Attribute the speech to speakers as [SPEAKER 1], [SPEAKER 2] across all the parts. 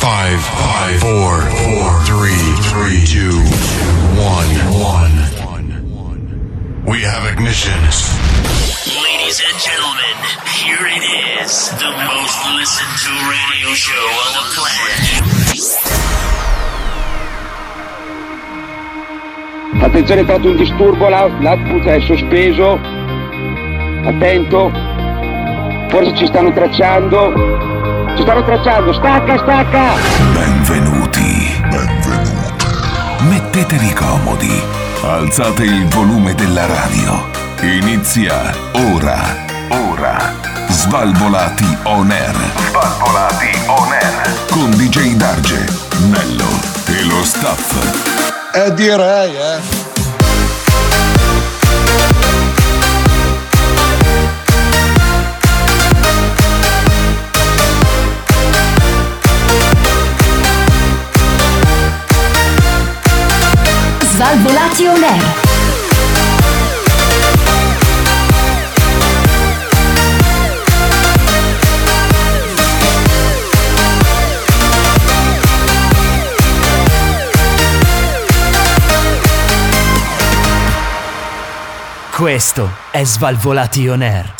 [SPEAKER 1] Five, five, four, four, three, three, two, one, one. We have ignitions.
[SPEAKER 2] Ladies and gentlemen, here it is, the most listened to radio show on the planet.
[SPEAKER 3] Attenzione, è entrato un disturbo, l'out- l'output è sospeso. Attento. Forse ci stanno tracciando. Ci stanno tracciando. Stacca, stacca!
[SPEAKER 4] Benvenuti. Benvenuti. Mettetevi comodi. Alzate il volume della radio. Inizia ora. Ora. Svalvolati on air. Svalvolati on air. Con DJ Darge, Nello e lo staff.
[SPEAKER 5] Eh direi, eh.
[SPEAKER 6] Svalvolati on air.
[SPEAKER 7] Questo è Svalvolati On Air.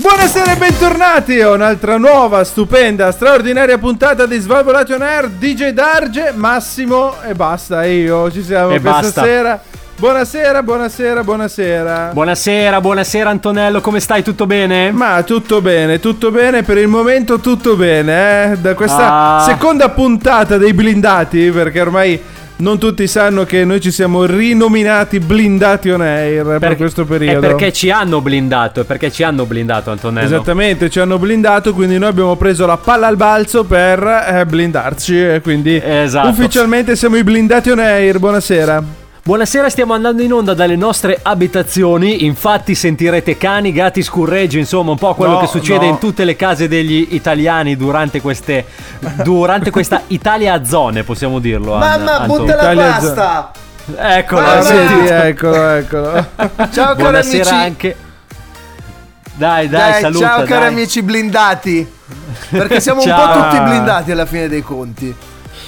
[SPEAKER 8] Buonasera e bentornati a un'altra nuova, stupenda, straordinaria puntata di Svalvolati On Air DJ Darge, Massimo e basta, e io ci siamo
[SPEAKER 9] E
[SPEAKER 8] questa
[SPEAKER 9] basta.
[SPEAKER 8] sera Buonasera, buonasera, buonasera
[SPEAKER 9] Buonasera, buonasera Antonello, come stai? Tutto bene?
[SPEAKER 8] Ma tutto bene, tutto bene, per il momento tutto bene eh? Da questa
[SPEAKER 9] Ah.
[SPEAKER 8] seconda puntata dei blindati, perché ormai non tutti sanno che noi ci siamo rinominati blindati on air per, questo
[SPEAKER 9] È
[SPEAKER 8] periodo
[SPEAKER 9] perché ci hanno blindato, è perché ci hanno blindato Antonello.
[SPEAKER 8] Esattamente, ci hanno blindato, quindi noi abbiamo preso la palla al balzo per eh, blindarci. e Quindi
[SPEAKER 9] Esatto.
[SPEAKER 8] ufficialmente siamo i blindati on air. Buonasera.
[SPEAKER 9] Buonasera, stiamo andando in onda dalle nostre abitazioni, infatti sentirete cani, gatti, scurreggi, insomma un po' quello
[SPEAKER 8] No,
[SPEAKER 9] che succede
[SPEAKER 8] no.
[SPEAKER 9] in tutte le case degli italiani durante queste durante questa Italia a zone, possiamo dirlo.
[SPEAKER 10] Mamma,
[SPEAKER 9] Anton.
[SPEAKER 10] butta la
[SPEAKER 8] Italia
[SPEAKER 10] pasta!
[SPEAKER 9] Eccolo,
[SPEAKER 10] Mamma.
[SPEAKER 9] hai
[SPEAKER 8] Sì,
[SPEAKER 9] sentito?
[SPEAKER 8] eccolo, eccolo.
[SPEAKER 10] Ciao cari
[SPEAKER 9] Buonasera
[SPEAKER 10] amici!
[SPEAKER 9] anche. Dai, dai,
[SPEAKER 10] Dai,
[SPEAKER 9] saluta,
[SPEAKER 10] ciao cari
[SPEAKER 9] dai.
[SPEAKER 10] amici blindati! Perché siamo un po'
[SPEAKER 9] Ciao.
[SPEAKER 10] tutti blindati alla fine dei conti.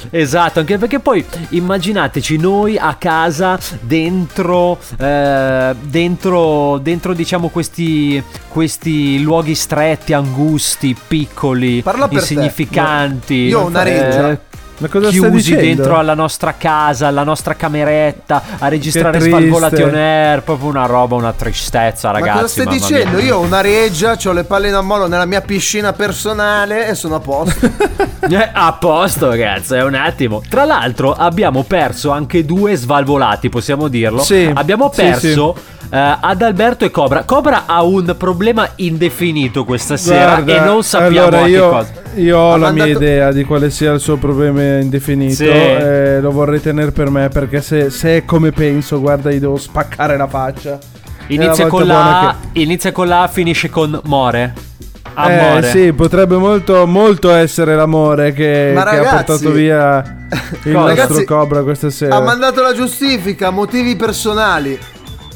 [SPEAKER 9] Esatto, anche perché poi immaginateci noi a casa dentro, eh, dentro, dentro diciamo questi, questi luoghi stretti, angusti, piccoli,
[SPEAKER 10] Parla per te.
[SPEAKER 9] insignificanti.
[SPEAKER 10] Io ho una reggia.
[SPEAKER 8] Ma cosa stai
[SPEAKER 9] Eh, chiusi
[SPEAKER 8] dicendo?
[SPEAKER 9] dentro alla nostra casa, alla nostra cameretta, a registrare
[SPEAKER 8] triste.
[SPEAKER 9] Svalvolati on air, proprio una roba, una tristezza, ragazzi.
[SPEAKER 10] Ma cosa stai
[SPEAKER 9] mamma mia.
[SPEAKER 10] dicendo? Io ho una reggia, ho le palle in ammollo nella mia piscina personale e sono a posto.
[SPEAKER 9] Eh, a posto, ragazzi, è un attimo. Tra l'altro, abbiamo perso anche due svalvolati, possiamo dirlo.
[SPEAKER 8] Sì,
[SPEAKER 9] Abbiamo
[SPEAKER 8] sì,
[SPEAKER 9] perso. eh, ad Alberto e Cobra. Cobra ha un problema indefinito questa sera
[SPEAKER 8] Guarda,
[SPEAKER 9] e non sappiamo
[SPEAKER 8] allora
[SPEAKER 9] a che
[SPEAKER 8] io,
[SPEAKER 9] cosa.
[SPEAKER 8] io ho
[SPEAKER 10] Ha
[SPEAKER 8] la mia
[SPEAKER 10] mandato-
[SPEAKER 8] idea di quale sia il suo problema indefinito.
[SPEAKER 9] Sì.
[SPEAKER 8] eh, lo vorrei tenere per me perché se, se è come penso, guarda, gli devo spaccare la faccia. È
[SPEAKER 9] Inizia
[SPEAKER 8] la
[SPEAKER 9] con
[SPEAKER 8] volta
[SPEAKER 9] la
[SPEAKER 8] buona
[SPEAKER 9] A, inizia con la A, finisce con More.
[SPEAKER 8] Eh,
[SPEAKER 9] Amore.
[SPEAKER 8] sì, potrebbe molto, molto essere l'amore che,
[SPEAKER 10] Ma
[SPEAKER 8] che ha
[SPEAKER 10] ragazzi-
[SPEAKER 8] portato via il
[SPEAKER 9] Cosa?
[SPEAKER 8] nostro
[SPEAKER 10] Ragazzi,
[SPEAKER 8] Cobra questa sera.
[SPEAKER 10] ha mandato la giustifica, motivi personali.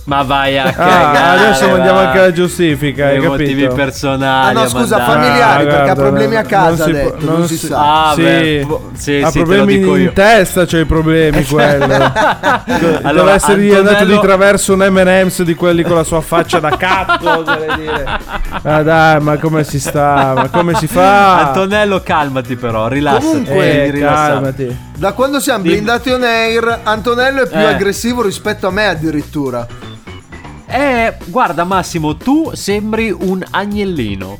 [SPEAKER 9] Ma vai a
[SPEAKER 8] Ah,
[SPEAKER 9] cagare,
[SPEAKER 8] adesso mandiamo
[SPEAKER 9] va.
[SPEAKER 8] anche la giustifica, hai
[SPEAKER 9] Per motivi
[SPEAKER 8] capito?
[SPEAKER 9] personali.
[SPEAKER 10] Ah, no,
[SPEAKER 9] ha
[SPEAKER 10] scusa,
[SPEAKER 9] mandato.
[SPEAKER 10] familiari, perché ha
[SPEAKER 8] guarda,
[SPEAKER 10] problemi a
[SPEAKER 8] non
[SPEAKER 10] casa,
[SPEAKER 8] si
[SPEAKER 10] ha
[SPEAKER 8] può-
[SPEAKER 10] detto, non si sa.
[SPEAKER 9] Ah,
[SPEAKER 8] sì,
[SPEAKER 9] beh, boh, sì,
[SPEAKER 8] ha
[SPEAKER 9] sì, te lo
[SPEAKER 8] problemi
[SPEAKER 9] dico
[SPEAKER 8] in
[SPEAKER 9] io.
[SPEAKER 8] testa, c'è i problemi quello. Deve
[SPEAKER 9] Allora,
[SPEAKER 8] essere andato
[SPEAKER 9] Antonello-
[SPEAKER 8] di traverso un M&M's di quelli con la sua faccia da cazzo, vorrei dire. Ma dai, ma come si sta? Ma come si fa?
[SPEAKER 9] Antonello, calmati però, rilassati.
[SPEAKER 10] Comunque,
[SPEAKER 8] eh,
[SPEAKER 9] devi rilassarti.
[SPEAKER 8] calmati.
[SPEAKER 10] Da quando siamo
[SPEAKER 9] Dimmi.
[SPEAKER 10] blindati on air, Antonello è più
[SPEAKER 9] Eh.
[SPEAKER 10] aggressivo rispetto a me addirittura.
[SPEAKER 9] Eh, guarda Massimo, tu sembri un agnellino.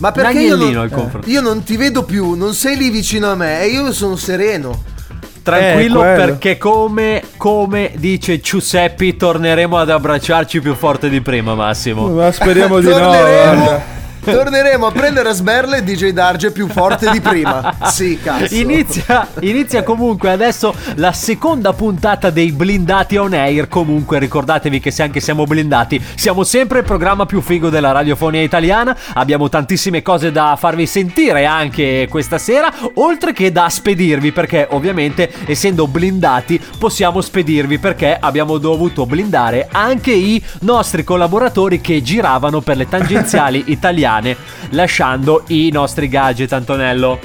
[SPEAKER 10] Ma perché io
[SPEAKER 9] agnellino
[SPEAKER 10] non,
[SPEAKER 9] al confronto.
[SPEAKER 10] io non ti vedo più, non sei lì vicino a me e io sono sereno.
[SPEAKER 9] Tranquillo
[SPEAKER 8] Eh, quello.
[SPEAKER 9] perché come, come dice Giuseppe torneremo ad abbracciarci più forte di prima Massimo.
[SPEAKER 8] Ma speriamo di no.
[SPEAKER 10] torneremo,
[SPEAKER 8] guarda.
[SPEAKER 10] torneremo a prendere a sberle DJ Darge più forte di prima. Sì, cazzo.
[SPEAKER 9] Inizia, inizia comunque adesso la seconda puntata dei blindati on air. Comunque ricordatevi che se anche siamo blindati, siamo sempre il programma più figo della radiofonia italiana. Abbiamo tantissime cose da farvi sentire anche questa sera, oltre che da spedirvi, perché ovviamente essendo blindati possiamo spedirvi perché abbiamo dovuto blindare anche i nostri collaboratori che giravano per le tangenziali italiane, lasciando i nostri gadget, Antonello.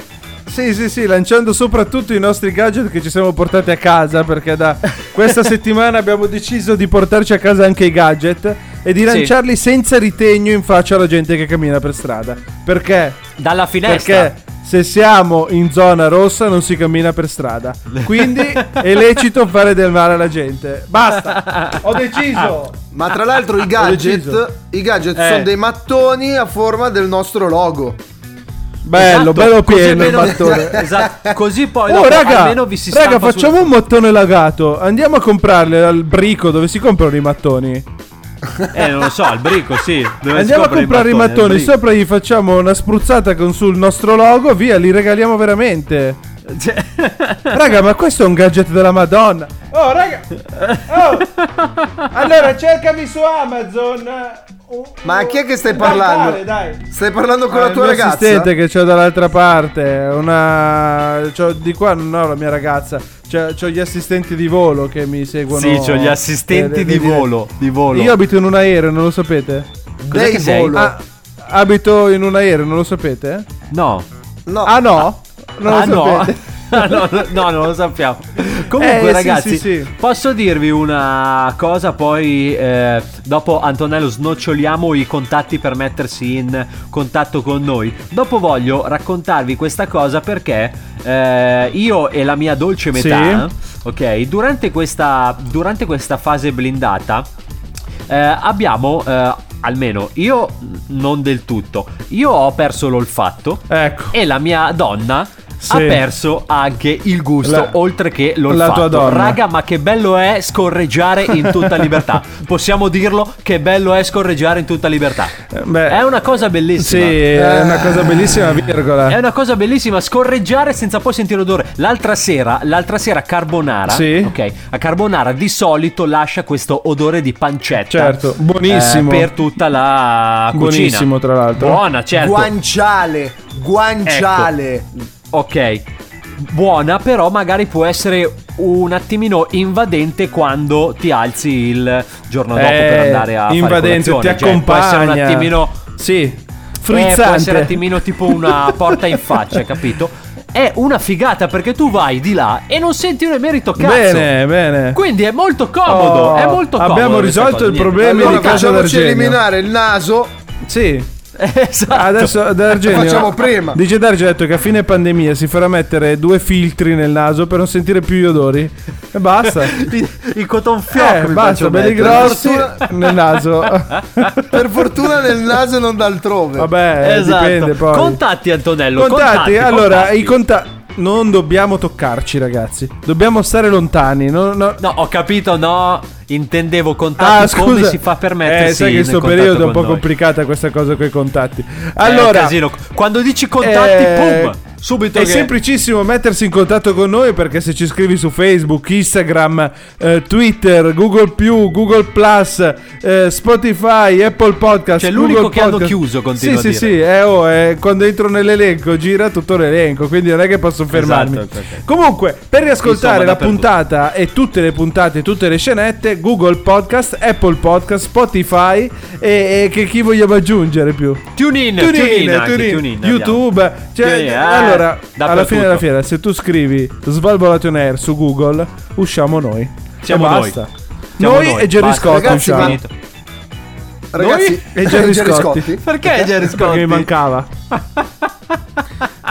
[SPEAKER 8] Sì, sì, sì, lanciando soprattutto i nostri gadget che ci siamo portati a casa perché da questa settimana abbiamo deciso di portarci a casa anche i gadget e di lanciarli senza ritegno in faccia alla gente che cammina per strada. Perché?
[SPEAKER 9] Dalla finestra.
[SPEAKER 8] Perché se siamo in zona rossa non si cammina per strada. Quindi è lecito fare del male alla gente. Basta, ho deciso.
[SPEAKER 10] Ma tra l'altro i
[SPEAKER 8] deciso.
[SPEAKER 10] gadget, i gadget
[SPEAKER 8] Eh.
[SPEAKER 10] sono dei mattoni a forma del nostro logo.
[SPEAKER 8] Bello,
[SPEAKER 9] Esatto,
[SPEAKER 8] bello
[SPEAKER 9] così
[SPEAKER 8] pieno il
[SPEAKER 9] almeno-
[SPEAKER 8] mattone.
[SPEAKER 9] Esatto, così poi
[SPEAKER 8] Oh,
[SPEAKER 9] dopo
[SPEAKER 8] raga,
[SPEAKER 9] almeno vi si
[SPEAKER 8] raga,
[SPEAKER 9] stampa
[SPEAKER 8] facciamo
[SPEAKER 9] sul-
[SPEAKER 8] un mattone lagato. Andiamo a comprarle al brico dove si comprano i mattoni.
[SPEAKER 9] Eh, non lo so, al brico, sì. Dove si
[SPEAKER 8] Andiamo a
[SPEAKER 9] comprano
[SPEAKER 8] comprare i mattoni.
[SPEAKER 9] al brico.
[SPEAKER 8] Sopra gli facciamo una spruzzata con sul nostro logo. Via, li regaliamo veramente.
[SPEAKER 9] Cioè-
[SPEAKER 8] Raga, ma questo è un gadget della Madonna. Oh, raga. Oh. Allora, cercami su Amazon.
[SPEAKER 10] Ma a chi è che stai
[SPEAKER 8] Dai,
[SPEAKER 10] parlando?
[SPEAKER 8] dai, dai.
[SPEAKER 10] Stai parlando con
[SPEAKER 8] Ah,
[SPEAKER 10] la tua
[SPEAKER 8] il mio
[SPEAKER 10] ragazza?
[SPEAKER 8] assistente che c'ho dall'altra parte, una c'ho di qua non ho la mia ragazza, c'ho, c'ho gli assistenti di volo che mi seguono.
[SPEAKER 9] Sì, c'ho gli assistenti
[SPEAKER 8] eh,
[SPEAKER 9] di volo, di volo.
[SPEAKER 8] Io abito in un aereo, non lo sapete?
[SPEAKER 9] Cos'è
[SPEAKER 10] Dei
[SPEAKER 9] che sei?
[SPEAKER 10] volo.
[SPEAKER 8] Ah, abito in un aereo, non lo sapete?
[SPEAKER 9] No.
[SPEAKER 10] No.
[SPEAKER 8] Ah no? Non
[SPEAKER 9] ah,
[SPEAKER 8] lo
[SPEAKER 9] no.
[SPEAKER 8] sapete.
[SPEAKER 9] Ah, no, no, no, non lo sappiamo. Comunque,
[SPEAKER 8] Eh, sì,
[SPEAKER 9] ragazzi,
[SPEAKER 8] sì, sì.
[SPEAKER 9] posso dirvi una cosa? Poi, eh, dopo Antonello, snoccioliamo i contatti per mettersi in contatto con noi. Dopo voglio raccontarvi questa cosa perché eh, io e la mia dolce metà, ok, durante questa, durante questa fase blindata, eh, abbiamo. eh, Almeno io mh, non del tutto. Io ho perso l'olfatto
[SPEAKER 8] Ecco.
[SPEAKER 9] e la mia donna
[SPEAKER 8] Sì.
[SPEAKER 9] ha perso anche il gusto,
[SPEAKER 8] La-
[SPEAKER 9] oltre che
[SPEAKER 8] la tua
[SPEAKER 9] l'olfatto.
[SPEAKER 8] donna.
[SPEAKER 9] Raga, ma che bello è scorreggiare in tutta libertà. Possiamo dirlo che bello è scorreggiare in tutta libertà.
[SPEAKER 8] Eh, beh.
[SPEAKER 9] è una cosa
[SPEAKER 8] Sì, eh.
[SPEAKER 9] bellissima.
[SPEAKER 8] è
[SPEAKER 10] Eh.
[SPEAKER 8] una cosa bellissima, virgola.
[SPEAKER 9] È una cosa bellissima scorreggiare senza poi sentire odore. L'altra sera, l'altra sera a Carbonara,
[SPEAKER 8] Sì.
[SPEAKER 9] ok, a Carbonara di solito lascia questo odore di pancetta.
[SPEAKER 8] Certo, buonissimo.
[SPEAKER 9] eh, per tutta la cucina.
[SPEAKER 8] Buonissimo, tra l'altro.
[SPEAKER 9] Buona, certo.
[SPEAKER 10] Guanciale, guanciale.
[SPEAKER 8] Ecco.
[SPEAKER 9] Ok, buona, però magari può essere un attimino invadente quando ti alzi il giorno dopo per
[SPEAKER 8] Eh,
[SPEAKER 9] andare a
[SPEAKER 8] invadente,
[SPEAKER 9] fare colazione.
[SPEAKER 8] ti
[SPEAKER 9] Cioè,
[SPEAKER 8] accompagna.
[SPEAKER 9] può essere un attimino
[SPEAKER 8] Sì.
[SPEAKER 9] eh,
[SPEAKER 8] Frizzante.
[SPEAKER 9] può essere un attimino tipo una porta in faccia, capito? È una figata perché tu vai di là e non senti un emerito cazzo.
[SPEAKER 8] Bene, bene.
[SPEAKER 9] Quindi è molto comodo,
[SPEAKER 8] Oh,
[SPEAKER 9] è molto comodo.
[SPEAKER 8] abbiamo
[SPEAKER 9] questa
[SPEAKER 8] risolto
[SPEAKER 9] cosa,
[SPEAKER 8] il
[SPEAKER 9] niente.
[SPEAKER 8] problema
[SPEAKER 10] Allora
[SPEAKER 8] di casa
[SPEAKER 10] facciamoci
[SPEAKER 8] d'Argenio.
[SPEAKER 10] eliminare il naso.
[SPEAKER 8] Sì. Ah,
[SPEAKER 9] Esatto.
[SPEAKER 8] Adesso D'Argenio
[SPEAKER 10] Facciamo prima.
[SPEAKER 8] DJ Darge ha detto che a fine pandemia si farà mettere due filtri nel naso per non sentire più gli odori e basta.
[SPEAKER 9] il, il coton fioc
[SPEAKER 8] eh,
[SPEAKER 9] mi
[SPEAKER 8] basta,
[SPEAKER 9] Ah, faccio
[SPEAKER 8] belli
[SPEAKER 9] mettere.
[SPEAKER 8] grossi
[SPEAKER 10] Fortuna-
[SPEAKER 8] nel naso.
[SPEAKER 10] Per fortuna nel naso e non d'altrove.
[SPEAKER 8] Vabbè, eh,
[SPEAKER 9] esatto.
[SPEAKER 8] dipende poi.
[SPEAKER 9] Contatti Antonello,
[SPEAKER 8] Contatti,
[SPEAKER 9] contatti,
[SPEAKER 8] allora,
[SPEAKER 9] contatti.
[SPEAKER 8] i contatti non dobbiamo toccarci, ragazzi. Dobbiamo stare lontani. No, no.
[SPEAKER 9] No, ho capito, no, intendevo contatti come si fa per mettersi
[SPEAKER 8] Ah, Eh, sai che
[SPEAKER 9] in
[SPEAKER 8] sto
[SPEAKER 9] contatto
[SPEAKER 8] periodo è
[SPEAKER 9] con
[SPEAKER 8] un po'
[SPEAKER 9] noi.
[SPEAKER 8] complicata questa cosa con i contatti.
[SPEAKER 9] Eh, è un
[SPEAKER 8] Allora,
[SPEAKER 9] casino. quando dici contatti,
[SPEAKER 8] Eh,
[SPEAKER 9] pum, subito
[SPEAKER 8] È
[SPEAKER 9] che-
[SPEAKER 8] semplicissimo mettersi in contatto con noi perché se ci scrivi su Facebook, Instagram, eh, Twitter, Google Google Plus, eh, Spotify, Apple Podcast.
[SPEAKER 9] Cioè, l'unico
[SPEAKER 8] Google
[SPEAKER 9] che hanno
[SPEAKER 8] Podcast.
[SPEAKER 9] chiuso,
[SPEAKER 8] Sì,
[SPEAKER 9] continua a
[SPEAKER 8] sì,
[SPEAKER 9] dire.
[SPEAKER 8] sì. eh, oh, eh, quando entro nell'elenco gira tutto l'elenco, quindi non è che posso fermarmi.
[SPEAKER 9] Esatto, ok, ok.
[SPEAKER 8] Comunque, per
[SPEAKER 9] Insomma,
[SPEAKER 8] riascoltare la
[SPEAKER 9] dappertutto.
[SPEAKER 8] puntata e tutte le puntate, tutte le scenette, Google Podcast, Apple Podcast, Spotify e, e che chi vogliamo aggiungere più?
[SPEAKER 9] Tune in, tune in, anche, tune in,
[SPEAKER 8] YouTube. Cioè,
[SPEAKER 9] Tune in, eh,
[SPEAKER 8] allora, alla
[SPEAKER 9] dappertutto.
[SPEAKER 8] fine della fiera, se tu scrivi Svalvolation Air su Google, usciamo noi.
[SPEAKER 9] Siamo
[SPEAKER 8] e
[SPEAKER 9] noi.
[SPEAKER 8] basta.
[SPEAKER 9] Siamo
[SPEAKER 8] noi,
[SPEAKER 9] noi,
[SPEAKER 8] e Gerry
[SPEAKER 9] basta.
[SPEAKER 8] Scotti
[SPEAKER 10] Ragazzi,
[SPEAKER 8] usciamo.
[SPEAKER 9] Finito.
[SPEAKER 10] Ragazzi,
[SPEAKER 8] Noi e Gerry Scotti.
[SPEAKER 9] Perché Jerry Scotti?
[SPEAKER 8] Perché mi mancava.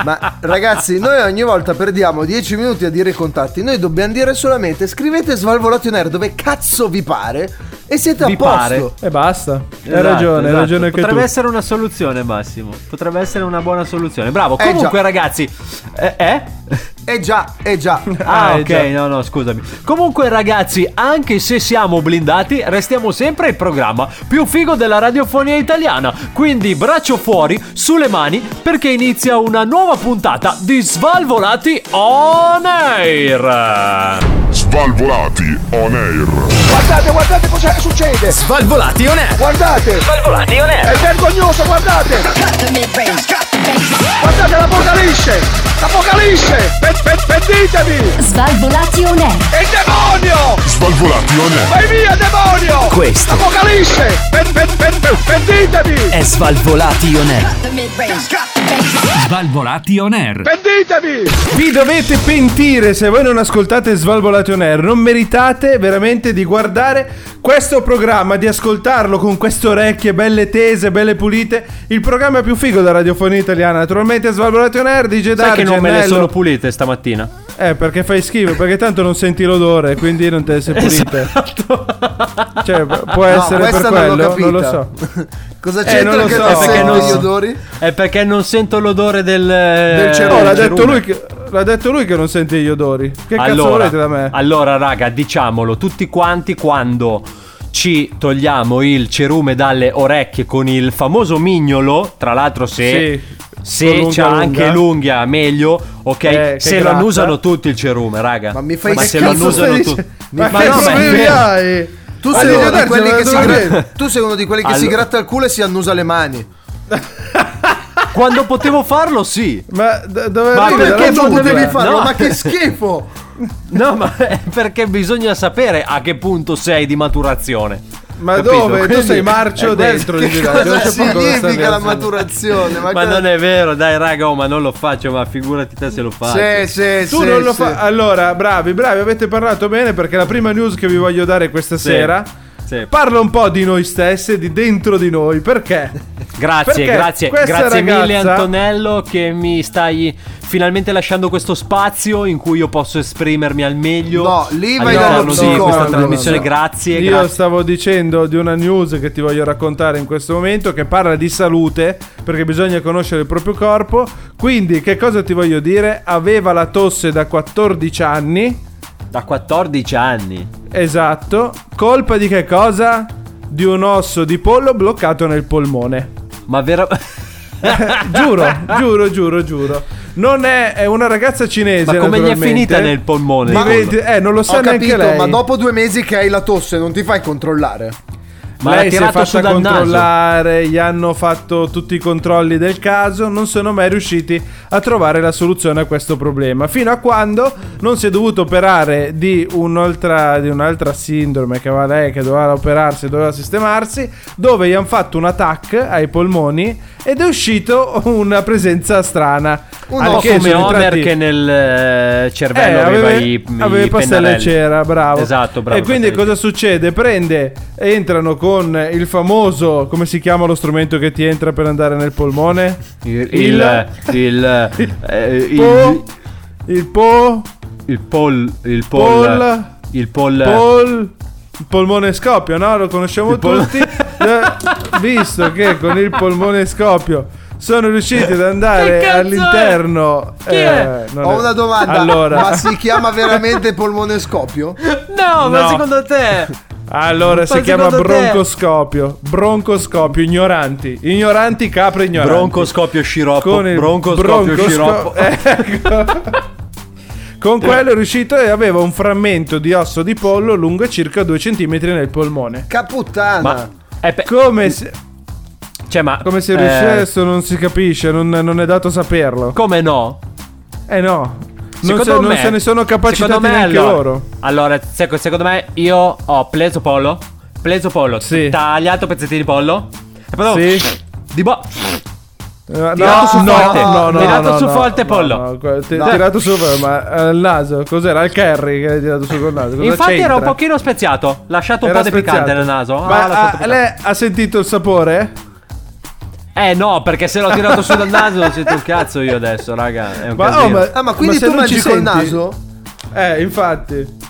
[SPEAKER 10] Ma ragazzi, noi ogni volta perdiamo 10 minuti a dire i contatti. Noi dobbiamo dire solamente scrivete Svalvolati on Air dove cazzo vi pare e siete a
[SPEAKER 9] Vi
[SPEAKER 10] posto.
[SPEAKER 9] pare.
[SPEAKER 8] E basta. hai
[SPEAKER 9] Esatto,
[SPEAKER 8] ragione,
[SPEAKER 9] esatto.
[SPEAKER 8] hai ragione che
[SPEAKER 9] Potrebbe
[SPEAKER 8] tu.
[SPEAKER 9] essere una soluzione, Massimo. Potrebbe essere una buona soluzione. Bravo.
[SPEAKER 10] Eh,
[SPEAKER 9] Comunque,
[SPEAKER 10] già.
[SPEAKER 9] ragazzi, eh? eh?
[SPEAKER 10] Eh già, eh già.
[SPEAKER 9] Ah,
[SPEAKER 8] Eh,
[SPEAKER 9] ok,
[SPEAKER 8] già.
[SPEAKER 9] no, no, scusami. Comunque, ragazzi, anche se siamo blindati, restiamo sempre il programma più figo della radiofonia italiana. Quindi, braccio fuori, sulle mani, perché inizia una nuova puntata di Svalvolati on Air.
[SPEAKER 1] Svalvolati on air.
[SPEAKER 3] Guardate, guardate cosa succede!
[SPEAKER 7] Svalvolati on air.
[SPEAKER 3] Guardate!
[SPEAKER 7] Svalvolati on air.
[SPEAKER 3] È vergognoso, guardate! Guardate l'apocalisse! L'apocalisse! Pe- pe- Pentitevi!
[SPEAKER 6] Svalvolati on air.
[SPEAKER 3] È il demonio!
[SPEAKER 1] Svalvolati on air.
[SPEAKER 3] Vai via, demonio!
[SPEAKER 7] Questo.
[SPEAKER 3] L'apocalisse! Pe- pe- pe- pe- Pentitevi!
[SPEAKER 7] È Svalvolati on air.
[SPEAKER 5] The mid range. Drop the Svalvolati on air.
[SPEAKER 8] Vi dovete pentire se voi non ascoltate Svalvolati on Air. Non meritate veramente di guardare questo programma, di ascoltarlo con queste orecchie belle tese, belle pulite. Il programma più figo della radiofonia italiana. Naturalmente Svalvolati on Air, DJ
[SPEAKER 9] Sai
[SPEAKER 8] Darge,
[SPEAKER 9] che non me le
[SPEAKER 8] Nello.
[SPEAKER 9] sono pulite stamattina?
[SPEAKER 8] Eh, perché fai schifo, perché tanto non senti l'odore, quindi non te le sei pulite.
[SPEAKER 9] Esatto.
[SPEAKER 8] Cioè, può essere per
[SPEAKER 10] questa
[SPEAKER 8] quello,
[SPEAKER 10] non l'ho capita.
[SPEAKER 8] lo so.
[SPEAKER 10] Cosa
[SPEAKER 8] non
[SPEAKER 10] c'entra
[SPEAKER 8] lo
[SPEAKER 10] che
[SPEAKER 8] so.
[SPEAKER 10] non
[SPEAKER 8] Eh, perché
[SPEAKER 10] sento
[SPEAKER 8] non
[SPEAKER 10] gli
[SPEAKER 8] so.
[SPEAKER 10] odori?
[SPEAKER 9] È perché non sento l'odore del. eh,
[SPEAKER 10] Del
[SPEAKER 8] Oh,
[SPEAKER 10] cerume.
[SPEAKER 8] l'ha,
[SPEAKER 10] Cerume.
[SPEAKER 8] detto lui che, l'ha detto lui che non sente gli odori. Che cazzo
[SPEAKER 9] allora,
[SPEAKER 8] volete da me?
[SPEAKER 9] allora, raga, diciamolo tutti quanti quando ci togliamo il cerume dalle orecchie con il famoso mignolo, tra l'altro se
[SPEAKER 8] Sì,
[SPEAKER 9] se
[SPEAKER 8] con l'unghia
[SPEAKER 9] c'ha
[SPEAKER 8] lunga.
[SPEAKER 9] anche l'unghia meglio, ok?
[SPEAKER 8] Eh, che
[SPEAKER 9] se lo
[SPEAKER 8] gratta.
[SPEAKER 9] annusano tutti il cerume, raga.
[SPEAKER 10] Ma mi fai
[SPEAKER 9] Ma
[SPEAKER 10] che
[SPEAKER 9] se lo
[SPEAKER 10] cazzo
[SPEAKER 9] annusano
[SPEAKER 8] stai
[SPEAKER 9] tutti.
[SPEAKER 8] dicendo?
[SPEAKER 9] Mi
[SPEAKER 8] Ma
[SPEAKER 9] fa-
[SPEAKER 8] che
[SPEAKER 9] no, ma è
[SPEAKER 8] problemi
[SPEAKER 9] vero.
[SPEAKER 8] hai?
[SPEAKER 10] Tu
[SPEAKER 8] Ma
[SPEAKER 10] sei,
[SPEAKER 8] devi
[SPEAKER 10] uno di
[SPEAKER 8] darci
[SPEAKER 10] quelli
[SPEAKER 8] una
[SPEAKER 10] che si
[SPEAKER 8] ragione.
[SPEAKER 10] gra- tu sei uno di quelli che si
[SPEAKER 9] Allora-
[SPEAKER 10] gratta il culo e si annusa le mani.
[SPEAKER 9] Quando potevo farlo, sì.
[SPEAKER 8] Ma d- dove
[SPEAKER 9] Ma
[SPEAKER 8] arrivi?
[SPEAKER 9] perché
[SPEAKER 8] Dalla
[SPEAKER 10] non
[SPEAKER 9] tu
[SPEAKER 8] giungla?
[SPEAKER 10] devi
[SPEAKER 9] dai.
[SPEAKER 10] farlo?
[SPEAKER 9] No.
[SPEAKER 10] Ma che schifo!
[SPEAKER 9] No, ma è perché bisogna sapere a che punto sei di maturazione.
[SPEAKER 8] Ma
[SPEAKER 9] Capito?
[SPEAKER 8] dove? tu
[SPEAKER 9] Quindi-
[SPEAKER 8] sei marcio
[SPEAKER 9] eh,
[SPEAKER 8] dentro di
[SPEAKER 10] Che
[SPEAKER 8] là, non
[SPEAKER 10] cosa
[SPEAKER 8] c'è poco da
[SPEAKER 10] significa la
[SPEAKER 8] sapere.
[SPEAKER 10] maturazione?
[SPEAKER 9] Ma non è vero, dai raga, oh, ma non lo faccio, ma figurati te se lo faccio.
[SPEAKER 10] Sì, sì,
[SPEAKER 8] Tu
[SPEAKER 10] sì,
[SPEAKER 8] non lo
[SPEAKER 10] sì.
[SPEAKER 8] fai. Allora, bravi, bravi, avete parlato bene perché la prima news che vi voglio dare questa sera
[SPEAKER 9] sì.
[SPEAKER 8] parla un po' di noi stessi, di dentro di noi. Perché?
[SPEAKER 9] Grazie,
[SPEAKER 8] Perché
[SPEAKER 9] grazie,
[SPEAKER 8] questa
[SPEAKER 9] grazie mille
[SPEAKER 8] ragazza-
[SPEAKER 9] Antonello che mi stai finalmente lasciando questo spazio in cui io posso esprimermi al meglio.
[SPEAKER 10] No, lì vai
[SPEAKER 9] all'interno
[SPEAKER 10] dallo
[SPEAKER 9] di questa
[SPEAKER 10] psicologo.
[SPEAKER 9] trasmissione,
[SPEAKER 10] No.
[SPEAKER 9] grazie,
[SPEAKER 8] Io
[SPEAKER 9] grazie.
[SPEAKER 8] stavo dicendo di una news che ti voglio raccontare in questo momento che parla di salute perché bisogna conoscere il proprio corpo. Quindi, che cosa ti voglio dire? Aveva la tosse da 14 anni.
[SPEAKER 9] Da 14 anni.
[SPEAKER 8] Esatto. Colpa di che cosa? Di un osso di pollo bloccato nel polmone.
[SPEAKER 9] Ma vero
[SPEAKER 8] giuro, giuro, giuro, giuro. Non è, è una ragazza cinese.
[SPEAKER 9] Ma come gli è
[SPEAKER 8] naturalmente.
[SPEAKER 9] finita nel polmone?
[SPEAKER 8] Ma
[SPEAKER 9] il pollo?
[SPEAKER 8] vedi- eh, non lo sa
[SPEAKER 10] Ho
[SPEAKER 8] neanche
[SPEAKER 10] capito,
[SPEAKER 8] lei.
[SPEAKER 10] ma dopo due mesi che hai la tosse non ti fai controllare.
[SPEAKER 9] Ma l'ha
[SPEAKER 8] lei si è
[SPEAKER 9] tirato su
[SPEAKER 8] fatta
[SPEAKER 9] dal naso.
[SPEAKER 8] controllare, gli hanno fatto tutti i controlli del caso, non sono mai riusciti a trovare la soluzione a questo problema. Fino a quando non si è dovuto operare di un'altra, di un'altra sindrome che aveva lei, che doveva operarsi, doveva sistemarsi, dove gli hanno fatto un attack ai polmoni ed è uscito una presenza strana.
[SPEAKER 10] Un
[SPEAKER 8] Al
[SPEAKER 10] po'
[SPEAKER 8] che
[SPEAKER 9] come
[SPEAKER 8] sono
[SPEAKER 9] Homer
[SPEAKER 8] entrati-
[SPEAKER 9] che nel eh,
[SPEAKER 8] eh,
[SPEAKER 9] cervello aveva,
[SPEAKER 8] aveva,
[SPEAKER 9] i, i
[SPEAKER 8] aveva i pastelli
[SPEAKER 9] pennarelli.
[SPEAKER 8] e cera, bravo.
[SPEAKER 9] Esatto, bravo.
[SPEAKER 8] E quindi
[SPEAKER 9] i pastelli
[SPEAKER 8] cosa succede? Prende, entrano con il famoso, come si chiama lo strumento che ti entra per andare nel polmone?
[SPEAKER 9] Il il il eh,
[SPEAKER 8] Po,
[SPEAKER 9] il
[SPEAKER 8] il po,
[SPEAKER 9] il pol il pol
[SPEAKER 8] Pol.
[SPEAKER 9] il pol
[SPEAKER 8] pol, il polmone scoppio, no? Lo conosciamo
[SPEAKER 9] pol-
[SPEAKER 8] tutti. Eh, Visto che con il polmone scoppio sono riusciti ad andare all'interno. eh,
[SPEAKER 9] è?
[SPEAKER 8] non
[SPEAKER 10] Ho
[SPEAKER 8] è-
[SPEAKER 10] una domanda.
[SPEAKER 8] Allora,
[SPEAKER 10] Ma si chiama veramente polmone scopio?
[SPEAKER 9] No,
[SPEAKER 8] No.
[SPEAKER 9] ma secondo te?
[SPEAKER 8] Allora, si
[SPEAKER 9] Ma
[SPEAKER 8] chiama
[SPEAKER 9] secondo te-
[SPEAKER 8] broncoscopio. Broncoscopio, ignoranti. Ignoranti, capre ignoranti.
[SPEAKER 9] Broncoscopio sciroppo.
[SPEAKER 8] Con il
[SPEAKER 9] broncoscopio
[SPEAKER 8] broncosco-
[SPEAKER 9] sciroppo.
[SPEAKER 8] Ecco. Con quello è riuscito e aveva un frammento di osso di pollo lungo circa 2 cm nel polmone.
[SPEAKER 10] Caputtana.
[SPEAKER 9] Ma eh, beh,
[SPEAKER 8] Come se,
[SPEAKER 9] cioè, ma
[SPEAKER 8] come se
[SPEAKER 9] eh,
[SPEAKER 8] riuscesse non si capisce, non, non è dato saperlo.
[SPEAKER 9] Come no?
[SPEAKER 8] Eh no, non
[SPEAKER 9] Secondo
[SPEAKER 8] se, non
[SPEAKER 9] me-
[SPEAKER 8] se ne sono
[SPEAKER 9] secondo
[SPEAKER 8] capacitati
[SPEAKER 9] me,
[SPEAKER 8] neanche
[SPEAKER 9] allora,
[SPEAKER 8] loro.
[SPEAKER 9] Allora, sec- secondo me io ho preso pollo, preso pollo,
[SPEAKER 8] Sì.
[SPEAKER 9] tagliato pezzettini di pollo e poi
[SPEAKER 8] Sì.
[SPEAKER 9] di bo-
[SPEAKER 8] Eh,
[SPEAKER 9] Tirato su forte.
[SPEAKER 8] no, no,
[SPEAKER 9] Tirato
[SPEAKER 8] no,
[SPEAKER 9] su
[SPEAKER 8] no,
[SPEAKER 9] forte,
[SPEAKER 8] no,
[SPEAKER 9] pollo.
[SPEAKER 8] no, que- ti- Tirato su, eh, ma al naso, cos'era? Al curry che hai tirato su col naso. Cosa
[SPEAKER 9] Infatti era un
[SPEAKER 8] c'entra?
[SPEAKER 9] pochino speziato, lasciato un
[SPEAKER 8] Era
[SPEAKER 9] po' di piccante
[SPEAKER 8] speziato.
[SPEAKER 9] nel naso. Ah,
[SPEAKER 8] Ma
[SPEAKER 9] l'ha
[SPEAKER 8] ha-
[SPEAKER 9] lasciato piccante.
[SPEAKER 8] lei ha sentito il sapore?
[SPEAKER 9] Eh no, perché se l'ho tirato su dal naso non sento un cazzo io adesso, raga. È un
[SPEAKER 8] Ma, oh,
[SPEAKER 9] casino.
[SPEAKER 8] ma-
[SPEAKER 10] ah, ma quindi
[SPEAKER 8] se
[SPEAKER 10] tu
[SPEAKER 8] non
[SPEAKER 10] mangi
[SPEAKER 8] ci
[SPEAKER 10] col
[SPEAKER 8] senti-
[SPEAKER 10] naso?
[SPEAKER 8] Eh, infatti.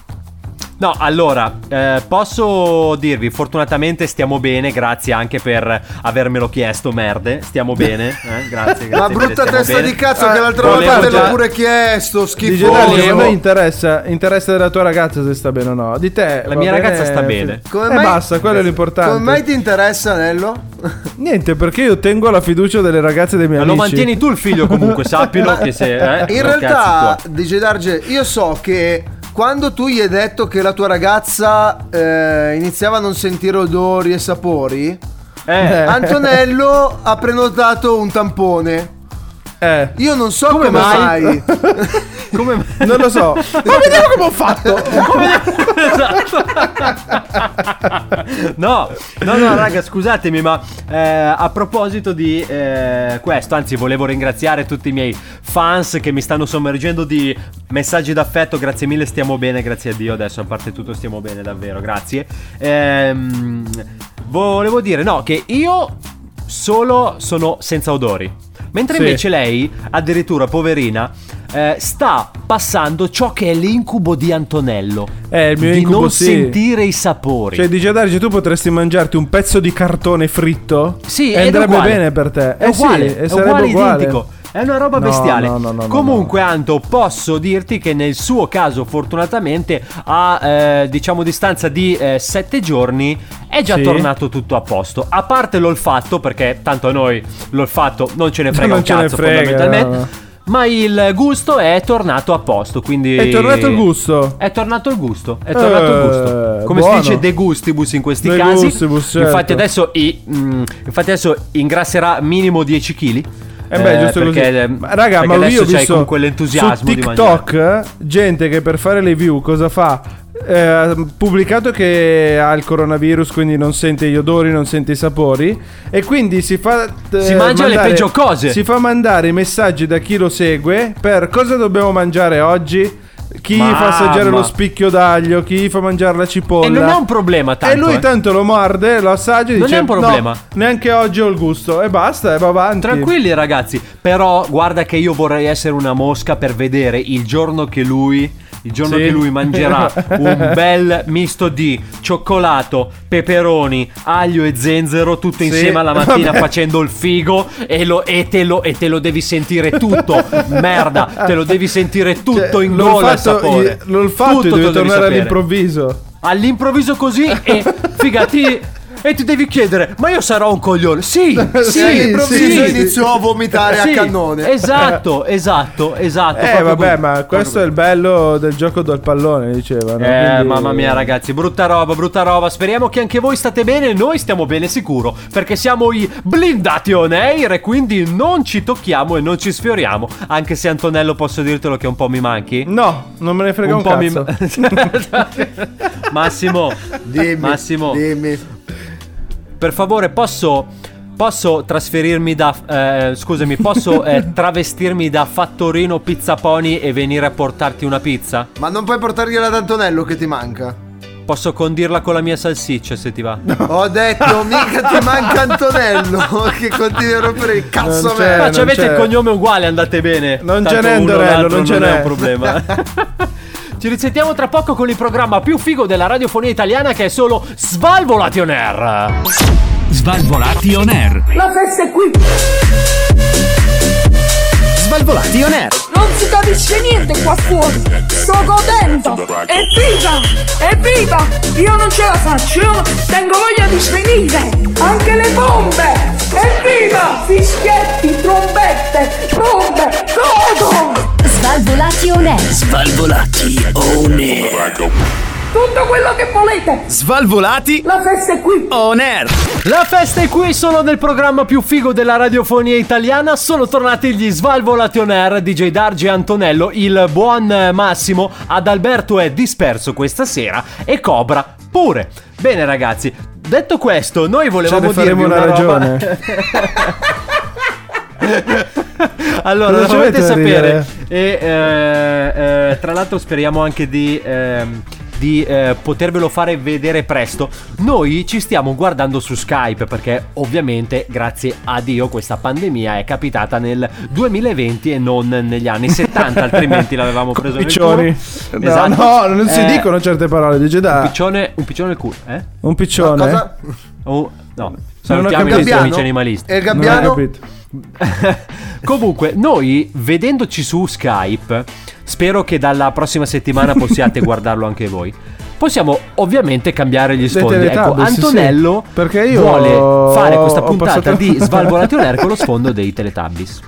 [SPEAKER 9] No, allora, eh, posso dirvi, fortunatamente stiamo bene, grazie anche per avermelo chiesto, merde, stiamo bene, eh? grazie, grazie.
[SPEAKER 10] La
[SPEAKER 9] mille,
[SPEAKER 10] brutta
[SPEAKER 9] stiamo
[SPEAKER 10] testa
[SPEAKER 9] bene.
[SPEAKER 10] di cazzo
[SPEAKER 8] Eh,
[SPEAKER 10] che l'altra
[SPEAKER 9] volevo
[SPEAKER 10] volta te l'ho
[SPEAKER 9] già-
[SPEAKER 10] pure chiesto,
[SPEAKER 8] Dice Dario, a
[SPEAKER 10] schifoso.
[SPEAKER 8] me interessa, interessa della tua ragazza se sta bene o no. Di te.
[SPEAKER 9] La
[SPEAKER 8] va
[SPEAKER 9] mia
[SPEAKER 8] bene,
[SPEAKER 9] ragazza sta bene.
[SPEAKER 8] fi-
[SPEAKER 10] Come
[SPEAKER 8] eh,
[SPEAKER 10] mai-
[SPEAKER 8] basta, quello è l'importante.
[SPEAKER 10] Come mai ti interessa, Nello?
[SPEAKER 8] Niente, perché io tengo la fiducia delle ragazze dei
[SPEAKER 9] Ma
[SPEAKER 8] miei amici.
[SPEAKER 9] lo mantieni tu il figlio comunque, sappilo che se... eh,
[SPEAKER 10] In
[SPEAKER 9] non
[SPEAKER 10] realtà,
[SPEAKER 9] cazzi
[SPEAKER 10] DJ Darge, io so che quando tu gli hai detto che la tua ragazza eh, iniziava a non sentire odori e sapori,
[SPEAKER 9] tuoi. Eh,
[SPEAKER 10] Antonello ha prenotato un tampone.
[SPEAKER 8] Eh.
[SPEAKER 10] Io non so come,
[SPEAKER 9] mai?
[SPEAKER 10] mai.
[SPEAKER 9] come...
[SPEAKER 8] Non lo so. Ma vediamo come ho fatto.
[SPEAKER 9] Esatto. no, no, no, raga, scusatemi, ma eh, a proposito di eh, questo, anzi, volevo ringraziare tutti i miei fans che mi stanno sommergendo di messaggi d'affetto. Grazie mille, stiamo bene, grazie a Dio. Adesso, a parte tutto, stiamo bene, davvero, grazie. Ehm, volevo dire, no, che io solo sono senza odori. Mentre
[SPEAKER 8] Sì.
[SPEAKER 9] invece lei, addirittura poverina, eh, sta passando ciò che è l'incubo di Antonello.
[SPEAKER 8] Eh, il mio
[SPEAKER 9] di
[SPEAKER 8] incubo,
[SPEAKER 9] non
[SPEAKER 8] sì.
[SPEAKER 9] sentire i sapori.
[SPEAKER 8] Cioè, dice Darge, tu potresti mangiarti un pezzo di cartone fritto?
[SPEAKER 9] sì,
[SPEAKER 8] E
[SPEAKER 9] ed è
[SPEAKER 8] andrebbe
[SPEAKER 9] uguale.
[SPEAKER 8] bene per te.
[SPEAKER 9] È
[SPEAKER 8] Eh sì,
[SPEAKER 9] uguale,
[SPEAKER 8] e
[SPEAKER 9] è
[SPEAKER 8] sarebbe
[SPEAKER 9] uguale,
[SPEAKER 8] uguale.
[SPEAKER 9] identico. È una roba
[SPEAKER 8] No,
[SPEAKER 9] bestiale.
[SPEAKER 8] no, no, no, no,
[SPEAKER 9] Comunque, Anto, posso dirti che nel suo caso, fortunatamente, a eh, diciamo distanza di eh, sette giorni è già
[SPEAKER 8] Sì.
[SPEAKER 9] tornato tutto a posto. A parte l'olfatto, perché tanto a noi l'olfatto non ce ne frega
[SPEAKER 8] Non
[SPEAKER 9] un
[SPEAKER 8] ce ne
[SPEAKER 9] cazzo,
[SPEAKER 8] frega,
[SPEAKER 9] fondamentalmente.
[SPEAKER 8] no, no.
[SPEAKER 9] Ma il gusto è tornato a posto, quindi...
[SPEAKER 8] È tornato il gusto.
[SPEAKER 9] È tornato il gusto, è tornato il gusto.
[SPEAKER 8] Eh,
[SPEAKER 9] Come
[SPEAKER 8] buono.
[SPEAKER 9] si dice de gustibus in questi
[SPEAKER 8] De
[SPEAKER 9] casi.
[SPEAKER 8] gustibus, certo.
[SPEAKER 9] Infatti adesso, i- mm, infatti adesso ingrasserà minimo 10 kg.
[SPEAKER 8] Eh beh, giusto
[SPEAKER 9] perché,
[SPEAKER 8] così. Ma Raga, ma
[SPEAKER 9] adesso
[SPEAKER 8] io ho
[SPEAKER 9] c'hai
[SPEAKER 8] visto
[SPEAKER 9] con quell'entusiasmo
[SPEAKER 8] su
[SPEAKER 9] di mangiare.
[SPEAKER 8] TikTok eh, gente che per fare le view cosa fa? Eh, Ha pubblicato che ha il coronavirus, quindi non sente gli odori, non sente i sapori. E quindi si fa. eh,
[SPEAKER 9] Si mangia le peggio cose.
[SPEAKER 8] Si fa mandare i messaggi da chi lo segue per cosa dobbiamo mangiare oggi. Chi gli fa
[SPEAKER 9] Mamma.
[SPEAKER 8] assaggiare lo spicchio d'aglio, chi gli fa mangiare la cipolla.
[SPEAKER 9] E non è un problema tanto.
[SPEAKER 8] e lui
[SPEAKER 9] eh.
[SPEAKER 8] tanto lo morde, lo assaggia e
[SPEAKER 9] Non
[SPEAKER 8] dice:
[SPEAKER 9] è un problema.
[SPEAKER 8] "No, neanche oggi ho il gusto. E basta, e va avanti.
[SPEAKER 9] Tranquilli ragazzi, però guarda che io vorrei essere una mosca per vedere il giorno che lui il giorno
[SPEAKER 8] Sì.
[SPEAKER 9] che lui mangerà un bel misto di cioccolato, peperoni, aglio e zenzero tutto insieme alla mattina
[SPEAKER 8] vabbè.
[SPEAKER 9] facendo il figo e, lo- e te lo, e te lo devi sentire tutto, merda, te lo devi sentire tutto
[SPEAKER 8] Cioè,
[SPEAKER 9] in gola il
[SPEAKER 8] l'olfatto-
[SPEAKER 9] sapore.
[SPEAKER 8] i- L'olfatto
[SPEAKER 9] Tutto te
[SPEAKER 8] deve
[SPEAKER 9] lo devi
[SPEAKER 8] tornare
[SPEAKER 9] sapere.
[SPEAKER 8] all'improvviso.
[SPEAKER 9] All'improvviso così e figati e ti devi chiedere, ma io sarò un coglione? Sì, sì,
[SPEAKER 10] all'improvviso
[SPEAKER 9] sì.
[SPEAKER 10] iniziò a vomitare
[SPEAKER 9] Sì,
[SPEAKER 10] a cannone.
[SPEAKER 9] Esatto, esatto, esatto.
[SPEAKER 8] Eh,
[SPEAKER 9] proprio
[SPEAKER 8] vabbè,
[SPEAKER 9] quello.
[SPEAKER 8] ma questo è il bello del gioco del pallone, dicevano.
[SPEAKER 9] Eh,
[SPEAKER 8] quindi-
[SPEAKER 9] mamma mia ragazzi, brutta roba, brutta roba. Speriamo che anche voi state bene, noi stiamo bene sicuro, perché siamo i blindati on air e quindi non ci tocchiamo e non ci sfioriamo, anche se Antonello posso dirtelo che un po' mi manchi.
[SPEAKER 8] No, non me ne frega un, cazzo.
[SPEAKER 9] mi Massimo,
[SPEAKER 10] Dimmi,
[SPEAKER 9] Massimo,
[SPEAKER 10] dimmi.
[SPEAKER 9] per favore, posso Posso trasferirmi da. eh, scusami, posso eh, travestirmi da Fattorino Pizzaponi e venire a portarti una pizza?
[SPEAKER 10] Ma non puoi portargliela ad Antonello che ti manca.
[SPEAKER 9] Posso condirla con la mia salsiccia se ti va.
[SPEAKER 10] Ho detto, mica ti manca Antonello che continui a rompere il cazzo a
[SPEAKER 8] Non
[SPEAKER 10] me.
[SPEAKER 8] c'è.
[SPEAKER 9] Cioè, Ma ci avete
[SPEAKER 8] c'è.
[SPEAKER 9] il cognome uguale, andate bene.
[SPEAKER 8] Non
[SPEAKER 9] Tanto
[SPEAKER 8] ce n'è,
[SPEAKER 9] uno o
[SPEAKER 8] Dorello,
[SPEAKER 9] l'altro
[SPEAKER 8] non ce
[SPEAKER 9] è
[SPEAKER 8] n'è.
[SPEAKER 9] un problema. Ci risentiamo tra poco con il programma più figo della radiofonia italiana che è solo Svalvolati on Air.
[SPEAKER 7] Svalvolati on air.
[SPEAKER 5] La festa è qui,
[SPEAKER 7] Svalvolati on air.
[SPEAKER 5] non si capisce niente qua fuori. Sto godendo. Evviva! Evviva! Io non ce la faccio, io tengo voglia di svenire. Anche le bombe! Evviva! Fischietti, trombette, bombe, godo!
[SPEAKER 6] Svalvolati on air.
[SPEAKER 2] Svalvolati on air.
[SPEAKER 5] Tutto quello che volete.
[SPEAKER 7] Svalvolati
[SPEAKER 5] La festa è qui.
[SPEAKER 11] Oh,
[SPEAKER 7] on air.
[SPEAKER 9] La festa è qui, sono nel programma più figo della radiofonia italiana. Sono tornati gli Svalvolati on Air, DJ Darge e Antonello. Il buon eh, Massimo ad Alberto è disperso questa sera e Cobra pure. Bene, ragazzi. Detto questo, noi
[SPEAKER 8] Ce
[SPEAKER 9] volevamo
[SPEAKER 8] ne faremo
[SPEAKER 9] dirvi
[SPEAKER 8] una,
[SPEAKER 9] una roba-
[SPEAKER 8] ragione.
[SPEAKER 9] Allora,
[SPEAKER 8] Cosa
[SPEAKER 9] dovete
[SPEAKER 8] c'avete da
[SPEAKER 9] sapere. E eh, eh, tra l'altro speriamo anche di. ehm, di eh, potervelo fare vedere presto. Noi ci stiamo guardando su Skype perché ovviamente grazie a Dio questa pandemia è capitata nel 2020 e non negli anni 70, altrimenti l'avevamo preso nel culo.
[SPEAKER 8] Piccioni. No,
[SPEAKER 9] Esatto.
[SPEAKER 8] no, non si
[SPEAKER 9] Eh,
[SPEAKER 8] dicono certe parole, dice
[SPEAKER 9] un
[SPEAKER 8] da.
[SPEAKER 9] piccione, un piccione nel culo, eh?
[SPEAKER 8] Un piccione.
[SPEAKER 10] Cosa?
[SPEAKER 9] Oh, no. Salutiamo i
[SPEAKER 8] capito.
[SPEAKER 9] nostri
[SPEAKER 10] Gabbiano?
[SPEAKER 9] amici animalisti.
[SPEAKER 10] E il
[SPEAKER 8] Non ho
[SPEAKER 10] gabbiano?
[SPEAKER 8] capito.
[SPEAKER 9] Comunque, noi vedendoci su Skype, spero che dalla prossima settimana possiate guardarlo anche voi. Possiamo ovviamente cambiare gli
[SPEAKER 8] Dei
[SPEAKER 9] sfondi. Ecco,
[SPEAKER 8] Teletubbies, sì,
[SPEAKER 9] Antonello
[SPEAKER 8] sì. Perché io
[SPEAKER 9] vuole
[SPEAKER 8] ho-
[SPEAKER 9] fare questa
[SPEAKER 8] ho
[SPEAKER 9] puntata
[SPEAKER 8] passato-
[SPEAKER 9] di Svalvolati on Air con lo sfondo dei Teletubbies.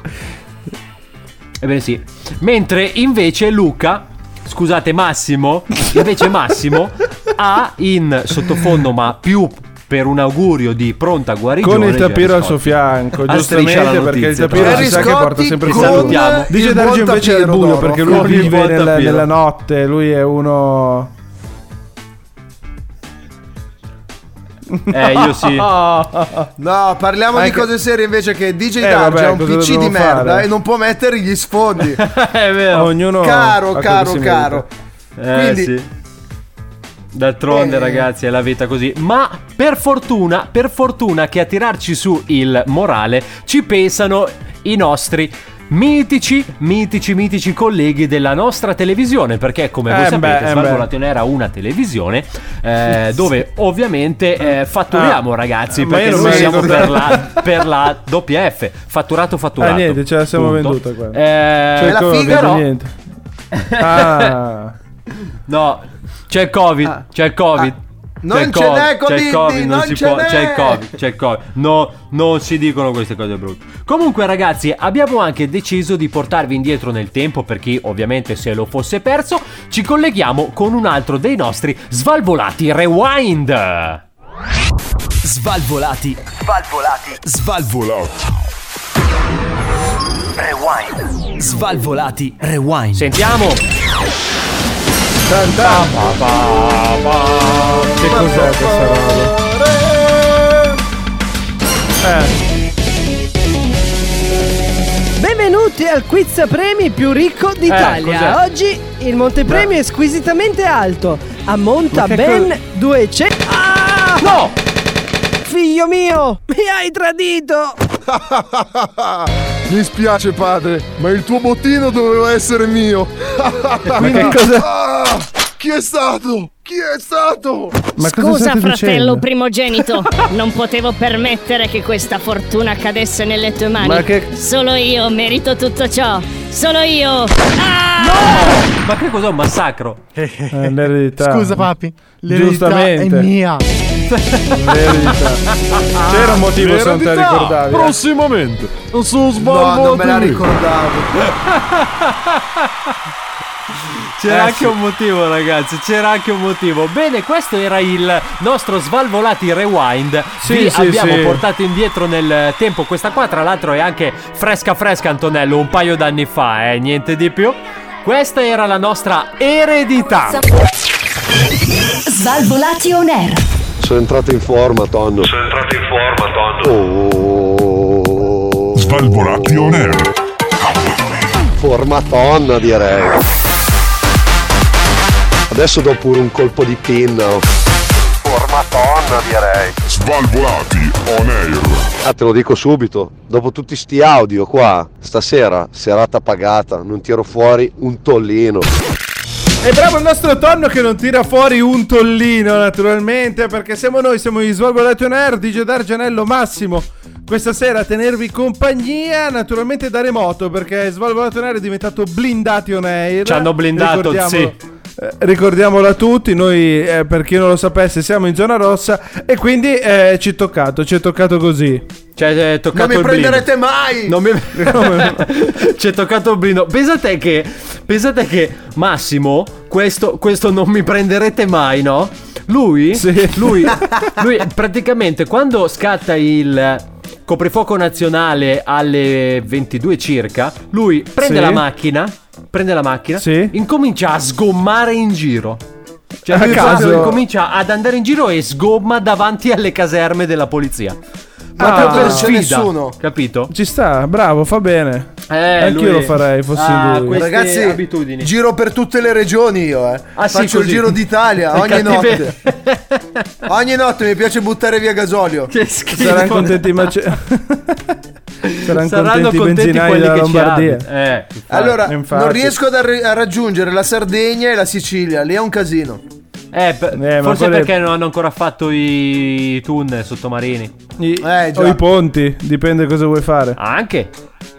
[SPEAKER 9] Ebbene sì. Mentre invece Luca, scusate Massimo, invece Massimo ha in sottofondo, ma più per un augurio di pronta guarigione
[SPEAKER 8] Con il tapiro
[SPEAKER 9] Gerry
[SPEAKER 8] al suo
[SPEAKER 9] Scotti.
[SPEAKER 8] fianco,
[SPEAKER 9] A Striscia la
[SPEAKER 8] giustamente perché il
[SPEAKER 9] Notizia, tra
[SPEAKER 8] tapiro si
[SPEAKER 10] l'altro.
[SPEAKER 8] sa che
[SPEAKER 10] Harry
[SPEAKER 8] porta sempre
[SPEAKER 9] Scotti
[SPEAKER 8] con lui.
[SPEAKER 9] con Salutiamo.
[SPEAKER 8] Dice
[SPEAKER 10] il
[SPEAKER 8] Darge
[SPEAKER 10] buon
[SPEAKER 8] invece è il
[SPEAKER 10] tapiro
[SPEAKER 8] buio
[SPEAKER 10] d'oro.
[SPEAKER 8] perché lui
[SPEAKER 9] Con il
[SPEAKER 8] vive
[SPEAKER 9] buon
[SPEAKER 8] nella,
[SPEAKER 9] tapiro.
[SPEAKER 8] nella notte, lui è uno
[SPEAKER 9] Eh, io sì.
[SPEAKER 10] No, parliamo di
[SPEAKER 8] Anche-
[SPEAKER 10] cose serie invece che DJ
[SPEAKER 8] Eh,
[SPEAKER 10] Darge
[SPEAKER 8] vabbè,
[SPEAKER 10] ha un
[SPEAKER 8] cosa
[SPEAKER 10] PC di
[SPEAKER 8] dobbiamo
[SPEAKER 10] merda
[SPEAKER 8] fare?
[SPEAKER 10] e non può mettere gli sfondi.
[SPEAKER 9] È vero.
[SPEAKER 8] Ognuno
[SPEAKER 10] caro,
[SPEAKER 8] ha quello che
[SPEAKER 10] caro,
[SPEAKER 8] si merita.
[SPEAKER 10] caro.
[SPEAKER 9] Eh,
[SPEAKER 10] Quindi-
[SPEAKER 9] sì. D'altronde,
[SPEAKER 8] Eh.
[SPEAKER 9] ragazzi, è la vita così. Ma per fortuna, per fortuna che a tirarci su il morale ci pensano i nostri. Mitici, mitici, mitici colleghi della nostra televisione, perché come voi
[SPEAKER 8] Eh,
[SPEAKER 9] sapete,
[SPEAKER 8] beh, eh,
[SPEAKER 9] Svalvolation era una televisione eh, dove ovviamente eh, fatturiamo,
[SPEAKER 8] Ah.
[SPEAKER 9] ragazzi,
[SPEAKER 8] Ma
[SPEAKER 9] perché
[SPEAKER 8] io non
[SPEAKER 9] noi
[SPEAKER 8] me la
[SPEAKER 9] siamo per
[SPEAKER 8] ricordavo.
[SPEAKER 9] la, per la doppia F. Fatturato, fatturato.
[SPEAKER 8] Ah, niente, ce la siamo venduta quella.
[SPEAKER 9] Eh,
[SPEAKER 8] C'è
[SPEAKER 10] la
[SPEAKER 8] Covid,
[SPEAKER 10] figa, no?
[SPEAKER 8] niente. Ah.
[SPEAKER 9] No, c'è il Covid,
[SPEAKER 10] Ah.
[SPEAKER 9] c'è il Covid.
[SPEAKER 10] Ah.
[SPEAKER 9] c'è
[SPEAKER 10] Non
[SPEAKER 9] il
[SPEAKER 10] ce n'è
[SPEAKER 9] c'è il
[SPEAKER 10] Covid,
[SPEAKER 9] Covid, non,
[SPEAKER 10] non
[SPEAKER 9] si
[SPEAKER 10] ce
[SPEAKER 9] può,
[SPEAKER 10] n'è.
[SPEAKER 9] c'è il Covid, c'è il Covid. No, non si dicono queste cose brutte. Comunque ragazzi, abbiamo anche deciso di portarvi indietro nel tempo per chi ovviamente se lo fosse perso, ci colleghiamo con un altro dei nostri svalvolati rewind.
[SPEAKER 7] Svalvolati. Svalvolati. Svalvolati. Rewind. Svalvolati. Rewind.
[SPEAKER 9] Sentiamo.
[SPEAKER 10] Tan, tan.
[SPEAKER 8] Che cos'è questa roba?
[SPEAKER 11] Benvenuti al quiz a premi più ricco d'Italia.
[SPEAKER 8] Eh, cos'è?
[SPEAKER 11] Oggi il montepremio è squisitamente alto, ammonta
[SPEAKER 8] che
[SPEAKER 11] ben 200. Ah!
[SPEAKER 9] No!
[SPEAKER 11] Figlio mio, mi hai tradito!
[SPEAKER 12] Mi spiace padre, ma il tuo bottino doveva essere mio.
[SPEAKER 8] Ma che cos'è?
[SPEAKER 12] Ah, chi è stato? Chi è stato?
[SPEAKER 8] Ma cosa
[SPEAKER 13] Scusa
[SPEAKER 8] state
[SPEAKER 13] fratello
[SPEAKER 8] dicendo?
[SPEAKER 13] primogenito, non potevo permettere che questa fortuna cadesse nelle tue mani.
[SPEAKER 8] Ma che-
[SPEAKER 13] Solo io merito tutto ciò. Solo io.
[SPEAKER 9] Ma che cos'è un massacro?
[SPEAKER 8] Eh, l'eredità.
[SPEAKER 12] Scusa papi, l'eredità è
[SPEAKER 8] Giustamente.
[SPEAKER 12] mia.
[SPEAKER 8] L'eredità. C'era un motivo se non te la ricordavi. eh.
[SPEAKER 12] Prossimamente su
[SPEAKER 10] No, non me la
[SPEAKER 12] TV.
[SPEAKER 10] ricordavo.
[SPEAKER 8] Eh,
[SPEAKER 9] C'era anche un motivo, ragazzi. C'era anche un motivo. Bene, questo era il nostro svalvolati rewind.
[SPEAKER 8] Sì,
[SPEAKER 9] Vi
[SPEAKER 8] sì,
[SPEAKER 9] abbiamo
[SPEAKER 8] sì.
[SPEAKER 9] portato indietro nel tempo. Questa qua, tra l'altro, è anche fresca fresca, Antonello, un paio d'anni fa, eh, niente di più. Questa era la nostra eredità.
[SPEAKER 6] Svalvolati on air.
[SPEAKER 12] Sono entrato in forma, Tonno. Sono entrato in forma, Tonno. Oh.
[SPEAKER 1] Svalvolati on air.
[SPEAKER 12] Forma tonna direi. Adesso do pure un colpo di pinna. Forma tonna direi.
[SPEAKER 1] Svalvolati on air.
[SPEAKER 12] Ah, te lo dico subito, dopo tutti sti audio qua, stasera, serata pagata, non tiro fuori un tollino.
[SPEAKER 8] E bravo il nostro tonno che non tira fuori un tollino, naturalmente, perché siamo noi, siamo gli Svalvolati on Air, DJ Dargenello Massimo. Questa sera a tenervi compagnia, naturalmente da remoto, perché Svalvolati on Air è diventato blindati on air.
[SPEAKER 9] Ci hanno blindato,
[SPEAKER 8] Ricordiamolo-
[SPEAKER 9] sì.
[SPEAKER 8] eh, Ricordiamolo a tutti, noi eh, per chi non lo sapesse siamo in zona rossa e quindi eh, ci è toccato, ci è toccato così.
[SPEAKER 9] Cioè, è toccato
[SPEAKER 10] Non mi
[SPEAKER 9] il blindo.
[SPEAKER 10] prenderete mai.
[SPEAKER 9] Non mi... C'è toccato il blindo. Pensate che. Pensate che Massimo, questo, questo non mi prenderete mai, no? Lui,
[SPEAKER 8] Sì.
[SPEAKER 9] lui, lui praticamente quando scatta il coprifuoco nazionale alle 22 circa, lui prende
[SPEAKER 8] Sì.
[SPEAKER 9] la macchina, prende la macchina,
[SPEAKER 8] Sì.
[SPEAKER 9] incomincia a sgommare in giro. Cioè,
[SPEAKER 8] A
[SPEAKER 9] lui
[SPEAKER 8] caso.
[SPEAKER 9] proprio comincia ad andare in giro e sgomma davanti alle caserme della polizia.
[SPEAKER 10] Ma
[SPEAKER 8] Ah,
[SPEAKER 10] tanto
[SPEAKER 9] Per
[SPEAKER 10] non c'è
[SPEAKER 9] sfida,
[SPEAKER 10] nessuno.
[SPEAKER 9] capito?
[SPEAKER 8] Ci sta, bravo, fa bene.
[SPEAKER 9] Eh,
[SPEAKER 8] Anch'io
[SPEAKER 9] lui-
[SPEAKER 8] lo farei, fossi
[SPEAKER 9] Ah,
[SPEAKER 8] lui.
[SPEAKER 9] queste
[SPEAKER 10] Ragazzi,
[SPEAKER 9] abitudini.
[SPEAKER 10] giro per tutte le regioni io, eh.
[SPEAKER 9] Ah, sì,
[SPEAKER 10] Faccio il
[SPEAKER 9] così.
[SPEAKER 10] giro d'Italia
[SPEAKER 9] È
[SPEAKER 10] ogni
[SPEAKER 9] cattive-
[SPEAKER 10] notte. Ogni notte mi piace buttare via gasolio.
[SPEAKER 9] che schifo.
[SPEAKER 8] Saranno contenti, ma c'è- Saranno, contenti i benzinai
[SPEAKER 9] quelli
[SPEAKER 8] della
[SPEAKER 9] che ci
[SPEAKER 8] Lombardia.
[SPEAKER 9] abitano. Eh, infatti.
[SPEAKER 10] Allora,
[SPEAKER 8] infatti.
[SPEAKER 10] non riesco ad arri- a raggiungere la Sardegna e la Sicilia, lì è un casino.
[SPEAKER 9] Eh, per-
[SPEAKER 8] ma
[SPEAKER 9] forse
[SPEAKER 8] quelle-
[SPEAKER 9] perché non hanno ancora fatto i tunnel sottomarini.
[SPEAKER 8] I-
[SPEAKER 10] Eh, già.
[SPEAKER 8] o i ponti, dipende cosa vuoi fare.
[SPEAKER 9] Anche,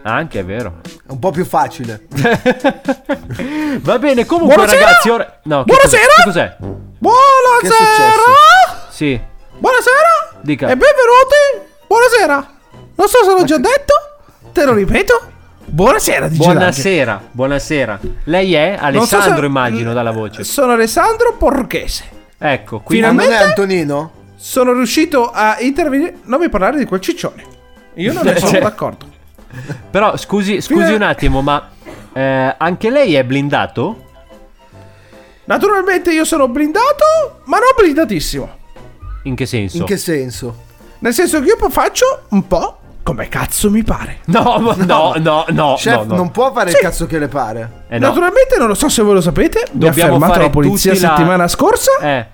[SPEAKER 9] anche è vero.
[SPEAKER 10] È un po' più facile.
[SPEAKER 9] Va bene, comunque
[SPEAKER 8] Buonasera!
[SPEAKER 9] ragazzi, ora no, che
[SPEAKER 8] Buonasera!
[SPEAKER 9] Cos'è? Che cos'è?
[SPEAKER 10] Che
[SPEAKER 8] Buonasera!
[SPEAKER 10] è successo?
[SPEAKER 9] Sì.
[SPEAKER 8] Buonasera!
[SPEAKER 9] Dica.
[SPEAKER 8] E benvenuti! Buonasera! Non so se l'ho già detto, te lo ripeto. Buonasera, DJ Lange.
[SPEAKER 9] Buonasera, buonasera. Lei è
[SPEAKER 8] Non so se-
[SPEAKER 9] Alessandro, immagino dalla voce.
[SPEAKER 8] Sono Alessandro Porchese.
[SPEAKER 9] Ecco, qui
[SPEAKER 10] Ma
[SPEAKER 8] Finalmente-
[SPEAKER 10] non è Antonino?
[SPEAKER 8] Sono riuscito a intervenire. Non mi parlare di quel ciccione. Io non ne sono
[SPEAKER 9] Cioè-
[SPEAKER 8] d'accordo.
[SPEAKER 9] Però scusi, scusi
[SPEAKER 8] Fine-
[SPEAKER 9] un attimo, ma eh, anche lei è blindato?
[SPEAKER 8] Naturalmente io sono blindato, ma non blindatissimo.
[SPEAKER 9] In che senso?
[SPEAKER 10] In che senso?
[SPEAKER 8] Nel senso che io po- faccio un po' come cazzo mi pare.
[SPEAKER 9] No, ma no, no, no.
[SPEAKER 10] Chef
[SPEAKER 9] no, no.
[SPEAKER 10] non può fare
[SPEAKER 8] Sì.
[SPEAKER 10] il cazzo che le pare.
[SPEAKER 9] Eh, no.
[SPEAKER 8] Naturalmente non lo so se voi lo sapete, mi ha
[SPEAKER 9] Dobbiamo
[SPEAKER 8] fermato
[SPEAKER 9] fare
[SPEAKER 8] la polizia
[SPEAKER 9] tutti la-
[SPEAKER 8] settimana scorsa.
[SPEAKER 9] Eh.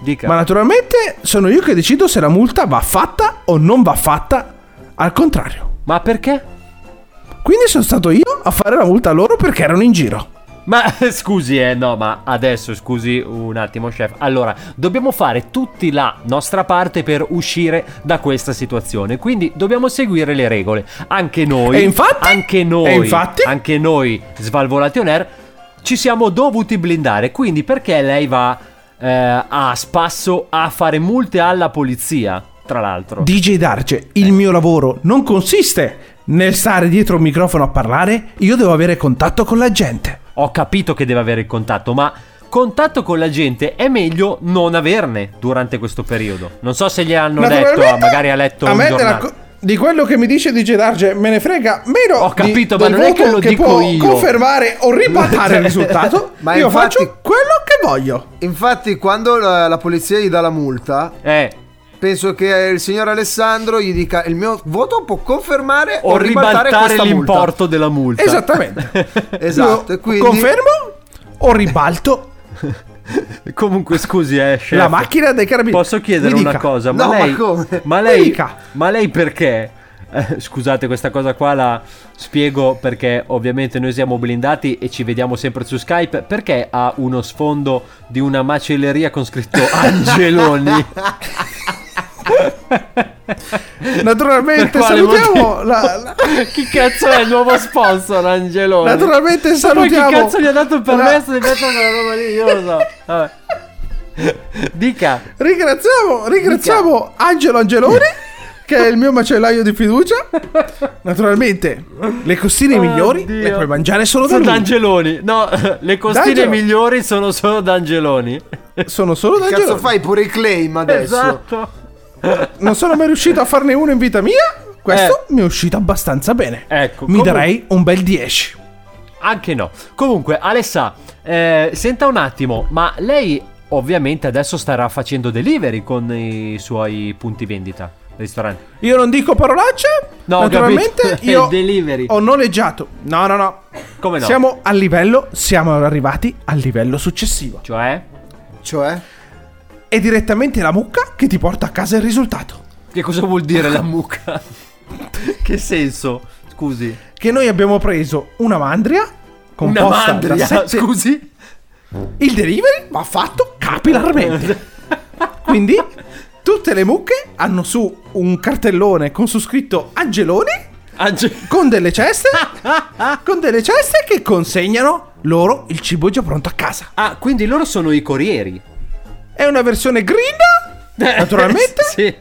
[SPEAKER 9] Dica.
[SPEAKER 8] Ma naturalmente sono io che decido se la multa va fatta o non va fatta. Al contrario.
[SPEAKER 9] Ma perché?
[SPEAKER 8] Quindi sono stato io a fare la multa a loro perché erano in giro.
[SPEAKER 9] Ma scusi, eh, no, ma adesso scusi un attimo, chef. Allora, dobbiamo fare tutti la nostra parte per uscire da questa situazione. Quindi dobbiamo seguire le regole. Anche noi,
[SPEAKER 8] E infatti?
[SPEAKER 9] anche noi,
[SPEAKER 8] E infatti?
[SPEAKER 9] anche noi, Svalvolati on Air, ci siamo dovuti blindare. Quindi, perché lei va eh, a spasso a fare multe alla polizia? Tra l'altro,
[SPEAKER 8] DJ Darge, il mio lavoro non consiste nel stare dietro un microfono a parlare, io devo avere contatto con la gente.
[SPEAKER 9] ho capito che deve avere il contatto, ma contatto con la gente è meglio non averne durante questo periodo. Non so se gli hanno detto,
[SPEAKER 8] Naturalmente,
[SPEAKER 9] ah, magari ha letto
[SPEAKER 8] a
[SPEAKER 9] un
[SPEAKER 8] me
[SPEAKER 9] giornale.
[SPEAKER 8] della co- di quello che mi dice DJ Darge me ne frega meno.
[SPEAKER 9] Ho capito,
[SPEAKER 8] di-
[SPEAKER 9] ma
[SPEAKER 8] del
[SPEAKER 9] non è che
[SPEAKER 8] voto
[SPEAKER 9] lo dico
[SPEAKER 8] può
[SPEAKER 9] io.
[SPEAKER 8] confermare o ribaltare il risultato.
[SPEAKER 10] Ma
[SPEAKER 8] io
[SPEAKER 10] infatti-
[SPEAKER 8] faccio quello che voglio.
[SPEAKER 10] Infatti, quando la, la polizia gli dà la multa,
[SPEAKER 9] Eh,
[SPEAKER 10] penso che il signor Alessandro gli dica: Il mio voto può confermare o,
[SPEAKER 9] o ribaltare,
[SPEAKER 10] questa
[SPEAKER 9] l'importo della multa.
[SPEAKER 8] Esatto. Esattamente.
[SPEAKER 10] multa. Esatto. E
[SPEAKER 8] Io
[SPEAKER 10] quindi
[SPEAKER 8] Confermo o ribalto
[SPEAKER 9] Comunque, scusi, eh, chef.
[SPEAKER 8] la macchina dei carabinieri.
[SPEAKER 9] Posso chiedere
[SPEAKER 8] Mi
[SPEAKER 9] una
[SPEAKER 8] dica.
[SPEAKER 9] cosa? Ma
[SPEAKER 10] No, ma
[SPEAKER 9] lei,
[SPEAKER 10] come?
[SPEAKER 9] ma lei,
[SPEAKER 8] Dica.
[SPEAKER 9] ma lei perché? eh, scusate, questa cosa qua la spiego perché ovviamente noi siamo blindati e ci vediamo sempre su Skype. Perché ha uno sfondo di una macelleria con scritto Angeloni?
[SPEAKER 8] Naturalmente
[SPEAKER 9] Per quale
[SPEAKER 8] salutiamo
[SPEAKER 9] motivo?
[SPEAKER 8] la- la-
[SPEAKER 9] chi cazzo è il nuovo sponsor Angeloni?
[SPEAKER 8] Naturalmente salutiamo.
[SPEAKER 9] Ma poi chi cazzo gli ha dato il permesso
[SPEAKER 8] La-
[SPEAKER 9] di mettere quella roba lì? Io lo so. Vabbè. Dica.
[SPEAKER 8] Ringraziamo, ringraziamo Angelo Angeloni che è il mio macellaio di fiducia. Naturalmente le costine migliori le
[SPEAKER 9] Oddio.
[SPEAKER 8] puoi mangiare solo da
[SPEAKER 9] Sono
[SPEAKER 8] lui.
[SPEAKER 9] d'Angeloni. No, le costine
[SPEAKER 8] D'Angelo.
[SPEAKER 9] migliori sono solo d'Angeloni.
[SPEAKER 8] Sono solo da
[SPEAKER 10] Cazzo
[SPEAKER 8] Angeloni.
[SPEAKER 10] fai pure i claim adesso?
[SPEAKER 8] Esatto.
[SPEAKER 9] Eh,
[SPEAKER 8] Non sono mai riuscito a farne uno in vita mia. Questo
[SPEAKER 9] Eh.
[SPEAKER 8] mi è uscito abbastanza bene.
[SPEAKER 9] Ecco,
[SPEAKER 8] Mi
[SPEAKER 9] comu-
[SPEAKER 8] darei un bel 10.
[SPEAKER 9] Anche no. Comunque, Alessa, eh, senta un attimo, ma lei ovviamente adesso starà facendo delivery con i suoi punti vendita, ristoranti.
[SPEAKER 8] Io non dico parolacce.
[SPEAKER 9] No, ho
[SPEAKER 8] naturalmente
[SPEAKER 9] capito. È
[SPEAKER 8] io
[SPEAKER 9] il delivery.
[SPEAKER 8] ho noleggiato. No, no, no.
[SPEAKER 9] Come no?
[SPEAKER 8] Siamo al livello, siamo arrivati al livello successivo.
[SPEAKER 9] Cioè?
[SPEAKER 10] Cioè,
[SPEAKER 8] È direttamente la mucca che ti porta a casa il risultato.
[SPEAKER 9] Che cosa vuol dire la mucca? che senso? Scusi.
[SPEAKER 8] Che noi abbiamo preso una mandria composta
[SPEAKER 9] Una mandria,
[SPEAKER 8] da sette...
[SPEAKER 9] scusi.
[SPEAKER 8] Il delivery va fatto capillarmente. Quindi tutte le mucche hanno su un cartellone con su scritto Angeloni
[SPEAKER 9] Ange-
[SPEAKER 8] con delle ceste con delle ceste che consegnano loro il cibo già pronto a casa.
[SPEAKER 9] ah, quindi loro sono i corrieri.
[SPEAKER 8] È una versione grinda, naturalmente.
[SPEAKER 9] sì.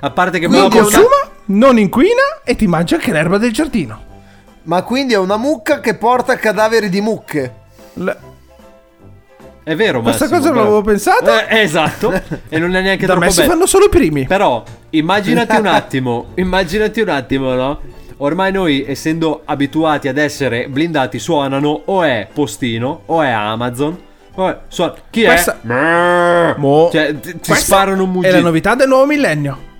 [SPEAKER 9] A parte che
[SPEAKER 8] Non
[SPEAKER 9] però
[SPEAKER 8] consuma, non inquina e ti mangia anche l'erba del giardino.
[SPEAKER 10] ma quindi è una mucca che porta cadaveri di mucche.
[SPEAKER 8] L-
[SPEAKER 9] È vero, ma
[SPEAKER 8] Questa cosa non l'avevo pensata.
[SPEAKER 9] Eh, esatto. e non è neanche
[SPEAKER 8] da
[SPEAKER 9] troppo
[SPEAKER 8] me si
[SPEAKER 9] bello.
[SPEAKER 8] fanno solo i primi.
[SPEAKER 9] Però immaginati un attimo, immaginati un attimo, no? Ormai noi, essendo abituati ad essere blindati, suonano o è postino o è Amazon. o è- suon- Chi
[SPEAKER 8] Questa-
[SPEAKER 9] è? Brrr.
[SPEAKER 8] Mo-
[SPEAKER 9] Cioè, ti, ti
[SPEAKER 8] Questa
[SPEAKER 9] sparano un
[SPEAKER 8] È la
[SPEAKER 9] mugito.
[SPEAKER 8] novità del nuovo millennio.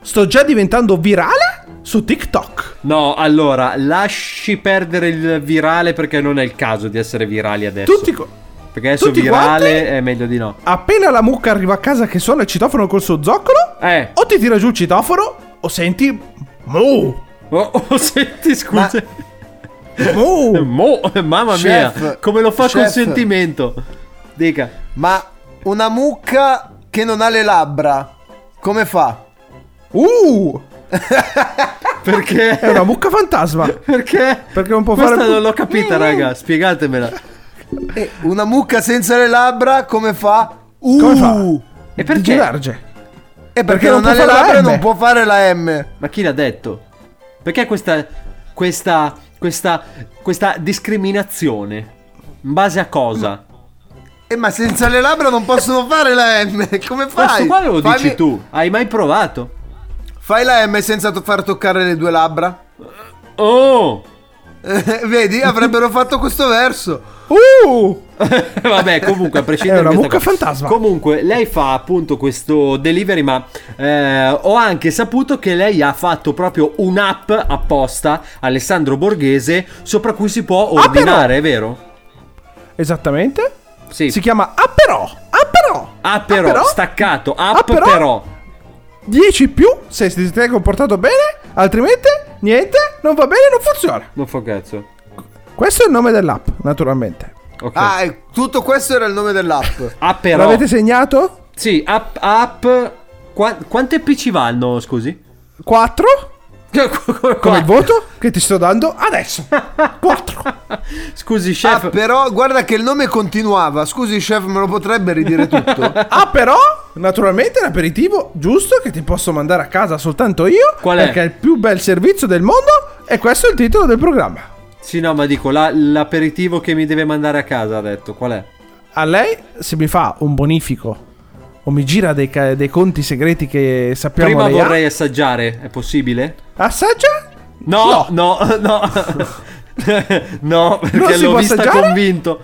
[SPEAKER 8] Sto già diventando virale su TikTok.
[SPEAKER 9] no, allora, lasci perdere il virale perché non è il caso di essere virali adesso.
[SPEAKER 8] Tutti co-
[SPEAKER 9] perché adesso
[SPEAKER 8] tutti
[SPEAKER 9] virale
[SPEAKER 8] quanti-
[SPEAKER 9] è meglio di no.
[SPEAKER 8] Appena la mucca arriva a casa che suona il citofono col suo zoccolo,
[SPEAKER 9] Eh.
[SPEAKER 8] o ti tira giù il citofono, o senti... Mu!
[SPEAKER 9] Oh, oh, senti, scusa.
[SPEAKER 8] Mu!
[SPEAKER 9] Mo, mamma mia,
[SPEAKER 10] Chef,
[SPEAKER 9] come lo fa con
[SPEAKER 10] chef.
[SPEAKER 9] sentimento. Dica.
[SPEAKER 10] Ma una mucca che non ha le labbra, come fa?
[SPEAKER 8] Uh!
[SPEAKER 9] Perché?
[SPEAKER 8] È una mucca fantasma.
[SPEAKER 9] Perché?
[SPEAKER 8] Perché non può
[SPEAKER 9] Questa
[SPEAKER 8] fare- Mm.
[SPEAKER 9] non l'ho capita, raga. Spiegatemela.
[SPEAKER 10] Eh, una mucca senza le labbra, come fa? Uh!
[SPEAKER 8] Come fa?
[SPEAKER 9] E perché?
[SPEAKER 8] Gigi Darge.
[SPEAKER 10] E perché,
[SPEAKER 8] Perché
[SPEAKER 10] non,
[SPEAKER 8] non
[SPEAKER 10] ha
[SPEAKER 8] può
[SPEAKER 10] le
[SPEAKER 8] fare la
[SPEAKER 10] labbra e
[SPEAKER 8] M.
[SPEAKER 10] non può fare la M.
[SPEAKER 9] Ma chi l'ha detto? Perché questa. questa. questa. questa discriminazione? In base a cosa?
[SPEAKER 10] Eh, ma senza le labbra non possono fare la M. Come fai?
[SPEAKER 9] Questo qua lo
[SPEAKER 10] Fammi-
[SPEAKER 9] dici tu. Hai mai provato?
[SPEAKER 10] Fai la M senza to- far toccare le due labbra.
[SPEAKER 9] Oh!
[SPEAKER 10] Eh, vedi, avrebbero fatto questo verso.
[SPEAKER 8] Uh!
[SPEAKER 9] Vabbè, comunque, a prescindere
[SPEAKER 3] È una
[SPEAKER 9] da
[SPEAKER 3] mucca
[SPEAKER 9] questa cosa.
[SPEAKER 3] fantasma.
[SPEAKER 9] Comunque, lei fa appunto questo delivery, ma eh, ho anche saputo che lei ha fatto proprio un'app apposta, Alessandro Borghese, sopra cui si può
[SPEAKER 3] Ah,
[SPEAKER 9] ordinare, è vero?
[SPEAKER 3] Esattamente.
[SPEAKER 9] Sì.
[SPEAKER 3] Si chiama Ah però. Ah però.
[SPEAKER 9] Ah, però,
[SPEAKER 3] Ah, però?
[SPEAKER 9] staccato, app
[SPEAKER 3] Ah, però?
[SPEAKER 9] però.
[SPEAKER 3] 10 più se ti sei comportato bene, altrimenti niente, non va bene, non funziona.
[SPEAKER 9] Non fa cazzo.
[SPEAKER 3] Questo è il nome dell'app, naturalmente.
[SPEAKER 10] Ah, e tutto questo era il nome dell'app.
[SPEAKER 9] Ah, però.
[SPEAKER 3] eh, L'avete segnato?
[SPEAKER 9] Sì, app. app qua- quante PC vanno, scusi?
[SPEAKER 3] 4? Con il voto che ti sto dando adesso. 4.
[SPEAKER 9] Scusi, chef.
[SPEAKER 10] Ah, però guarda che il nome continuava. Scusi, chef, me lo potrebbe ridire tutto?
[SPEAKER 3] ah, però, naturalmente l'aperitivo giusto che ti posso mandare a casa soltanto io.
[SPEAKER 9] Qual è?
[SPEAKER 3] Perché è il più bel servizio del mondo e questo è il titolo del programma.
[SPEAKER 9] Sì, no, ma dico, la- l'aperitivo che mi deve mandare a casa, ha detto, qual è?
[SPEAKER 3] A lei, se mi fa un bonifico o mi gira dei, ca- dei conti segreti che sappiamo
[SPEAKER 9] Prima
[SPEAKER 3] lei ha,
[SPEAKER 9] vorrei assaggiare, è possibile?
[SPEAKER 3] assaggia?
[SPEAKER 9] No, no, no. no,
[SPEAKER 3] Non
[SPEAKER 9] perché
[SPEAKER 3] si
[SPEAKER 9] l'ho
[SPEAKER 3] può
[SPEAKER 9] vista
[SPEAKER 3] assaggiare?
[SPEAKER 9] convinto.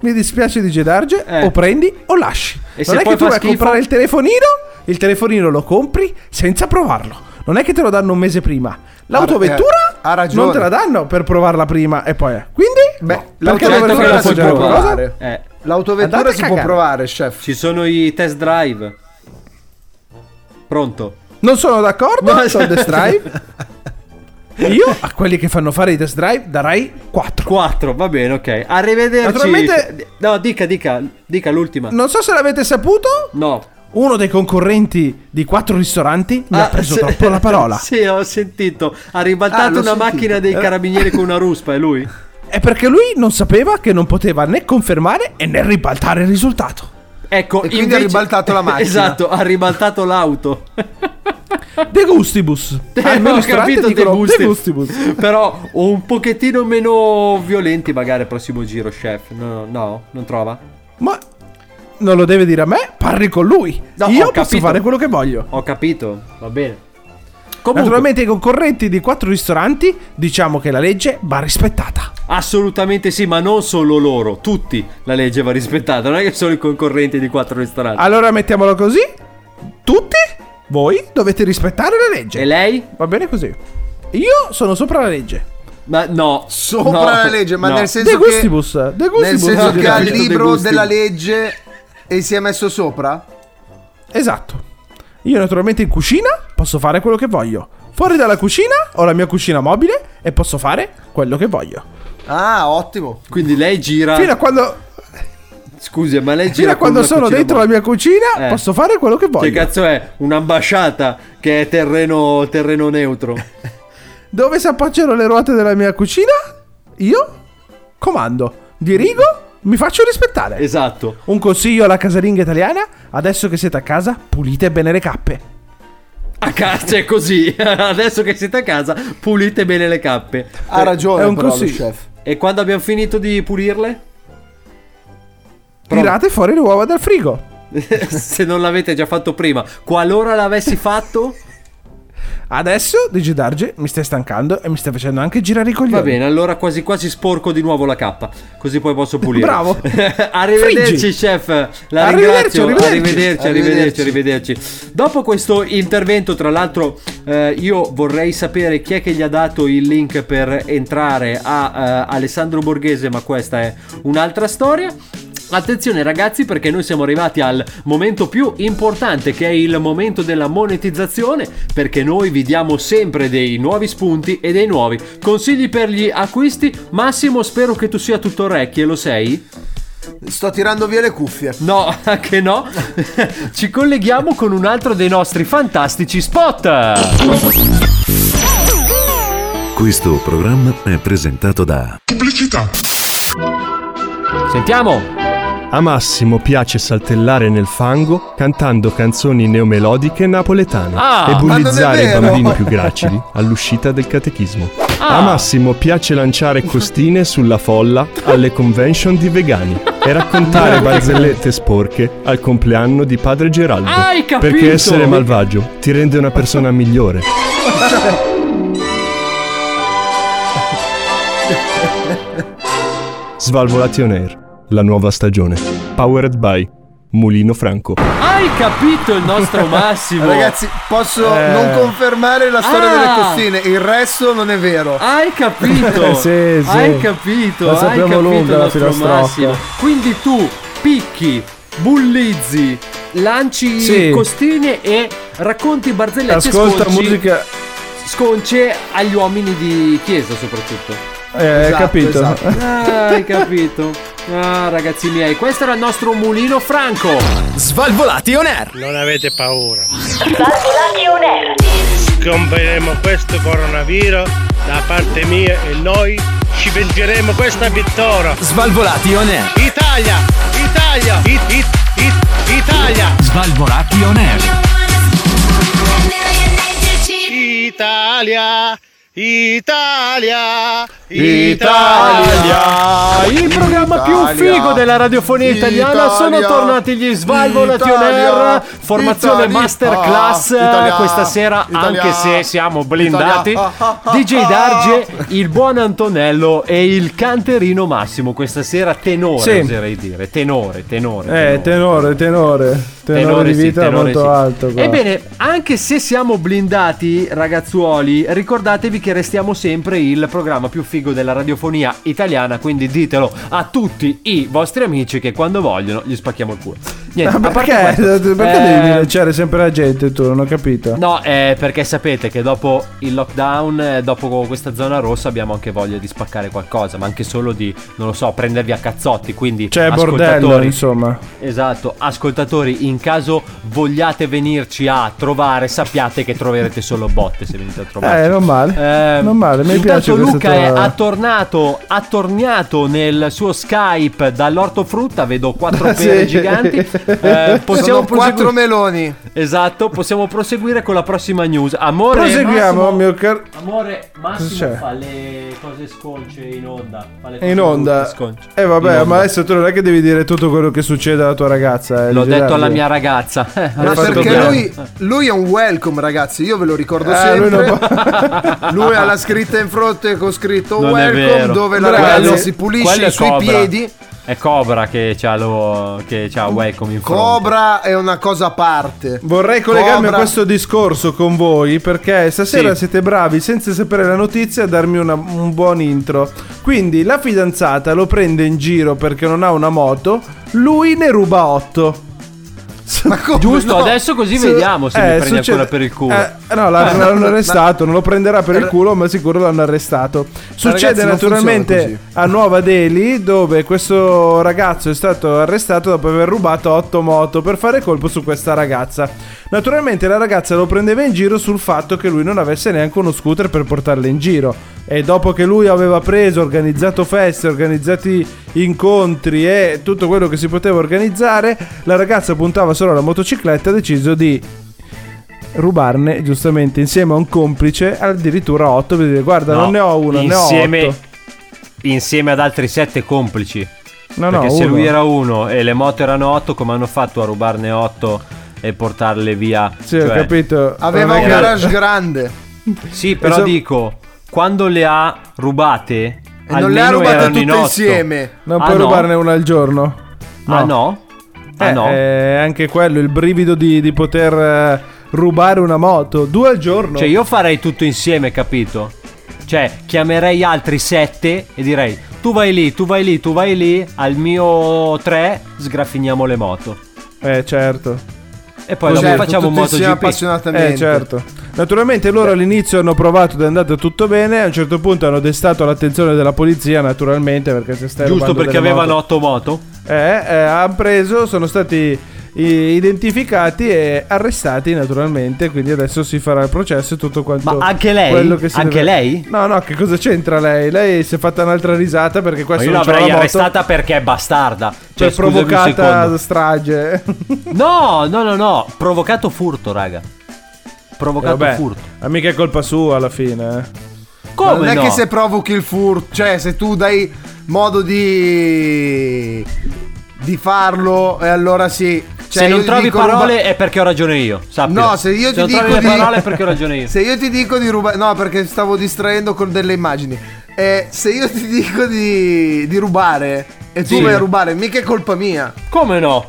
[SPEAKER 3] Mi dispiace di Gedarge,
[SPEAKER 9] Eh.
[SPEAKER 3] o prendi o lasci.
[SPEAKER 9] E se
[SPEAKER 3] non è
[SPEAKER 9] poi
[SPEAKER 3] che tu
[SPEAKER 9] fa
[SPEAKER 3] vai a
[SPEAKER 9] schifo?
[SPEAKER 3] comprare il telefonino, il telefonino lo compri senza provarlo. Non è che te lo danno un mese prima.
[SPEAKER 10] eh,
[SPEAKER 3] L'autovettura
[SPEAKER 10] ha ragione.
[SPEAKER 3] non te la danno per provarla prima e poi. Quindi, beh, perché
[SPEAKER 9] Certo
[SPEAKER 10] l'autovettura
[SPEAKER 3] dover fare
[SPEAKER 10] la
[SPEAKER 3] la
[SPEAKER 10] si
[SPEAKER 3] puoi
[SPEAKER 10] può
[SPEAKER 3] provare?
[SPEAKER 10] provare.
[SPEAKER 9] Eh,
[SPEAKER 10] L'autovettura
[SPEAKER 3] Andate a
[SPEAKER 10] si può
[SPEAKER 3] cagare.
[SPEAKER 10] provare, chef.
[SPEAKER 9] ci sono i test drive. Pronto?
[SPEAKER 3] Non sono d'accordo sul test drive. Io a quelli che fanno fare i test drive darai 4.
[SPEAKER 9] 4, va bene, ok. Arrivederci.
[SPEAKER 3] Naturalmente-
[SPEAKER 9] No, dica, dica, dica l'ultima.
[SPEAKER 3] Non so se l'avete saputo,
[SPEAKER 9] No.
[SPEAKER 3] uno dei concorrenti di quattro ristoranti mi
[SPEAKER 9] Ah,
[SPEAKER 3] ha preso
[SPEAKER 9] sì.
[SPEAKER 3] troppo la parola.
[SPEAKER 9] Sì, ho sentito. Ha
[SPEAKER 10] Ah,
[SPEAKER 9] ribaltato
[SPEAKER 10] l'ho
[SPEAKER 9] una
[SPEAKER 10] sentito.
[SPEAKER 9] macchina dei carabinieri con una ruspa, è lui?
[SPEAKER 3] È perché lui non sapeva che non poteva né confermare e né ribaltare il risultato.
[SPEAKER 9] Ecco,
[SPEAKER 10] E quindi ha ribaltato la macchina.
[SPEAKER 9] Esatto, ha ribaltato l'auto.
[SPEAKER 3] De gustibus. Al mio
[SPEAKER 9] ho
[SPEAKER 3] ristorante
[SPEAKER 9] capito
[SPEAKER 3] dicono
[SPEAKER 9] De Gustibus.
[SPEAKER 3] De gustibus.
[SPEAKER 9] Però un pochettino meno violenti magari al prossimo giro, chef. No, no, no, non trova?
[SPEAKER 3] Ma non lo deve dire a me, parli con lui.
[SPEAKER 9] No, ho
[SPEAKER 3] Io posso
[SPEAKER 9] capito.
[SPEAKER 3] fare quello che voglio.
[SPEAKER 9] Ho capito, va bene. Comunque,
[SPEAKER 3] Naturalmente i concorrenti di quattro ristoranti diciamo che la legge va rispettata.
[SPEAKER 9] assolutamente sì, ma non solo loro, tutti la legge va rispettata, non è che solo i concorrenti di quattro ristoranti.
[SPEAKER 3] Allora mettiamolo così. Tutti voi dovete rispettare la
[SPEAKER 9] e
[SPEAKER 3] legge.
[SPEAKER 9] lei?
[SPEAKER 3] Va bene così. Io sono sopra la legge.
[SPEAKER 9] Ma no,
[SPEAKER 10] Sopra
[SPEAKER 9] no,
[SPEAKER 10] la legge, ma
[SPEAKER 9] no.
[SPEAKER 10] nel senso
[SPEAKER 3] De
[SPEAKER 10] che...
[SPEAKER 3] gustibus. De
[SPEAKER 10] Nel
[SPEAKER 3] gustibus.
[SPEAKER 10] senso che
[SPEAKER 9] ha
[SPEAKER 10] ha
[SPEAKER 9] capito
[SPEAKER 10] il
[SPEAKER 9] De
[SPEAKER 10] libro
[SPEAKER 9] Gustibus.
[SPEAKER 10] della legge e si è messo sopra?
[SPEAKER 3] Esatto. Io naturalmente in cucina posso fare quello che voglio. Fuori dalla cucina ho la mia cucina mobile e posso fare quello che voglio.
[SPEAKER 10] Ah, ottimo.
[SPEAKER 9] Quindi lei gira.
[SPEAKER 3] Fino a quando,
[SPEAKER 9] Scusi, ma lei gira.
[SPEAKER 3] fino a quando
[SPEAKER 9] con una
[SPEAKER 3] sono
[SPEAKER 9] cucina
[SPEAKER 3] dentro
[SPEAKER 9] mo-
[SPEAKER 3] la mia cucina
[SPEAKER 9] Eh.
[SPEAKER 3] posso fare quello che
[SPEAKER 9] Che
[SPEAKER 3] voglio.
[SPEAKER 9] cazzo è? Un'ambasciata che è terreno, terreno neutro.
[SPEAKER 3] Dove si appoggiano le ruote della mia cucina? Io comando, dirigo, mi faccio rispettare.
[SPEAKER 9] esatto.
[SPEAKER 3] Un consiglio alla casalinga italiana, adesso che siete a casa, pulite bene le cappe.
[SPEAKER 9] A casa è così. Adesso che siete a casa, pulite bene le cappe.
[SPEAKER 10] Ha ragione
[SPEAKER 3] Eh, è un
[SPEAKER 10] però lo
[SPEAKER 3] consiglio.
[SPEAKER 10] chef.
[SPEAKER 9] E quando abbiamo finito di pulirle? Pronto.
[SPEAKER 3] Tirate fuori le uova dal frigo.
[SPEAKER 9] Se non l'avete già fatto prima, qualora l'avessi fatto,
[SPEAKER 3] Adesso, Digidarge, mi stai stancando e mi stai facendo anche girare i coglioni.
[SPEAKER 9] va bene. Allora quasi quasi sporco di nuovo la cappa. Così poi posso pulire.
[SPEAKER 3] Bravo.
[SPEAKER 9] arrivederci,
[SPEAKER 3] Friggi.
[SPEAKER 9] chef. La
[SPEAKER 3] Arrivederci,
[SPEAKER 9] ringrazio.
[SPEAKER 3] arrivederci.
[SPEAKER 9] Arrivederci, arrivederci,
[SPEAKER 10] Arrivederci.
[SPEAKER 9] arrivederci. Dopo questo intervento, tra l'altro, eh, io vorrei sapere chi è che gli ha dato il link per entrare a eh, Alessandro Borghese, ma questa è un'altra storia. Attenzione ragazzi perché noi siamo arrivati al momento più importante che è il momento della monetizzazione perché noi vi diamo sempre dei nuovi spunti e dei nuovi consigli per gli acquisti. Massimo spero che tu sia tutto orecchie, lo sei?
[SPEAKER 10] Sto tirando via le cuffie.
[SPEAKER 9] No, anche no. Ci colleghiamo con un altro dei nostri fantastici spot.
[SPEAKER 4] Questo programma è presentato da
[SPEAKER 14] Pubblicità.
[SPEAKER 9] Sentiamo.
[SPEAKER 8] A Massimo piace saltellare nel fango cantando canzoni neomelodiche napoletane
[SPEAKER 9] Ah,
[SPEAKER 8] e
[SPEAKER 10] ma non è
[SPEAKER 8] bullizzare i
[SPEAKER 10] vero!
[SPEAKER 8] bambini più gracili all'uscita del catechismo.
[SPEAKER 9] Ah.
[SPEAKER 8] A Massimo piace lanciare costine sulla folla alle convention di vegani e raccontare barzellette sporche al compleanno di padre Geraldo.
[SPEAKER 9] Hai capito?
[SPEAKER 8] Perché essere malvagio ti rende una persona migliore. Svalvolation Air. la nuova stagione. Powered by Mulino Franco.
[SPEAKER 9] Hai capito il nostro Massimo?
[SPEAKER 10] Ragazzi, posso
[SPEAKER 9] Eh.
[SPEAKER 10] non confermare la storia
[SPEAKER 9] Ah.
[SPEAKER 10] delle costine, il resto non è vero.
[SPEAKER 3] Eh,
[SPEAKER 9] Hai capito?
[SPEAKER 10] Eh, Sì, sì.
[SPEAKER 9] Hai capito?
[SPEAKER 10] La
[SPEAKER 9] Hai
[SPEAKER 10] sappiamo
[SPEAKER 9] capito
[SPEAKER 10] lunga
[SPEAKER 9] il
[SPEAKER 10] la
[SPEAKER 9] nostro
[SPEAKER 10] filastrocca.
[SPEAKER 9] Massimo. Quindi tu picchi, bullizzi, lanci
[SPEAKER 3] Sì.
[SPEAKER 9] costine e racconti barzellette
[SPEAKER 3] Ascolta
[SPEAKER 9] sconci-
[SPEAKER 3] musica-
[SPEAKER 9] sconce agli uomini di chiesa soprattutto.
[SPEAKER 3] Eh, hai Esatto, capito. esatto.
[SPEAKER 9] Ah, hai capito. Ah, ragazzi miei, questo era il nostro mulino franco. Svalvolati on air.
[SPEAKER 15] Non avete paura. Scomperemo questo coronavirus da parte mia e noi ci vengeremo questa vittoria.
[SPEAKER 16] Svalvolati on air.
[SPEAKER 15] Italia, Italia, it, it, it, Italia.
[SPEAKER 16] Svalvolati on air.
[SPEAKER 15] Italia, Italia,
[SPEAKER 9] Italia. Il programma più
[SPEAKER 15] Italia.
[SPEAKER 9] figo della radiofonia italiana sono
[SPEAKER 15] Italia.
[SPEAKER 9] tornati gli Svalvolati on Air, formazione
[SPEAKER 15] Italia.
[SPEAKER 9] masterclass
[SPEAKER 15] Italia.
[SPEAKER 9] questa sera
[SPEAKER 15] Italia.
[SPEAKER 9] anche se siamo blindati.
[SPEAKER 15] Italia. Ah, ah,
[SPEAKER 9] DJ
[SPEAKER 15] ah.
[SPEAKER 9] Darge, il buon Antonello e il canterino Massimo questa sera tenore
[SPEAKER 3] Sì.
[SPEAKER 9] oserei dire, tenore, tenore.
[SPEAKER 3] Eh, tenore, tenore. Tenore,
[SPEAKER 9] Tenore
[SPEAKER 3] di
[SPEAKER 9] sì,
[SPEAKER 3] vita
[SPEAKER 9] tenore
[SPEAKER 3] molto
[SPEAKER 9] sì.
[SPEAKER 3] alto. qua.
[SPEAKER 9] Ebbene, anche se siamo blindati, ragazzuoli, ricordatevi che restiamo sempre il programma più figo della radiofonia italiana, quindi ditelo a tutti i vostri amici che quando vogliono gli spacchiamo il culo. Niente,
[SPEAKER 3] Ma
[SPEAKER 9] a parte
[SPEAKER 3] perché,
[SPEAKER 9] questo,
[SPEAKER 3] perché
[SPEAKER 9] eh,
[SPEAKER 3] devi cioè- minacciare sempre la gente tu? Non ho capito.
[SPEAKER 9] No, eh, perché sapete che dopo il lockdown, eh, dopo questa zona rossa, abbiamo anche voglia di spaccare qualcosa, ma anche solo di, non lo so, prendervi a cazzotti. Quindi,
[SPEAKER 3] Cioè, bordello,
[SPEAKER 9] ascoltatori,
[SPEAKER 3] insomma.
[SPEAKER 9] Esatto, ascoltatori, in caso vogliate venirci a trovare, sappiate che troverete solo botte se venite a trovarci. Ehm,
[SPEAKER 3] Eh, non male. non male, mi piace
[SPEAKER 9] Intanto
[SPEAKER 3] questo.
[SPEAKER 9] Luca è attornato, attorniato nel suo Skype dall'ortofrutta, vedo quattro
[SPEAKER 10] Sì.
[SPEAKER 9] pere giganti. Eh,
[SPEAKER 10] Sono quattro
[SPEAKER 9] meloni. Esatto, possiamo proseguire con la prossima news. Amore,
[SPEAKER 3] Proseguiamo,
[SPEAKER 9] Massimo-
[SPEAKER 3] mio caro.
[SPEAKER 9] Amore,
[SPEAKER 3] Cosa
[SPEAKER 9] Massimo
[SPEAKER 3] c'è?
[SPEAKER 9] fa le cose sconce in onda. fa le
[SPEAKER 3] È in
[SPEAKER 9] cose brutte
[SPEAKER 3] onda.
[SPEAKER 9] sconce.
[SPEAKER 3] Eh,
[SPEAKER 9] In
[SPEAKER 3] vabbè,
[SPEAKER 9] onda.
[SPEAKER 3] ma adesso tu non è che devi dire tutto quello che succede alla tua ragazza. eh,
[SPEAKER 9] L'ho
[SPEAKER 3] Gennaro.
[SPEAKER 9] detto alla mia ragazza. Eh,
[SPEAKER 10] Ma
[SPEAKER 9] adesso
[SPEAKER 10] perché
[SPEAKER 9] dobbiamo-
[SPEAKER 10] lui, lui è un welcome, ragazzi. Io ve lo ricordo
[SPEAKER 3] Eh, lui
[SPEAKER 10] sempre. Lui, ha la scritta in fronte con scritto
[SPEAKER 9] Non è
[SPEAKER 10] welcome,
[SPEAKER 9] vero.
[SPEAKER 10] dove la
[SPEAKER 9] Quello-
[SPEAKER 10] ragazza si
[SPEAKER 9] quello
[SPEAKER 10] pulisce
[SPEAKER 9] è
[SPEAKER 10] sui
[SPEAKER 9] Cobra.
[SPEAKER 10] piedi.
[SPEAKER 9] È Cobra che c'ha lo che c'ha welcome in fronte.
[SPEAKER 10] Cobra è una cosa a parte.
[SPEAKER 3] Vorrei collegarmi
[SPEAKER 10] Cobra-
[SPEAKER 3] a questo discorso con voi perché stasera
[SPEAKER 10] Sì.
[SPEAKER 3] siete bravi senza sapere la notizia a darmi una- un buon intro. Quindi la fidanzata lo prende in giro perché non ha una moto, lui ne ruba 8.
[SPEAKER 9] Giusto, adesso così vediamo se
[SPEAKER 10] Eh,
[SPEAKER 9] mi prendi ancora per il culo.
[SPEAKER 3] Eh, no, l'hanno, l'hanno arrestato, non lo prenderà per il culo, ma sicuro l'hanno arrestato. Succede
[SPEAKER 10] ragazzi, non funziona
[SPEAKER 3] naturalmente a Nuova Delhi, dove questo ragazzo è stato arrestato dopo aver rubato 8 moto per fare colpo su questa ragazza. Naturalmente la ragazza lo prendeva in giro sul fatto che lui non avesse neanche uno scooter per portarle in giro. E dopo che lui aveva preso, organizzato feste, organizzati incontri e tutto quello che si poteva organizzare, la ragazza puntava solo alla motocicletta e ha deciso di rubarne giustamente insieme a un complice addirittura 8 per dire guarda
[SPEAKER 9] No,
[SPEAKER 3] non ne ho una ne
[SPEAKER 9] insieme,
[SPEAKER 3] ho 8
[SPEAKER 9] insieme ad altri sette complici.
[SPEAKER 3] No, no,
[SPEAKER 9] Perché se
[SPEAKER 3] uno.
[SPEAKER 9] lui era uno e le moto erano otto, come hanno fatto a rubarne otto e portarle via?
[SPEAKER 3] sì ho
[SPEAKER 9] Cioè,
[SPEAKER 3] capito
[SPEAKER 10] Aveva
[SPEAKER 3] Non è
[SPEAKER 10] un
[SPEAKER 3] che-
[SPEAKER 10] garage grande.
[SPEAKER 9] Sì, però
[SPEAKER 3] Esatto.
[SPEAKER 9] dico, quando le ha rubate,
[SPEAKER 10] E non le ha
[SPEAKER 9] almeno
[SPEAKER 10] rubate
[SPEAKER 9] erano
[SPEAKER 10] tutte
[SPEAKER 9] in otto.
[SPEAKER 10] insieme.
[SPEAKER 3] non
[SPEAKER 9] Ah,
[SPEAKER 3] puoi
[SPEAKER 9] no?
[SPEAKER 3] rubarne una al giorno
[SPEAKER 9] Ah no? Ah,
[SPEAKER 3] Eh,
[SPEAKER 9] no?
[SPEAKER 3] eh, anche quello il brivido di, di poter eh, rubare una moto due al giorno
[SPEAKER 9] Cioè, io farei tutto insieme, capito? Cioè, chiamerei altri sette e direi: tu vai lì, tu vai lì, tu vai lì. Al mio tre sgraffiniamo le moto.
[SPEAKER 3] eh certo
[SPEAKER 9] E poi
[SPEAKER 10] Cioè,
[SPEAKER 9] dopo facciamo un MotoGP.
[SPEAKER 3] Eh, certo. Naturalmente loro all'inizio hanno provato ed è andato tutto bene, a un certo punto hanno destato l'attenzione della polizia naturalmente perché se stai
[SPEAKER 9] Giusto
[SPEAKER 3] rubando
[SPEAKER 9] perché
[SPEAKER 3] delle
[SPEAKER 9] avevano
[SPEAKER 3] moto-
[SPEAKER 9] otto moto.
[SPEAKER 3] Eh, eh, hanno preso, sono stati i- identificati e arrestati naturalmente, quindi adesso si farà il processo e tutto quanto.
[SPEAKER 9] Ma anche lei?
[SPEAKER 3] quello che si
[SPEAKER 9] Anche
[SPEAKER 3] deve-
[SPEAKER 9] lei?
[SPEAKER 3] No, no, che cosa c'entra lei? Lei si è fatta un'altra risata perché
[SPEAKER 9] Ma
[SPEAKER 3] questo
[SPEAKER 9] io
[SPEAKER 3] non c'era la
[SPEAKER 9] l'avrei
[SPEAKER 3] moto.
[SPEAKER 9] arrestata perché è bastarda.
[SPEAKER 3] Cioè,
[SPEAKER 9] Cioè, scusami un
[SPEAKER 3] provocata
[SPEAKER 9] secondo.
[SPEAKER 3] strage.
[SPEAKER 9] No, no, no, no. Provocato furto, raga. Provocato
[SPEAKER 3] Eh, Vabbè,
[SPEAKER 9] furto.
[SPEAKER 3] ma mica è colpa sua alla fine. eh.
[SPEAKER 10] Ma non è che se provochi il furto, cioè se tu dai modo di di farlo e allora sì. Cioè,
[SPEAKER 9] se
[SPEAKER 10] io
[SPEAKER 9] non
[SPEAKER 10] ti
[SPEAKER 9] trovi
[SPEAKER 10] dico
[SPEAKER 9] parole
[SPEAKER 10] ruba-
[SPEAKER 9] è perché ho ragione io. Sappilo.
[SPEAKER 10] No, se io ti
[SPEAKER 9] non
[SPEAKER 10] dico
[SPEAKER 9] trovi le
[SPEAKER 10] di-
[SPEAKER 9] parole è perché ho ragione io.
[SPEAKER 10] Se io ti dico di rubare No, perché stavo distraendo con delle immagini. Eh, se io ti dico di di rubare E tu
[SPEAKER 9] Sì.
[SPEAKER 10] vai a rubare, mica è colpa mia.
[SPEAKER 9] Come no?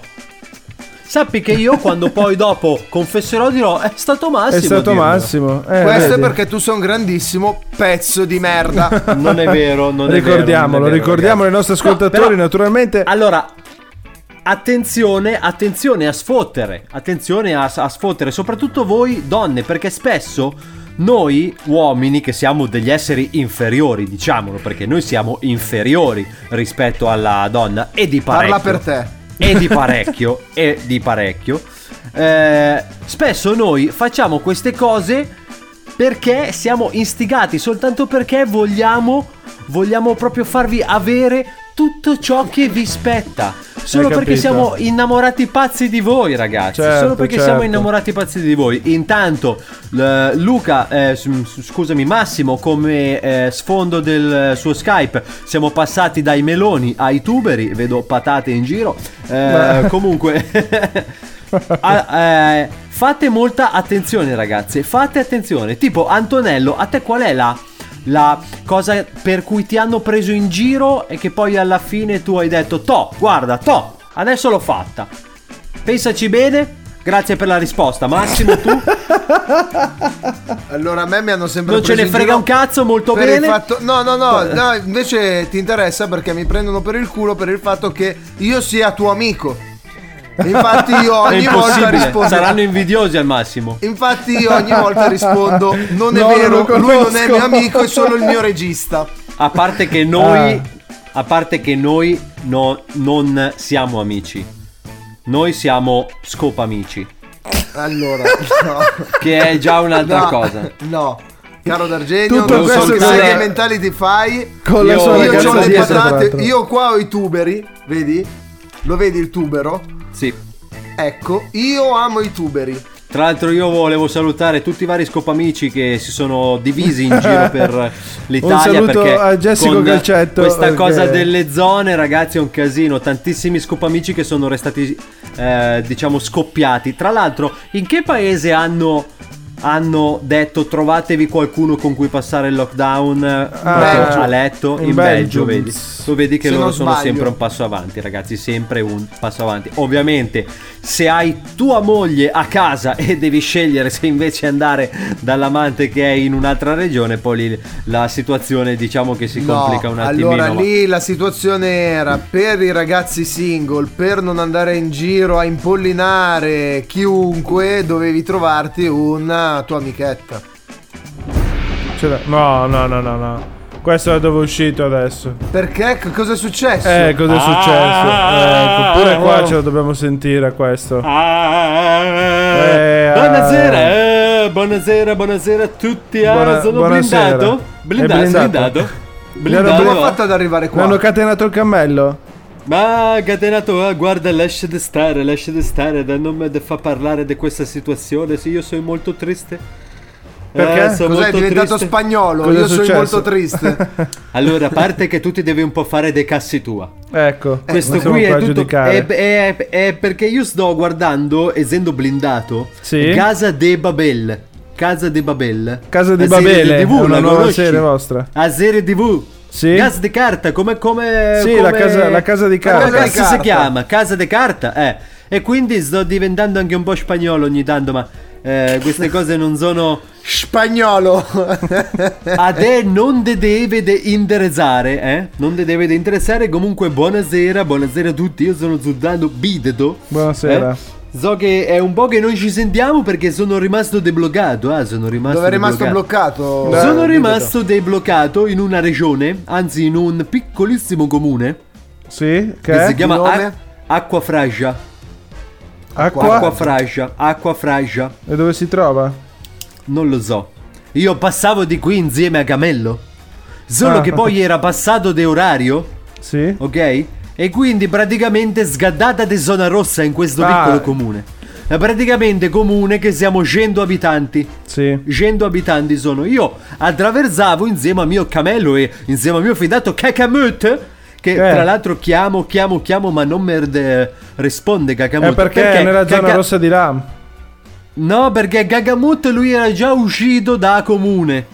[SPEAKER 9] Sappi che io quando poi dopo confesserò dirò è stato Massimo.
[SPEAKER 8] È stato
[SPEAKER 9] a dirmelo".
[SPEAKER 8] Massimo. Eh,
[SPEAKER 10] Questo
[SPEAKER 8] vedi.
[SPEAKER 10] è perché tu sei un grandissimo pezzo di merda.
[SPEAKER 9] Non è vero, non è vero,
[SPEAKER 8] ricordiamolo,
[SPEAKER 9] non è vero,
[SPEAKER 8] ricordiamo ai nostri ascoltatori, naturalmente.
[SPEAKER 9] Allora, attenzione, attenzione a sfottere, attenzione a, a sfottere, soprattutto voi donne, perché spesso noi uomini, che siamo degli esseri inferiori, diciamolo, perché noi siamo inferiori rispetto alla donna e di parecchio.
[SPEAKER 10] Parla per te.
[SPEAKER 9] E di parecchio, e di parecchio. Eh, spesso noi facciamo queste cose perché siamo istigati, soltanto perché vogliamo, vogliamo proprio farvi avere tutto ciò che vi spetta. Solo
[SPEAKER 8] Hai
[SPEAKER 9] perché
[SPEAKER 8] capito?
[SPEAKER 9] siamo innamorati pazzi di voi, ragazzi.
[SPEAKER 8] Certo,
[SPEAKER 9] Solo perché
[SPEAKER 8] certo.
[SPEAKER 9] siamo innamorati pazzi di voi. Intanto, l- Luca, eh, s- s- scusami, Massimo, come eh, sfondo del eh, suo Skype, siamo passati dai meloni ai tuberi. Vedo patate in giro. Eh,
[SPEAKER 8] Beh.
[SPEAKER 9] comunque. Ah, eh, fate molta attenzione, ragazze. Fate attenzione. Tipo, Antonello, a te qual è la, la cosa per cui ti hanno preso in giro e che poi alla fine tu hai detto, Toh, guarda, Toh, adesso l'ho fatta. Pensaci bene. Grazie per la risposta, Massimo. Tu
[SPEAKER 10] Allora a me mi hanno sempre
[SPEAKER 9] non ce
[SPEAKER 10] preso
[SPEAKER 9] ne
[SPEAKER 10] in
[SPEAKER 9] frega
[SPEAKER 10] giro
[SPEAKER 9] un cazzo, molto
[SPEAKER 10] per il
[SPEAKER 9] bene.
[SPEAKER 10] fatto- No, no, no,
[SPEAKER 9] Eh.
[SPEAKER 10] no, invece ti interessa perché mi prendono per il culo per il fatto che io sia tuo amico. E Infatti io
[SPEAKER 9] È
[SPEAKER 10] ogni volta
[SPEAKER 9] impossibile,
[SPEAKER 10] rispondo
[SPEAKER 9] Saranno invidiosi al massimo.
[SPEAKER 10] Infatti io ogni volta rispondo non è
[SPEAKER 9] No, non
[SPEAKER 10] vero,
[SPEAKER 9] lo
[SPEAKER 10] lui non è
[SPEAKER 9] conosco."
[SPEAKER 10] mio amico, è solo il mio regista.
[SPEAKER 9] A parte che noi,
[SPEAKER 10] Ah.
[SPEAKER 9] a parte che noi no- non siamo amici, noi siamo scopamici,
[SPEAKER 10] Allora, no.
[SPEAKER 9] che è già un'altra
[SPEAKER 10] No,
[SPEAKER 9] cosa.
[SPEAKER 10] No. Caro D'Argenio,
[SPEAKER 9] Tutto
[SPEAKER 10] non so
[SPEAKER 9] questo
[SPEAKER 10] che
[SPEAKER 9] con
[SPEAKER 10] seghe
[SPEAKER 9] la-
[SPEAKER 10] mentali ti fai.
[SPEAKER 9] con la
[SPEAKER 10] io,
[SPEAKER 9] sua
[SPEAKER 10] io
[SPEAKER 9] ragazza
[SPEAKER 10] c'ho le
[SPEAKER 9] dietro, tra
[SPEAKER 10] patate,
[SPEAKER 9] l'altro.
[SPEAKER 10] io qua ho i tuberi, vedi? Lo vedi il tubero?
[SPEAKER 9] Sì.
[SPEAKER 10] Ecco, io amo i tuberi.
[SPEAKER 9] Tra l'altro io volevo salutare tutti i vari scopamici che si sono divisi in giro per l'Italia.
[SPEAKER 8] Un saluto
[SPEAKER 9] perché
[SPEAKER 8] a Jessico
[SPEAKER 9] con
[SPEAKER 8] Calcetto,
[SPEAKER 9] Questa
[SPEAKER 8] perché-
[SPEAKER 9] cosa delle zone ragazzi è un casino. Tantissimi scopamici che sono restati eh, diciamo scoppiati. Tra l'altro in che paese hanno... hanno detto trovatevi qualcuno con cui passare il lockdown eh,
[SPEAKER 8] Belgio.
[SPEAKER 9] a letto in,
[SPEAKER 8] In
[SPEAKER 9] Belgio,
[SPEAKER 8] Belgio.
[SPEAKER 9] vedi? Tu vedi che
[SPEAKER 8] Se
[SPEAKER 9] loro
[SPEAKER 8] non
[SPEAKER 9] sono
[SPEAKER 8] sbaglio.
[SPEAKER 9] sempre un passo avanti, ragazzi, sempre un passo avanti. Ovviamente, se hai tua moglie a casa e devi scegliere se invece andare dall'amante che è in un'altra regione, poi lì la situazione diciamo che si complica un attimino.
[SPEAKER 10] Allora
[SPEAKER 9] ma-
[SPEAKER 10] lì la situazione era per i ragazzi single, per non andare in giro a impollinare chiunque, dovevi trovarti una tua amichetta.
[SPEAKER 8] Ce l'ha- No, no, no, no, no. Questo è dove è uscito adesso.
[SPEAKER 10] Perché? C- cosa è successo?
[SPEAKER 8] Eh, cosa è
[SPEAKER 10] Ah,
[SPEAKER 9] Ah,
[SPEAKER 8] successo? Ecco, pure qua
[SPEAKER 10] oh.
[SPEAKER 8] ce lo dobbiamo sentire a questo. ah.
[SPEAKER 9] Eh, buonasera, eh, buonasera, buonasera a tutti. Ah,
[SPEAKER 8] Buona-
[SPEAKER 9] sono
[SPEAKER 8] buonasera.
[SPEAKER 9] blindato.
[SPEAKER 8] È
[SPEAKER 9] Blindato,
[SPEAKER 8] blindato.
[SPEAKER 9] blindato.
[SPEAKER 8] L'hanno-
[SPEAKER 9] Blindato.
[SPEAKER 10] arrivare
[SPEAKER 8] L'hanno catenato il cammello?
[SPEAKER 9] Ma Catenato, ah, guarda, lasciate stare, lasciate stare, da- non mi de- fa parlare di questa situazione, sì, io sono molto triste. Eh,
[SPEAKER 10] Perché?
[SPEAKER 9] sono
[SPEAKER 10] Cos'è
[SPEAKER 9] molto
[SPEAKER 10] diventato
[SPEAKER 9] triste.
[SPEAKER 10] spagnolo?
[SPEAKER 9] Cosa è
[SPEAKER 10] Io sono
[SPEAKER 9] successo?
[SPEAKER 10] molto triste.
[SPEAKER 9] Allora, a parte che tu ti devi un po' fare dei cassi tua.
[SPEAKER 8] Ecco,
[SPEAKER 9] Questo
[SPEAKER 8] possiamo
[SPEAKER 9] qui è
[SPEAKER 8] qua
[SPEAKER 9] tutto
[SPEAKER 8] giudicare.
[SPEAKER 9] è, è- è perché io sto guardando, essendo blindato,
[SPEAKER 8] Sì.
[SPEAKER 9] Casa de Babel. Casa de Babel.
[SPEAKER 8] Casa di
[SPEAKER 9] La serie
[SPEAKER 8] Babele, è
[SPEAKER 9] TV,
[SPEAKER 8] una
[SPEAKER 9] la
[SPEAKER 8] nuova
[SPEAKER 9] conosci?
[SPEAKER 8] serie vostra.
[SPEAKER 9] A serie TV.
[SPEAKER 8] Sì.
[SPEAKER 9] Gas di carta, come. come
[SPEAKER 8] Sì,
[SPEAKER 9] come-
[SPEAKER 8] la casa- la casa di carta.
[SPEAKER 9] Come
[SPEAKER 8] La casa
[SPEAKER 9] cazzo
[SPEAKER 8] di
[SPEAKER 9] si
[SPEAKER 8] carta.
[SPEAKER 9] chiama? Casa di carta, eh. E quindi sto diventando anche un po' spagnolo ogni tanto, ma eh, queste cose non sono.
[SPEAKER 10] Spagnolo.
[SPEAKER 9] A te non te deve de interessare, eh? Non te deve de interessare. Comunque, buonasera, buonasera a tutti. Io sono Zuddano Bidedo.
[SPEAKER 8] Buonasera.
[SPEAKER 9] Eh? So che è un po' che non ci sentiamo perché sono rimasto debloccato. Ah, sono rimasto
[SPEAKER 10] Dove è rimasto
[SPEAKER 9] debloccato.
[SPEAKER 10] bloccato?
[SPEAKER 9] Sono rimasto debloccato in una regione, anzi in un piccolissimo comune.
[SPEAKER 8] Sì, che,
[SPEAKER 9] si
[SPEAKER 8] è?
[SPEAKER 9] chiama
[SPEAKER 8] eh? Di nome?
[SPEAKER 9] Ac- Acquafraggia.
[SPEAKER 8] Acqua?
[SPEAKER 9] Acquafraggia. Acquafraggia.
[SPEAKER 8] E dove si trova?
[SPEAKER 9] Non lo so. Io passavo di qui insieme a Camello. Solo
[SPEAKER 8] Ah.
[SPEAKER 9] che poi era passato de orario.
[SPEAKER 8] Sì.
[SPEAKER 9] Ok? E quindi praticamente sgaddata di zona rossa in questo
[SPEAKER 8] Ah.
[SPEAKER 9] piccolo comune. È praticamente comune che siamo 100 abitanti.
[SPEAKER 8] Sì.
[SPEAKER 9] 100 abitanti sono. Io attraversavo insieme a mio Camello e insieme a mio fidato Kakamut.
[SPEAKER 8] Eh.
[SPEAKER 9] Che tra l'altro chiamo, chiamo, chiamo, ma non mi rede- risponde Kakamut.
[SPEAKER 8] È Eh, perché, è nella zona
[SPEAKER 9] Kaka-
[SPEAKER 8] rossa di là.
[SPEAKER 9] No, perché Gagamut lui era già uscito da comune.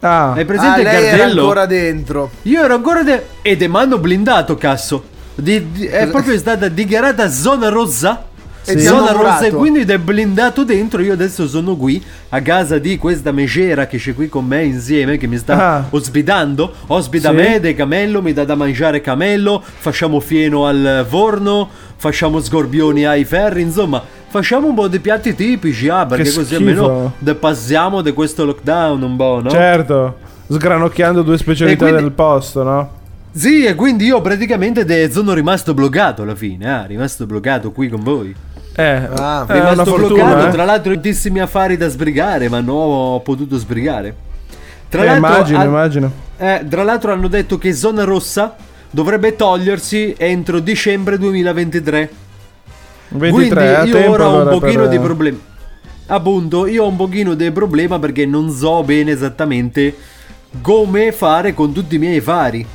[SPEAKER 8] Ah,
[SPEAKER 9] Hai presente
[SPEAKER 10] ah,
[SPEAKER 9] il
[SPEAKER 10] lei era
[SPEAKER 9] cartello?
[SPEAKER 10] ancora dentro.
[SPEAKER 9] Io ero ancora de... Ed è mano blindato, cazzo. Di- di- è proprio stata dichiarata zona rossa.
[SPEAKER 10] E ti hanno
[SPEAKER 9] Zona rossa
[SPEAKER 10] murato.
[SPEAKER 9] e quindi ed è blindato dentro. Io adesso sono qui a casa di questa megera che c'è qui con me insieme, che mi sta
[SPEAKER 3] Ah.
[SPEAKER 9] ospitando. Ospita
[SPEAKER 3] Sì.
[SPEAKER 9] me, de camello, mi dà da mangiare camello, facciamo fieno al forno, facciamo scorpioni ai ferri, insomma. Facciamo un po' di piatti tipici, ah, perché così
[SPEAKER 3] schifo.
[SPEAKER 9] almeno de- passiamo da questo lockdown un po', no?
[SPEAKER 3] Certo, sgranocchiando due specialità
[SPEAKER 9] E quindi-
[SPEAKER 3] del posto, no?
[SPEAKER 9] Sì, e quindi io praticamente de- sono rimasto bloccato alla fine, ah, rimasto bloccato qui con voi.
[SPEAKER 3] Eh,
[SPEAKER 10] Ah,
[SPEAKER 3] è una
[SPEAKER 9] rimasto
[SPEAKER 3] fortuna,
[SPEAKER 9] bloccato,
[SPEAKER 3] eh.
[SPEAKER 9] tra l'altro tantissimi affari da sbrigare, ma non ho potuto sbrigare. Tra
[SPEAKER 3] Eh,
[SPEAKER 9] l'altro,
[SPEAKER 3] immagino,
[SPEAKER 9] ha-
[SPEAKER 3] immagino.
[SPEAKER 9] eh, tra l'altro hanno detto che zona rossa dovrebbe togliersi entro dicembre 2023.
[SPEAKER 3] 23, a
[SPEAKER 9] Quindi io
[SPEAKER 3] eh, tempo
[SPEAKER 9] ora ho un
[SPEAKER 3] allora
[SPEAKER 9] pochino
[SPEAKER 3] per-
[SPEAKER 9] di problemi. Appunto, io ho un pochino di problema perché non so bene esattamente come fare con tutti i miei affari.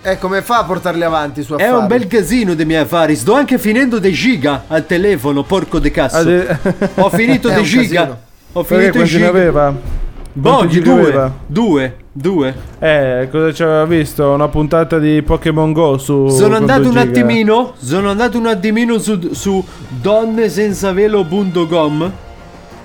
[SPEAKER 10] E Eh, come fa a portarli avanti i suoi
[SPEAKER 9] È
[SPEAKER 10] affari?
[SPEAKER 9] un bel casino dei miei affari. Sto anche finendo dei giga al telefono, porco de cazzo.
[SPEAKER 3] Ade-
[SPEAKER 9] Ho finito
[SPEAKER 10] È
[SPEAKER 9] dei
[SPEAKER 10] un
[SPEAKER 9] giga.
[SPEAKER 10] casino.
[SPEAKER 9] Ho
[SPEAKER 3] Perché
[SPEAKER 9] finito i
[SPEAKER 3] quanti ne
[SPEAKER 9] giga.
[SPEAKER 3] aveva? Quanti
[SPEAKER 9] Boggi,
[SPEAKER 3] giga
[SPEAKER 9] Boh, due,
[SPEAKER 3] aveva?
[SPEAKER 9] due, due.
[SPEAKER 3] Eh, cosa ci aveva visto? Una puntata di Pokémon Go su
[SPEAKER 9] Sono andato
[SPEAKER 3] con
[SPEAKER 9] un
[SPEAKER 3] due Oh, giga.
[SPEAKER 9] attimino. Sono andato un attimino su, su donnesensavelo.com.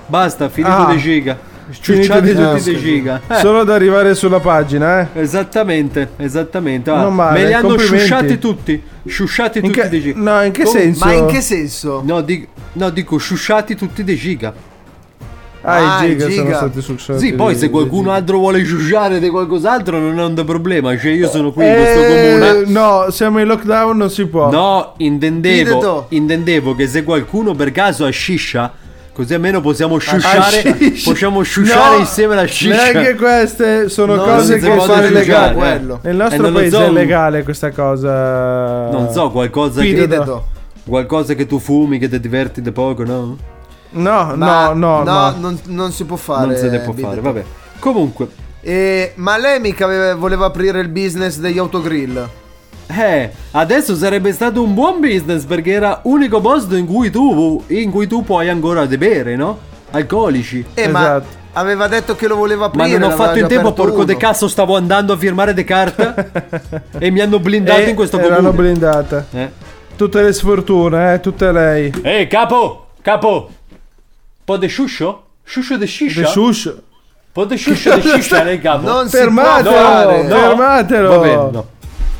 [SPEAKER 9] Basta, finito
[SPEAKER 3] Ah.
[SPEAKER 9] dei giga.
[SPEAKER 3] Finito
[SPEAKER 9] Ciucciate
[SPEAKER 3] di-
[SPEAKER 9] tutti
[SPEAKER 3] ah,
[SPEAKER 9] dei
[SPEAKER 3] ok.
[SPEAKER 9] giga. Eh,
[SPEAKER 3] Solo ad arrivare sulla pagina, eh.
[SPEAKER 9] Esattamente, esattamente. Ah,
[SPEAKER 3] Non male,
[SPEAKER 9] me li hanno
[SPEAKER 3] complimenti.
[SPEAKER 9] sciusciati tutti. Sciusciati
[SPEAKER 3] In
[SPEAKER 9] tutti
[SPEAKER 3] che-
[SPEAKER 9] dei giga.
[SPEAKER 3] no, in che
[SPEAKER 9] Com-
[SPEAKER 3] senso?
[SPEAKER 10] Ma in che senso?
[SPEAKER 9] No, dico, no, dico sciusciati tutti dei giga.
[SPEAKER 3] Ah,
[SPEAKER 10] Ah,
[SPEAKER 3] i
[SPEAKER 10] i
[SPEAKER 3] giga, sono
[SPEAKER 10] giga.
[SPEAKER 3] stati succiati.
[SPEAKER 9] Sì, poi se qualcuno altro vuole giugiare di qualcos'altro non è un problema, cioè io sono qui in questo comune.
[SPEAKER 3] Eh, no, siamo in lockdown, non si può.
[SPEAKER 9] No, intendevo,
[SPEAKER 3] Ditetto.
[SPEAKER 9] intendevo che se qualcuno per caso ha sciscia, così almeno possiamo sciusciare,
[SPEAKER 3] sciscia.
[SPEAKER 9] possiamo sciusciare
[SPEAKER 3] No,
[SPEAKER 9] insieme la sciscia.
[SPEAKER 3] Neanche queste sono
[SPEAKER 9] Cioè, No,
[SPEAKER 3] cose
[SPEAKER 9] non si
[SPEAKER 3] che
[SPEAKER 9] può
[SPEAKER 3] sono
[SPEAKER 9] giugiare,
[SPEAKER 3] illegali.
[SPEAKER 9] quello.
[SPEAKER 3] Nel
[SPEAKER 9] Eh,
[SPEAKER 3] nostro
[SPEAKER 9] non lo
[SPEAKER 3] paese
[SPEAKER 9] so.
[SPEAKER 3] è legale questa cosa.
[SPEAKER 9] Non so, qualcosa che,
[SPEAKER 3] Pideto.
[SPEAKER 9] qualcosa che tu fumi, che ti diverti di poco, no?
[SPEAKER 3] No,
[SPEAKER 10] Ma-
[SPEAKER 3] no, no, no.
[SPEAKER 10] Non, non si può fare.
[SPEAKER 9] non se ne può fare,
[SPEAKER 10] Bidet.
[SPEAKER 9] vabbè. Comunque,
[SPEAKER 10] E- ma lei mica aveva- voleva aprire il business degli autogrill.
[SPEAKER 9] Eh, adesso sarebbe stato un buon business perché era unico posto in cui tu, in cui tu puoi ancora de bere, no? Alcolici.
[SPEAKER 10] Eh,
[SPEAKER 3] Esatto.
[SPEAKER 10] ma aveva detto che lo voleva
[SPEAKER 9] Ma
[SPEAKER 10] aprire.
[SPEAKER 9] non ho
[SPEAKER 10] l'aveva
[SPEAKER 9] fatto in
[SPEAKER 10] già
[SPEAKER 9] tempo,
[SPEAKER 10] aperto
[SPEAKER 9] porco de
[SPEAKER 10] uno.
[SPEAKER 9] cazzo, stavo andando a firmare de carta e mi hanno blindato
[SPEAKER 3] Eh,
[SPEAKER 9] in questo
[SPEAKER 3] e
[SPEAKER 9] comune.
[SPEAKER 3] l'hanno blindata.
[SPEAKER 9] Eh.
[SPEAKER 3] Tutte le sfortune, eh, tutte lei.
[SPEAKER 9] Ehi, capo, capo. Po' de sciuscio? Sciuscio de sciscia?
[SPEAKER 3] De sciuscio.
[SPEAKER 9] Po' de sciuscio de
[SPEAKER 3] Cosa
[SPEAKER 9] sciscia,
[SPEAKER 3] sta-
[SPEAKER 9] lei, capo.
[SPEAKER 10] Non si
[SPEAKER 3] Fermatelo,
[SPEAKER 10] può fare.
[SPEAKER 9] no.
[SPEAKER 3] fermatelo.
[SPEAKER 9] Va bene, no.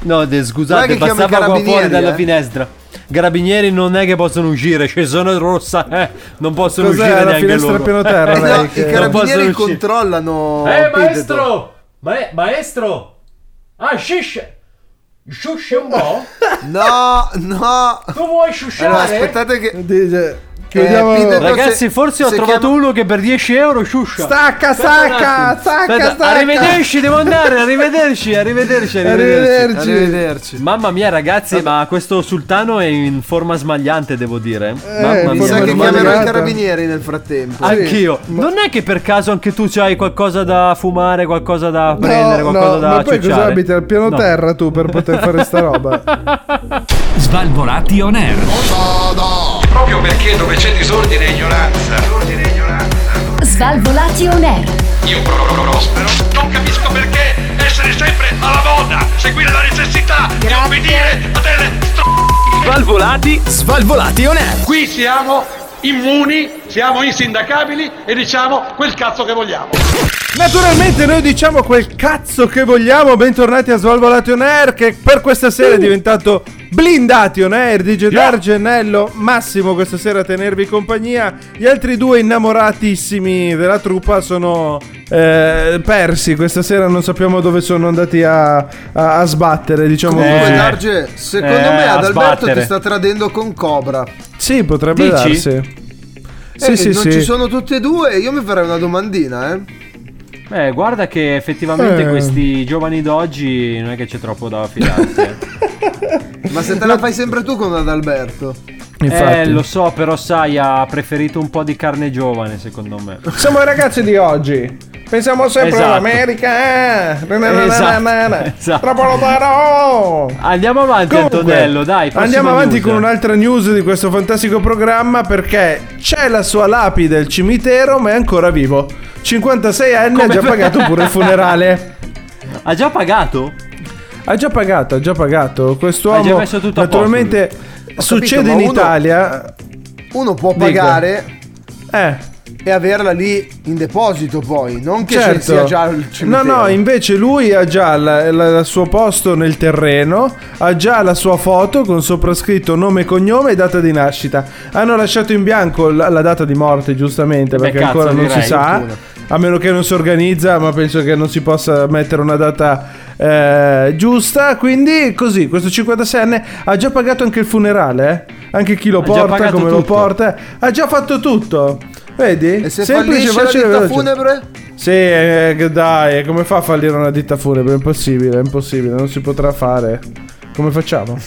[SPEAKER 9] No, de-
[SPEAKER 10] Guarda
[SPEAKER 9] scusate,
[SPEAKER 10] che chiama i
[SPEAKER 9] passava qua fuori
[SPEAKER 10] carabinieri,
[SPEAKER 9] dalla
[SPEAKER 10] eh.
[SPEAKER 9] finestra. Carabinieri non è che possono uscire, c'è zona rossa, eh, non possono
[SPEAKER 3] Cos'è,
[SPEAKER 9] uscire
[SPEAKER 3] la
[SPEAKER 9] neanche
[SPEAKER 3] finestra
[SPEAKER 9] loro.
[SPEAKER 3] piano terra,
[SPEAKER 9] Eh,
[SPEAKER 3] lei, che-
[SPEAKER 9] no, non
[SPEAKER 10] I
[SPEAKER 9] possono
[SPEAKER 10] carabinieri
[SPEAKER 9] uscire.
[SPEAKER 10] controllano.
[SPEAKER 9] Eh,
[SPEAKER 10] Pideto.
[SPEAKER 9] maestro! Ah, sciscia! Sciuscia un po'?
[SPEAKER 10] No, no.
[SPEAKER 9] Tu vuoi
[SPEAKER 10] Allora, aspettate che.
[SPEAKER 3] Dice,
[SPEAKER 9] Eh,
[SPEAKER 3] chiudiamo-
[SPEAKER 10] Pideto,
[SPEAKER 9] Ragazzi,
[SPEAKER 10] se-
[SPEAKER 9] forse ho
[SPEAKER 10] se
[SPEAKER 9] trovato uno che per 10 euro sciuscia.
[SPEAKER 3] Stacca,
[SPEAKER 9] Aspetta un
[SPEAKER 3] stacca,
[SPEAKER 9] attimo.
[SPEAKER 3] stacca,
[SPEAKER 9] Aspetta,
[SPEAKER 3] stacca.
[SPEAKER 9] Arrivederci, devo andare, arrivederci, arrivederci, arrivederci.
[SPEAKER 3] Arrivederci.
[SPEAKER 10] Arrivederci.
[SPEAKER 9] Mamma mia, ragazzi, ma questo sultano è in forma smagliante, devo dire.
[SPEAKER 3] Eh,
[SPEAKER 9] Mamma
[SPEAKER 10] Mi
[SPEAKER 9] mia.
[SPEAKER 10] sa che
[SPEAKER 3] Ormai
[SPEAKER 10] chiamerò i
[SPEAKER 3] arrivata.
[SPEAKER 10] carabinieri nel frattempo.
[SPEAKER 9] Anch'io. Non è che per caso anche tu c'hai qualcosa da fumare, qualcosa da prendere, qualcosa da
[SPEAKER 3] ma poi cosa
[SPEAKER 9] ciucciare?
[SPEAKER 3] abiti al piano
[SPEAKER 9] No.
[SPEAKER 3] terra tu per poter fare sta roba?
[SPEAKER 17] Svalvolati on air.
[SPEAKER 8] Proprio perché dove c'è disordine e ignoranza,
[SPEAKER 13] Svalvolati on air.
[SPEAKER 8] io pro- pro- prospero. Non capisco perché essere sempre alla moda, seguire la necessità di obbedire a delle
[SPEAKER 17] Svalvolati, svalvolati on air.
[SPEAKER 8] Qui siamo immuni, siamo insindacabili e diciamo quel cazzo che vogliamo.
[SPEAKER 3] Naturalmente noi diciamo quel cazzo che vogliamo, bentornati a Svalvolati On Air che per questa sera è diventato Blindati On Air, DJ Dargenello, Massimo questa sera a tenervi compagnia, gli altri due innamoratissimi della truppa sono eh, persi, questa sera non sappiamo dove sono andati a, a- a sbattere diciamo
[SPEAKER 10] Comunque,
[SPEAKER 3] così.
[SPEAKER 10] Darge, secondo
[SPEAKER 9] eh,
[SPEAKER 10] me
[SPEAKER 9] a
[SPEAKER 10] Adalberto
[SPEAKER 9] sbattere.
[SPEAKER 10] ti sta tradendo con Cobra.
[SPEAKER 3] Sì, potrebbe
[SPEAKER 9] Dici?
[SPEAKER 3] darsi.
[SPEAKER 10] Eh,
[SPEAKER 3] Sì, sì,
[SPEAKER 10] non
[SPEAKER 3] sì.
[SPEAKER 10] ci sono tutte e due. Io mi farei una domandina, eh.
[SPEAKER 9] Eh, guarda che effettivamente
[SPEAKER 3] Eh.
[SPEAKER 9] questi giovani d'oggi non è che c'è troppo da affidarsi. eh.
[SPEAKER 10] Ma se te la fai sempre tu con Adalberto.
[SPEAKER 3] Infatti.
[SPEAKER 9] Eh, lo so, però sai, ha preferito un po' di carne giovane, secondo me.
[SPEAKER 3] Siamo i ragazzi di oggi. Pensiamo sempre
[SPEAKER 9] Esatto.
[SPEAKER 3] all'America. eh. Na, na, na,
[SPEAKER 9] Esatto,
[SPEAKER 3] na, na.
[SPEAKER 9] esatto.
[SPEAKER 3] Troppo lontano.
[SPEAKER 9] Andiamo avanti,
[SPEAKER 3] Comunque,
[SPEAKER 9] Antonello, dai. prossima
[SPEAKER 3] Andiamo avanti
[SPEAKER 9] news.
[SPEAKER 3] con un'altra news di questo fantastico programma perché c'è la sua lapide al cimitero ma è ancora vivo. 56 anni ha già pagato pure il funerale. Eh,
[SPEAKER 9] Ha già pagato?
[SPEAKER 3] Ha già pagato, ha già pagato. Quest'uomo.
[SPEAKER 9] Ha già messo tutto a posto,
[SPEAKER 3] naturalmente
[SPEAKER 10] Ho
[SPEAKER 3] succede
[SPEAKER 10] capito, ma
[SPEAKER 3] in
[SPEAKER 10] uno-
[SPEAKER 3] Italia. Eh.
[SPEAKER 10] Uno può
[SPEAKER 3] Dica.
[SPEAKER 10] pagare e averla lì in deposito poi, non che ci sia già il
[SPEAKER 3] Certo. no,
[SPEAKER 10] cimitero.
[SPEAKER 3] no, invece lui ha già la- la- il suo posto nel terreno, ha già la sua foto con soprascritto nome, cognome e data di nascita. Hanno lasciato in bianco la, la data di morte, giustamente, perché
[SPEAKER 9] cazzo,
[SPEAKER 3] ancora non
[SPEAKER 9] direi,
[SPEAKER 3] si sa.
[SPEAKER 9] fortuna.
[SPEAKER 3] A meno che non si organizza, ma penso che non si possa mettere una data eh, giusta. Quindi, così, questo 56enne ha già pagato anche il funerale, eh? anche chi lo
[SPEAKER 10] già
[SPEAKER 3] porta,
[SPEAKER 10] pagato
[SPEAKER 3] come lo
[SPEAKER 10] tutto.
[SPEAKER 3] porta, ha già fatto tutto. Vedi?
[SPEAKER 10] E se
[SPEAKER 3] Semplice,
[SPEAKER 10] fallisce la
[SPEAKER 3] facile,
[SPEAKER 10] ditta
[SPEAKER 3] veloce.
[SPEAKER 10] funebre?
[SPEAKER 3] Sì, eh, che dai, eh, come fa a fallire una ditta funebre? È impossibile, è impossibile, non si potrà fare. Come facciamo?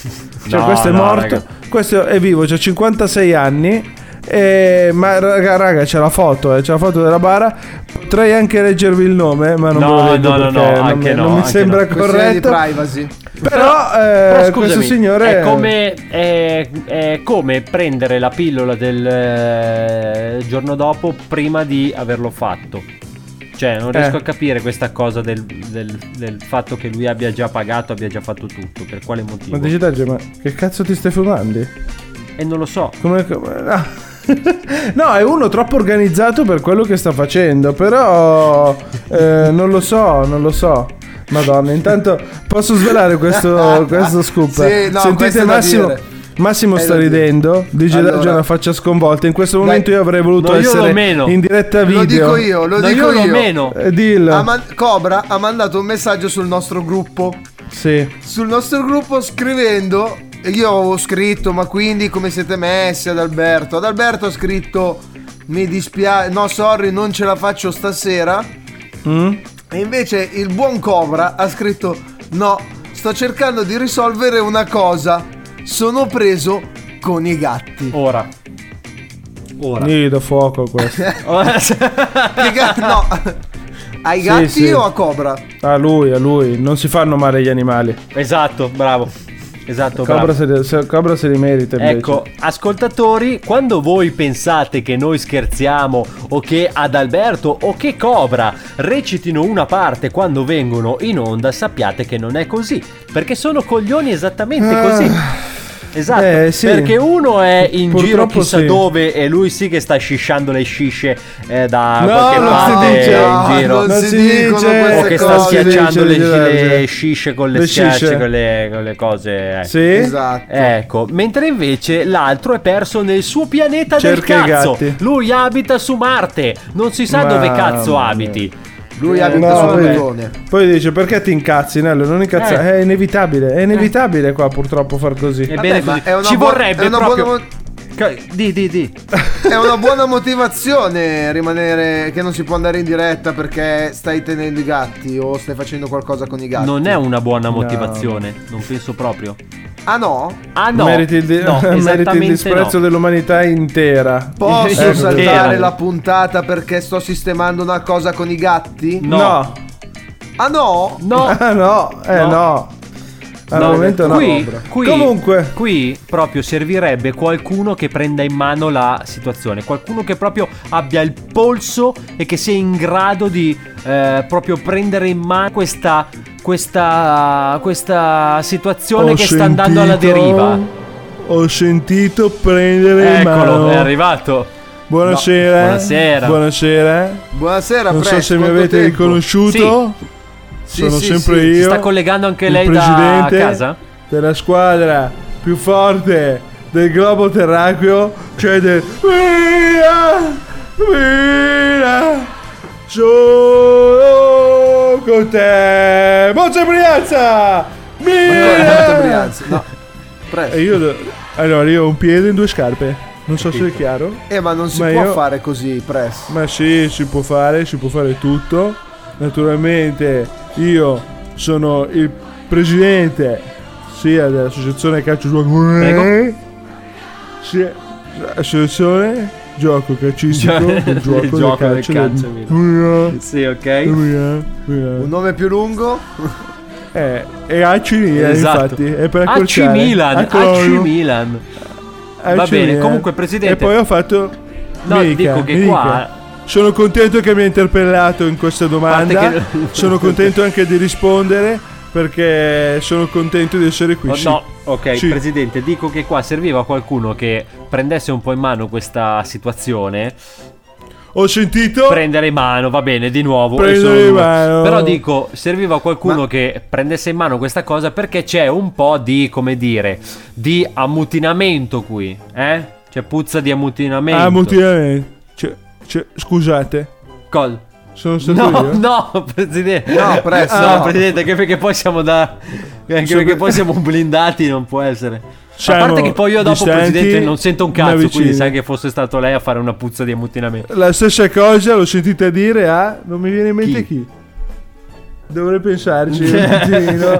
[SPEAKER 3] Cioè,
[SPEAKER 9] No,
[SPEAKER 3] questo è
[SPEAKER 9] no,
[SPEAKER 3] morto,
[SPEAKER 9] raga.
[SPEAKER 3] questo è vivo, c'ha 56 anni. eh, ma raga, raga, c'è la foto, eh, c'è la foto della bara. Potrei anche leggervi il nome, ma non
[SPEAKER 9] No,
[SPEAKER 3] ve lo leggo
[SPEAKER 9] no, no,
[SPEAKER 3] perché
[SPEAKER 9] no,
[SPEAKER 3] non,
[SPEAKER 9] anche
[SPEAKER 3] mi-
[SPEAKER 9] no,
[SPEAKER 3] non mi
[SPEAKER 9] anche
[SPEAKER 3] sembra
[SPEAKER 9] no.
[SPEAKER 10] Questione di
[SPEAKER 3] corretto.
[SPEAKER 10] privacy.
[SPEAKER 3] Però, eh,
[SPEAKER 9] Però scusami,
[SPEAKER 3] questo signore
[SPEAKER 9] è come, è- è come prendere la pillola del eh, giorno dopo prima di averlo fatto. Cioè, non
[SPEAKER 3] Eh.
[SPEAKER 9] riesco a capire questa cosa del, del- del fatto che lui abbia già pagato, abbia già fatto tutto. Per quale motivo?
[SPEAKER 3] Ma dici Daggio, ma che cazzo ti stai fumando?
[SPEAKER 9] E non lo so.
[SPEAKER 3] Come, come- no. No, è uno troppo organizzato per quello che sta facendo, però eh, non lo so, non lo so. Madonna, intanto posso svelare questo, questo scoop.
[SPEAKER 10] Sì, no, questo
[SPEAKER 3] Sentite
[SPEAKER 10] è da
[SPEAKER 3] Massimo.
[SPEAKER 10] dire.
[SPEAKER 3] Massimo
[SPEAKER 10] È
[SPEAKER 3] sta
[SPEAKER 10] da dire.
[SPEAKER 3] ridendo, dice
[SPEAKER 10] Allora.
[SPEAKER 3] Daggio ha una faccia sconvolta. In questo momento io avrei voluto
[SPEAKER 9] No, io lo
[SPEAKER 3] essere
[SPEAKER 9] meno.
[SPEAKER 3] in diretta video.
[SPEAKER 10] Lo dico io, lo
[SPEAKER 9] No,
[SPEAKER 10] dico
[SPEAKER 9] io lo
[SPEAKER 10] io.
[SPEAKER 9] meno.
[SPEAKER 3] Eh, dillo.
[SPEAKER 10] Ha man- Cobra ha mandato un messaggio sul nostro gruppo.
[SPEAKER 3] Sì.
[SPEAKER 10] Sul nostro gruppo scrivendo, e io avevo scritto, ma quindi come siete messi ad Alberto? Ad Alberto ha scritto, mi dispiace, no sorry, non ce la faccio stasera.
[SPEAKER 3] Mm?
[SPEAKER 10] E invece il buon Cobra ha scritto, no, sto cercando di risolvere una cosa, sono preso con i gatti.
[SPEAKER 9] Ora. Ora.
[SPEAKER 3] Io do fuoco a questo.
[SPEAKER 10] Che gatti? No. Ai
[SPEAKER 3] Sì,
[SPEAKER 10] gatti
[SPEAKER 3] Oh. sì.
[SPEAKER 10] o a Cobra?
[SPEAKER 3] A lui, a lui, non si fanno male gli animali.
[SPEAKER 9] Esatto, bravo. Esatto, bravo.
[SPEAKER 3] Cobra se, li- se- Cobra se li merita invece.
[SPEAKER 9] Ecco, ascoltatori, quando voi pensate che noi scherziamo o che Adalberto o che Cobra recitino una parte quando vengono in onda, sappiate che non è così, perché sono coglioni esattamente così. Esatto,
[SPEAKER 3] Eh, Ah. sì.
[SPEAKER 9] perché uno è in giro
[SPEAKER 3] Purtroppo
[SPEAKER 9] chissà
[SPEAKER 3] sì.
[SPEAKER 9] dove e lui sì che sta scisciando le scisce eh, da
[SPEAKER 3] No,
[SPEAKER 9] qualche
[SPEAKER 3] non si
[SPEAKER 9] parte
[SPEAKER 3] dice,
[SPEAKER 9] in giro.
[SPEAKER 3] non si dicono queste
[SPEAKER 9] o che sta
[SPEAKER 3] cose.
[SPEAKER 9] schiacciando
[SPEAKER 3] Non si
[SPEAKER 9] le,
[SPEAKER 3] dice,
[SPEAKER 9] le
[SPEAKER 3] Giorgio.
[SPEAKER 9] scisce con le,
[SPEAKER 3] Le
[SPEAKER 9] schiacce,
[SPEAKER 3] scisce.
[SPEAKER 9] con le, con le cose. eh.
[SPEAKER 3] Sì. Esatto.
[SPEAKER 9] Ecco, mentre invece l'altro è perso nel suo pianeta
[SPEAKER 3] Cerca
[SPEAKER 9] del
[SPEAKER 3] i
[SPEAKER 9] cazzo.
[SPEAKER 3] gatti.
[SPEAKER 9] Lui abita su Marte, non si sa
[SPEAKER 3] Mamma
[SPEAKER 9] dove cazzo
[SPEAKER 3] mia.
[SPEAKER 9] abiti.
[SPEAKER 10] Lui
[SPEAKER 3] Eh,
[SPEAKER 10] abita
[SPEAKER 3] no,
[SPEAKER 10] su
[SPEAKER 3] poi-
[SPEAKER 10] Plutone.
[SPEAKER 3] Poi dice perché ti incazzi Nello non incazzare
[SPEAKER 9] Eh.
[SPEAKER 3] È inevitabile È inevitabile qua purtroppo far così
[SPEAKER 9] Ebbene,
[SPEAKER 10] ma
[SPEAKER 9] così.
[SPEAKER 10] è una
[SPEAKER 9] ci
[SPEAKER 10] buona-
[SPEAKER 9] vorrebbe
[SPEAKER 10] è una
[SPEAKER 9] proprio.
[SPEAKER 10] buona
[SPEAKER 9] Ca- Di, di, di.
[SPEAKER 10] È una buona motivazione rimanere che non si può andare in diretta perché stai tenendo i gatti o stai facendo qualcosa con i gatti.
[SPEAKER 9] Non è una buona motivazione, non penso proprio.
[SPEAKER 10] Ah no?
[SPEAKER 9] Ah no,
[SPEAKER 3] meriti il, di-
[SPEAKER 9] no,
[SPEAKER 3] meriti il
[SPEAKER 9] esattamente
[SPEAKER 3] disprezzo
[SPEAKER 9] no.
[SPEAKER 3] dell'umanità intera
[SPEAKER 10] Posso
[SPEAKER 9] Eh,
[SPEAKER 3] Ecco.
[SPEAKER 10] saltare la puntata perché sto sistemando una cosa con i gatti?
[SPEAKER 3] No,
[SPEAKER 10] Ah no?
[SPEAKER 9] No,
[SPEAKER 3] Ah, no. Eh no,
[SPEAKER 9] No.
[SPEAKER 3] Al
[SPEAKER 9] No,
[SPEAKER 3] momento no
[SPEAKER 9] qui, qui-
[SPEAKER 3] Comunque
[SPEAKER 9] qui proprio servirebbe qualcuno che prenda in mano la situazione, qualcuno che proprio abbia il polso e che sia in grado di eh, proprio prendere in mano questa, questa, questa situazione
[SPEAKER 3] Ho
[SPEAKER 9] che sta andando alla
[SPEAKER 3] sentito-
[SPEAKER 9] deriva.
[SPEAKER 3] Ho sentito prendere in
[SPEAKER 9] Eccolo,
[SPEAKER 3] mano.
[SPEAKER 9] è arrivato.
[SPEAKER 3] eh, Buonasera
[SPEAKER 9] No, buonasera.
[SPEAKER 3] Buonasera
[SPEAKER 10] Buonasera,
[SPEAKER 3] Non so
[SPEAKER 10] Prest,
[SPEAKER 3] se mi
[SPEAKER 10] quanto
[SPEAKER 3] avete
[SPEAKER 10] tempo?
[SPEAKER 3] riconosciuto
[SPEAKER 10] Sì,
[SPEAKER 3] Sono
[SPEAKER 10] sì,
[SPEAKER 3] sempre
[SPEAKER 10] sì.
[SPEAKER 3] io
[SPEAKER 9] Si sta collegando anche
[SPEAKER 3] il
[SPEAKER 9] lei da
[SPEAKER 3] presidente
[SPEAKER 9] casa?
[SPEAKER 3] della squadra più forte del globo terracqueo, cioè del Mira, Mira, sono con te, Monza Eh, Brianza,
[SPEAKER 10] Monza
[SPEAKER 3] Mira.
[SPEAKER 10] Brianza, no. Presto.
[SPEAKER 3] E io, do- allora, io ho un piede in due scarpe, non so se è
[SPEAKER 10] Capito.
[SPEAKER 3] chiaro.
[SPEAKER 10] Eh ma non si
[SPEAKER 3] Ma
[SPEAKER 10] può
[SPEAKER 3] io-
[SPEAKER 10] fare così, Press.
[SPEAKER 3] Ma sì, si può fare, si può fare tutto. Naturalmente io sono il presidente sia dell'associazione calcio gioco
[SPEAKER 9] Prego.
[SPEAKER 3] sia associazione gioco calcistico
[SPEAKER 9] Gio-
[SPEAKER 3] del gioco,
[SPEAKER 9] il gioco del
[SPEAKER 3] del calcio.
[SPEAKER 9] calcio,
[SPEAKER 3] Mira,
[SPEAKER 9] Sì, ok.
[SPEAKER 3] mira, mira.
[SPEAKER 10] Un nome più lungo?
[SPEAKER 3] Eh, e AC Milan
[SPEAKER 9] Esatto.
[SPEAKER 3] infatti, è per
[SPEAKER 9] AC
[SPEAKER 3] accorciare.
[SPEAKER 9] Milan,
[SPEAKER 3] Eccolo.
[SPEAKER 9] AC Milan. Va
[SPEAKER 3] AC
[SPEAKER 9] bene,
[SPEAKER 3] Milan.
[SPEAKER 9] comunque presidente.
[SPEAKER 3] E poi ho fatto
[SPEAKER 9] No,
[SPEAKER 3] mica,
[SPEAKER 9] dico che
[SPEAKER 3] mica.
[SPEAKER 9] qua
[SPEAKER 3] Sono contento che mi ha interpellato in questa domanda.
[SPEAKER 9] A parte che-
[SPEAKER 3] Sono contento anche di rispondere perché sono contento di essere qui.
[SPEAKER 9] Oh,
[SPEAKER 3] Sì.
[SPEAKER 9] no, ok,
[SPEAKER 3] Sì.
[SPEAKER 9] presidente, dico che qua serviva qualcuno che prendesse un po' in mano questa situazione.
[SPEAKER 3] Ho sentito
[SPEAKER 9] prendere in mano, va bene, di nuovo.
[SPEAKER 3] Prendere
[SPEAKER 9] adesso-
[SPEAKER 3] in mano.
[SPEAKER 9] Però dico, serviva qualcuno che prendesse in mano questa cosa perché c'è un po' di, come dire, di ammutinamento qui, eh? C'è puzza di ammutinamento.
[SPEAKER 3] Ah, mutinamento. Cioè, cioè, scusate.
[SPEAKER 9] Col.
[SPEAKER 3] Sono stato
[SPEAKER 9] No,
[SPEAKER 3] io?
[SPEAKER 9] no, presidente.
[SPEAKER 3] No, presto,
[SPEAKER 9] No,
[SPEAKER 3] no.
[SPEAKER 9] presidente, anche perché poi siamo da anche
[SPEAKER 3] Sono-
[SPEAKER 9] perché poi siamo blindati, non può essere.
[SPEAKER 3] Siamo
[SPEAKER 9] a parte che poi io dopo
[SPEAKER 3] distanti,
[SPEAKER 9] presidente non sento un
[SPEAKER 3] ma
[SPEAKER 9] cazzo,
[SPEAKER 3] vicini.
[SPEAKER 9] quindi sai che fosse stato lei a fare una puzza di ammutinamento.
[SPEAKER 3] La stessa cosa l'ho sentita dire a... Non mi viene in mente chi. Dovrei pensarci un attimino.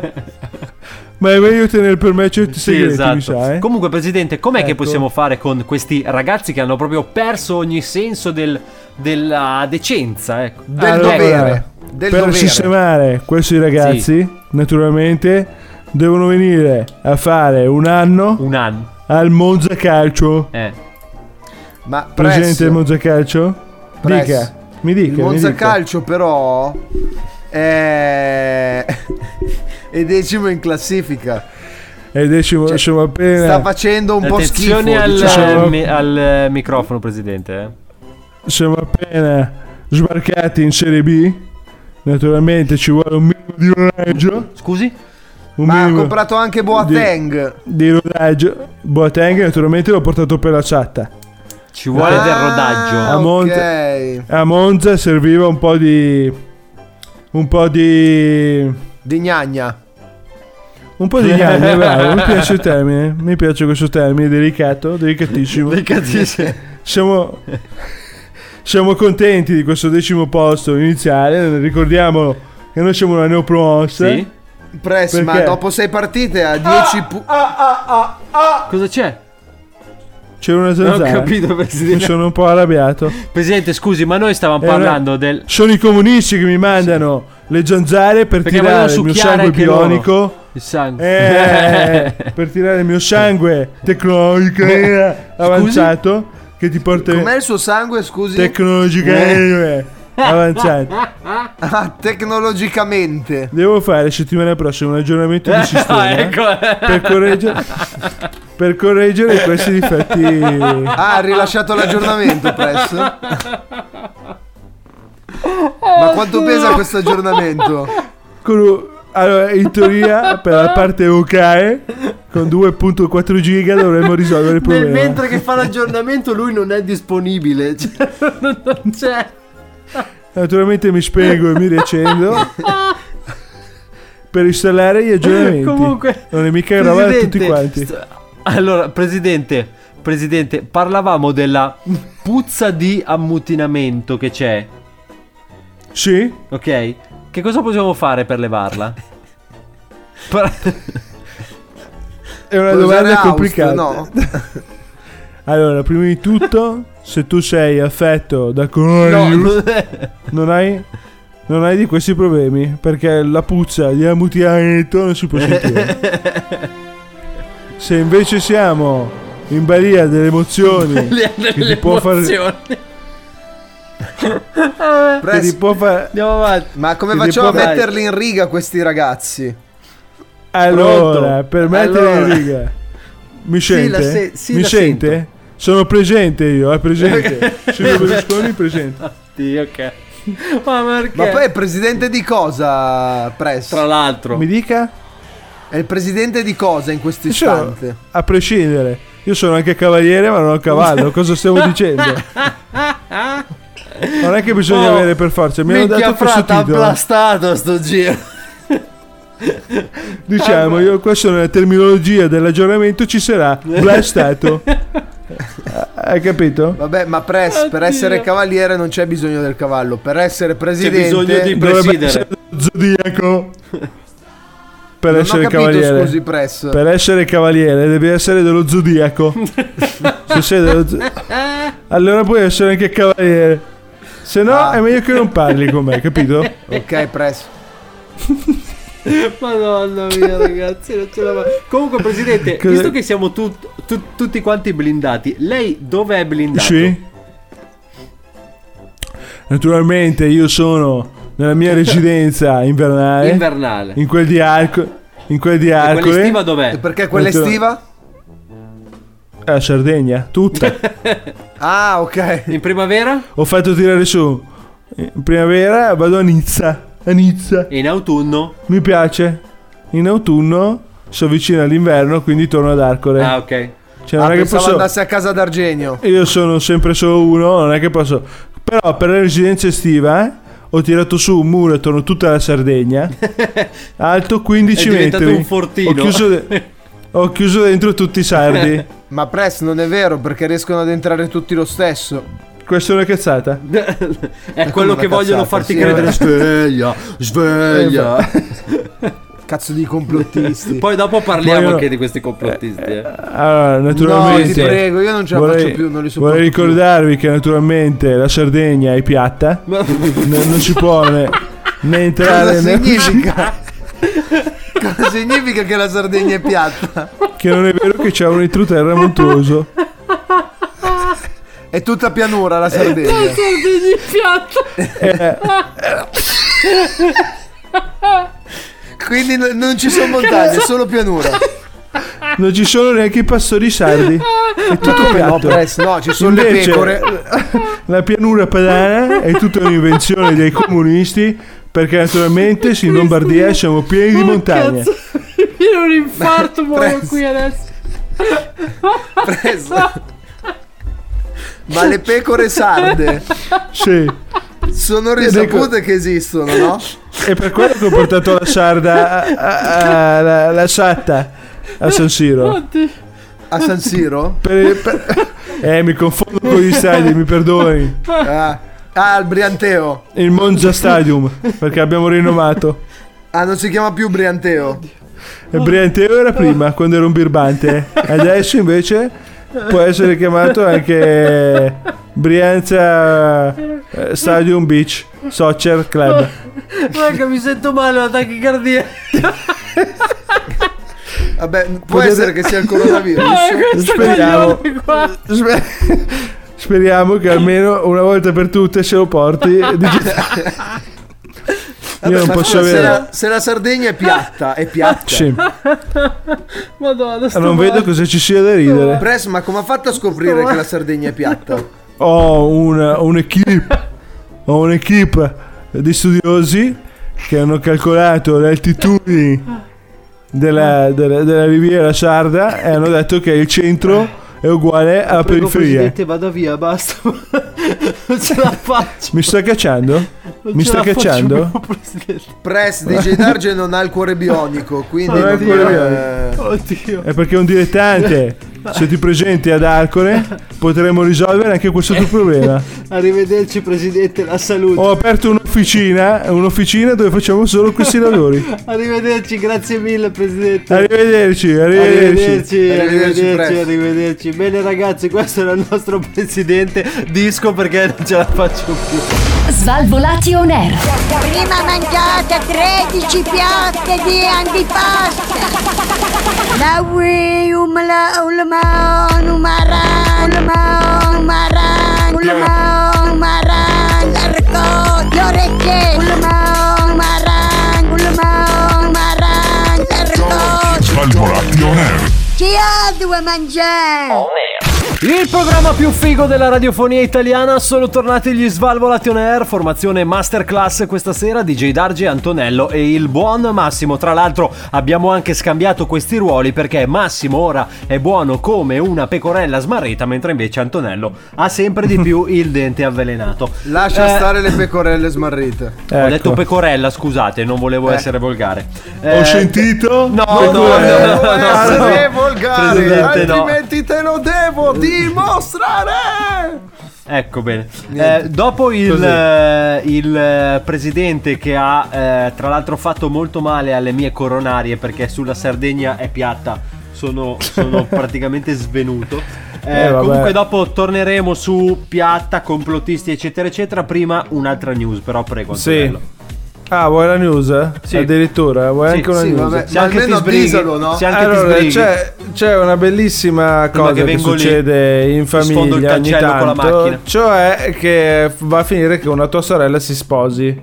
[SPEAKER 3] Ma è meglio tenere per me certi
[SPEAKER 9] Sì,
[SPEAKER 3] segreti,
[SPEAKER 9] esatto.
[SPEAKER 3] mi sa, eh.
[SPEAKER 9] Comunque, Presidente, com'è che
[SPEAKER 3] Ecco.
[SPEAKER 9] possiamo fare con questi ragazzi che hanno proprio perso ogni senso del- della decenza? Ecco.
[SPEAKER 10] Del
[SPEAKER 9] Ecco.
[SPEAKER 10] dovere. Del
[SPEAKER 3] per
[SPEAKER 10] dovere.
[SPEAKER 3] sistemare questi ragazzi, naturalmente, devono venire a fare un anno, al Monza Calcio.
[SPEAKER 9] eh.
[SPEAKER 10] Ma
[SPEAKER 3] Presente il
[SPEAKER 10] Press-
[SPEAKER 3] Monza Calcio?
[SPEAKER 10] Press.
[SPEAKER 3] Dica, mi dica.
[SPEAKER 10] Il
[SPEAKER 3] mi
[SPEAKER 10] Monza
[SPEAKER 3] dica.
[SPEAKER 10] Calcio però è... è decimo in classifica.
[SPEAKER 3] E decimo, siamo appena...
[SPEAKER 10] Sta facendo un po' schifo.
[SPEAKER 9] Attenzione al,
[SPEAKER 10] diciamo.
[SPEAKER 9] eh, mi- al, eh, microfono, Presidente. eh.
[SPEAKER 3] siamo appena sbarcati in Serie B. Naturalmente ci vuole un minimo di rodaggio.
[SPEAKER 9] Scusi?
[SPEAKER 10] Ma ha comprato anche Boateng.
[SPEAKER 3] Di, di rodaggio. Boateng naturalmente l'ho portato per la chatta.
[SPEAKER 9] Ci vuole
[SPEAKER 3] Ah,
[SPEAKER 9] del
[SPEAKER 10] Ah,
[SPEAKER 9] rodaggio.
[SPEAKER 3] A Monza, a Monza serviva un po' di... Un po' di...
[SPEAKER 10] Di gnagna.
[SPEAKER 3] Un po' di gnagna, bravo, mi piace il termine, mi piace questo termine, delicato, delicatissimo.
[SPEAKER 9] Delicatissimo.
[SPEAKER 3] Siamo, siamo contenti di questo decimo posto iniziale, ricordiamo che noi siamo una neopromossa.
[SPEAKER 10] Sì. Press, ma
[SPEAKER 3] Perché? Ah,
[SPEAKER 10] dopo sei partite a 10 punti.
[SPEAKER 9] Cosa c'è?
[SPEAKER 3] C'era una zanzara.
[SPEAKER 9] capito, Presidente.
[SPEAKER 3] Mi sono un po' arrabbiato.
[SPEAKER 9] Presidente, scusi, ma noi stavamo
[SPEAKER 3] Era-
[SPEAKER 9] parlando del.
[SPEAKER 3] Sono i comunisti che mi mandano le zanzare per
[SPEAKER 9] Perché
[SPEAKER 3] tirare il
[SPEAKER 9] vogliono
[SPEAKER 3] mio
[SPEAKER 9] succhiare
[SPEAKER 3] sangue
[SPEAKER 9] anche loro.
[SPEAKER 3] bionico.
[SPEAKER 9] Il sangue.
[SPEAKER 3] Eh, per tirare il mio sangue tecnologico eh, avanzato che ti porta
[SPEAKER 10] Com'è il suo sangue, scusi?
[SPEAKER 3] tecnologica eh, avanzato.
[SPEAKER 10] Ah, tecnologicamente.
[SPEAKER 3] Devo fare settimana prossima un aggiornamento di sistema
[SPEAKER 9] ecco.
[SPEAKER 3] per correggere per correggere questi difetti.
[SPEAKER 10] Ah, ha rilasciato l'aggiornamento, Press. Ma quanto pesa questo aggiornamento?
[SPEAKER 3] Con- Allora, in teoria per la parte OKE con 2.4 giga dovremmo risolvere il problema.
[SPEAKER 10] che fa l'aggiornamento lui non è disponibile.
[SPEAKER 9] Cioè, non c'è.
[SPEAKER 3] Naturalmente mi spengo e mi riaccendo per installare gli aggiornamenti.
[SPEAKER 9] Comunque,
[SPEAKER 3] non è mica roba da tutti
[SPEAKER 9] Presidente,
[SPEAKER 3] quanti.
[SPEAKER 9] st- allora, presidente, presidente, parlavamo della puzza di ammutinamento che c'è.
[SPEAKER 3] Sì.
[SPEAKER 9] Ok. Che cosa possiamo fare per levarla?
[SPEAKER 3] È una domanda complicata. Allora, prima di tutto, se tu sei affetto da coronavirus,
[SPEAKER 10] Eh,
[SPEAKER 3] non hai non hai di questi problemi perché la puzza di ammutinamento non si può sentire. Se invece siamo in balia delle emozioni,
[SPEAKER 9] Balia
[SPEAKER 3] che ti
[SPEAKER 9] delle
[SPEAKER 3] può far-
[SPEAKER 9] emozioni.
[SPEAKER 3] che ti può far-
[SPEAKER 9] Andiamo avanti.
[SPEAKER 10] Ma come
[SPEAKER 3] Che ti
[SPEAKER 10] facciamo a
[SPEAKER 3] può-
[SPEAKER 10] metterli in riga questi ragazzi?
[SPEAKER 3] Allora,
[SPEAKER 10] Pronto?
[SPEAKER 3] per mettere
[SPEAKER 10] Allora.
[SPEAKER 3] in riga. Mi
[SPEAKER 10] Sì,
[SPEAKER 3] sente?
[SPEAKER 10] la se- sì,
[SPEAKER 3] Mi
[SPEAKER 10] la
[SPEAKER 3] sente? Sono presente io, è presente. Silvio Berlusconi presente.
[SPEAKER 9] Sì, ok. Ma perché?
[SPEAKER 10] Ma poi è presidente di cosa, Press? Tra
[SPEAKER 9] l'altro.
[SPEAKER 3] Mi dica?
[SPEAKER 10] È il presidente di cosa in questo
[SPEAKER 3] Io sono-
[SPEAKER 10] istante?
[SPEAKER 3] a prescindere, io sono anche cavaliere, ma non ho cavallo. Cosa stiamo dicendo? Non è che bisogna
[SPEAKER 9] Oh,
[SPEAKER 3] avere per forza. Mi hanno dato questo titolo.
[SPEAKER 9] aplastato sto giro.
[SPEAKER 3] Diciamo, io questo nella terminologia dell'aggiornamento ci sarà blastato. Hai capito?
[SPEAKER 10] Vabbè, ma Press, per essere cavaliere non c'è bisogno del cavallo. Per essere presidente...
[SPEAKER 9] bisogno di
[SPEAKER 3] Dovrebbe essere lo zodiaco. Per
[SPEAKER 10] Non ho
[SPEAKER 3] essere
[SPEAKER 10] capito,
[SPEAKER 3] cavaliere.
[SPEAKER 10] scusi, Press.
[SPEAKER 3] Per essere cavaliere devi essere dello zodiaco. Se sei dello zo- allora puoi essere anche cavaliere. Se no è meglio che non parli con me, capito?
[SPEAKER 10] Ok, Press.
[SPEAKER 9] Madonna mia, ragazzi, non ce la fa. Comunque, presidente,
[SPEAKER 3] Cosa-
[SPEAKER 9] visto che siamo tut- tut- tutti quanti blindati, lei dove è blindato?
[SPEAKER 3] Sì. Naturalmente io sono
[SPEAKER 8] nella mia residenza invernale.
[SPEAKER 9] Invernale.
[SPEAKER 8] Eh? In quel di Arco. In quel di Arco. eh?
[SPEAKER 9] quell'estiva dov'è? E
[SPEAKER 10] Perché quella estiva?
[SPEAKER 8] A Sardegna, tutta.
[SPEAKER 10] Ah, ok.
[SPEAKER 9] In primavera?
[SPEAKER 8] Ho fatto tirare su. In primavera vado a Nizza. A Nizza.
[SPEAKER 9] E in autunno?
[SPEAKER 8] Mi piace. In autunno sono vicino all'inverno, quindi torno ad Arcore.
[SPEAKER 9] Ah, ok.
[SPEAKER 8] Cioè,
[SPEAKER 10] Ah,
[SPEAKER 8] non è che
[SPEAKER 10] pensavo
[SPEAKER 8] posso.
[SPEAKER 10] andassi a casa d'Argenio.
[SPEAKER 8] Io sono sempre solo uno, non è che posso. Però per la residenza estiva eh, ho tirato su un muro attorno a tutta la Sardegna, alto 15
[SPEAKER 10] È diventato
[SPEAKER 8] metri.
[SPEAKER 10] un fortino.
[SPEAKER 8] Ho chiuso, de- ho chiuso dentro tutti i sardi.
[SPEAKER 10] Ma presto non è vero perché riescono ad entrare tutti lo stesso.
[SPEAKER 8] Questa è una cazzata.
[SPEAKER 9] È quello che vogliono farti
[SPEAKER 10] eh.
[SPEAKER 9] credere. Sveglia, sveglia.
[SPEAKER 10] Cazzo di complottisti.
[SPEAKER 9] Poi dopo parliamo
[SPEAKER 8] Vogliono-
[SPEAKER 9] anche di questi complottisti. eh.
[SPEAKER 8] Allora, naturalmente.
[SPEAKER 10] No, ti prego, io non ce la
[SPEAKER 8] vorrei-
[SPEAKER 10] faccio più, non li sopporto
[SPEAKER 8] Vorrei
[SPEAKER 10] più.
[SPEAKER 8] ricordarvi che naturalmente la Sardegna è piatta. N- non si può né, né entrare
[SPEAKER 10] Cosa
[SPEAKER 8] né
[SPEAKER 10] significa? Cosa significa che la Sardegna è piatta?
[SPEAKER 8] Che non è vero che c'è un entroterra montuoso.
[SPEAKER 10] È tutta pianura la Sardegna.
[SPEAKER 5] Sardegna piatto.
[SPEAKER 10] Quindi no- non ci sono montagne, solo pianura.
[SPEAKER 8] Non ci sono neanche i pastori sardi. È tutto
[SPEAKER 10] No,
[SPEAKER 8] piatto.
[SPEAKER 10] Press, no, ci sono le
[SPEAKER 8] Invece,
[SPEAKER 10] pecore.
[SPEAKER 8] La pianura padana è tutta un'invenzione dei comunisti. Perché naturalmente in Lombardia siamo pieni di montagne.
[SPEAKER 5] Io ho un infarto muoio qui adesso.
[SPEAKER 10] Ma le pecore sarde
[SPEAKER 8] Sì.
[SPEAKER 10] sono
[SPEAKER 8] Io dico-
[SPEAKER 10] risapute che esistono, no?
[SPEAKER 8] È per quello che ho portato la sarda a- a- a- la, la satta a San Siro.
[SPEAKER 10] A San Siro?
[SPEAKER 8] Per- per- eh, mi confondo con gli stadi, mi perdoni.
[SPEAKER 10] Ah, ah, al Brianteo.
[SPEAKER 8] Il Monza Stadium, perché abbiamo rinomato.
[SPEAKER 10] Ah, non si chiama più Brianteo.
[SPEAKER 8] E Brianteo era prima, quando era un birbante. Adesso invece può essere chiamato anche Brianza eh, Stadium Beach Soccer Club.
[SPEAKER 9] Raga, mi sento male, ho la tachicardia.
[SPEAKER 10] Vabbè, può essere che sia il coronavirus.
[SPEAKER 8] Speriamo. Sper- Speriamo che almeno una volta per tutte se lo porti. digitale. Io non
[SPEAKER 10] Ma
[SPEAKER 8] posso
[SPEAKER 10] scusa, se
[SPEAKER 8] avere.
[SPEAKER 10] la, se la Sardegna è piatta, è piatta.
[SPEAKER 8] Sì. Ah,
[SPEAKER 9] Madonna, sto
[SPEAKER 8] Non
[SPEAKER 9] male.
[SPEAKER 8] vedo cosa ci sia da ridere.
[SPEAKER 10] Press, ma come ha fatto a scoprire che la Sardegna è piatta?
[SPEAKER 8] Ho una- un'equipe. Ho un'equipe di studiosi che hanno calcolato le altitudini della, della- della riviera sarda e hanno detto che il centro è uguale alla
[SPEAKER 9] Prego,
[SPEAKER 8] periferia.
[SPEAKER 9] presidente, vada via, basta. non ce la faccio.
[SPEAKER 8] Mi sta cacciando?
[SPEAKER 9] non
[SPEAKER 8] Mi
[SPEAKER 9] ce
[SPEAKER 8] sta
[SPEAKER 9] la faccio
[SPEAKER 8] cacciando?
[SPEAKER 9] più, presidente.
[SPEAKER 10] Press, DJ Darge non ha il cuore bionico, quindi...
[SPEAKER 8] Non ha il
[SPEAKER 10] non-
[SPEAKER 8] cuore
[SPEAKER 10] eh,
[SPEAKER 9] Oddio.
[SPEAKER 8] È perché è un dilettante. Se ti presenti ad Arcore potremo risolvere anche questo tuo problema.
[SPEAKER 9] Arrivederci, presidente, la salute.
[SPEAKER 8] Ho aperto un'officina, un'officina dove facciamo solo questi lavori.
[SPEAKER 9] Arrivederci, grazie mille, presidente.
[SPEAKER 8] Arrivederci, arrivederci.
[SPEAKER 9] Arrivederci,
[SPEAKER 10] Arrivederci,
[SPEAKER 9] arrivederci,
[SPEAKER 10] presto.
[SPEAKER 9] arrivederci. Bene ragazzi, questo era il nostro presidente disco perché non ce la faccio più.
[SPEAKER 6] Svalvolati on air.
[SPEAKER 18] Prima mangiate 13 piatte di antipasto. La ui umla ulma numara ulma numara ulma numara l'arco le orecchie ulma numara ulma numara l'arco
[SPEAKER 1] Svalvolati on air.
[SPEAKER 18] chi ha due mangiare?
[SPEAKER 9] Il programma più figo della radiofonia italiana sono tornati gli Svalvolati on Air, formazione masterclass questa sera DJ Darge, Antonello e il buon Massimo. Tra l'altro abbiamo anche scambiato questi ruoli perché Massimo ora è buono come una pecorella smarrita, mentre invece Antonello ha sempre di più il dente avvelenato.
[SPEAKER 10] Lascia
[SPEAKER 9] Eh,
[SPEAKER 10] stare le pecorelle smarrite.
[SPEAKER 9] Ho detto pecorella, scusate, non volevo essere volgare.
[SPEAKER 8] Ho
[SPEAKER 9] Eh,
[SPEAKER 8] sentito?
[SPEAKER 9] No,
[SPEAKER 8] Ma
[SPEAKER 9] no,
[SPEAKER 8] tu-
[SPEAKER 9] no, no, no,
[SPEAKER 10] Devo essere
[SPEAKER 9] no.
[SPEAKER 10] volgare,
[SPEAKER 9] Presidente, no.
[SPEAKER 10] altrimenti te lo devo dimostrare.
[SPEAKER 9] Ecco bene. Eh, dopo il, eh, il, eh, presidente che ha eh, tra l'altro fatto molto male alle mie coronarie perché sulla Sardegna è piatta, sono, sono praticamente svenuto. Eh,
[SPEAKER 8] Eh, vabbè.
[SPEAKER 9] comunque dopo torneremo su piatta, complottisti eccetera eccetera. Prima un'altra news però prego.
[SPEAKER 8] Sì.
[SPEAKER 9] Antonello.
[SPEAKER 8] Ah, vuoi la news?
[SPEAKER 9] Sì.
[SPEAKER 8] Addirittura, vuoi
[SPEAKER 9] Sì,
[SPEAKER 8] anche una
[SPEAKER 9] sì,
[SPEAKER 8] news?
[SPEAKER 10] vabbè.
[SPEAKER 9] Se
[SPEAKER 10] Ma
[SPEAKER 9] anche ti
[SPEAKER 10] almeno
[SPEAKER 9] sbrighi,
[SPEAKER 10] avvisalo, no?
[SPEAKER 9] se anche ti
[SPEAKER 8] allora, cioè,
[SPEAKER 9] sbrighi.
[SPEAKER 8] c'è, c'è una bellissima cosa
[SPEAKER 9] che
[SPEAKER 8] che,
[SPEAKER 9] vengo lì,
[SPEAKER 8] succede in
[SPEAKER 9] ti sfondo il
[SPEAKER 8] famiglia ogni
[SPEAKER 9] cancello con la
[SPEAKER 8] tanto,
[SPEAKER 9] macchina.
[SPEAKER 8] cioè che va a finire che una tua sorella si sposi.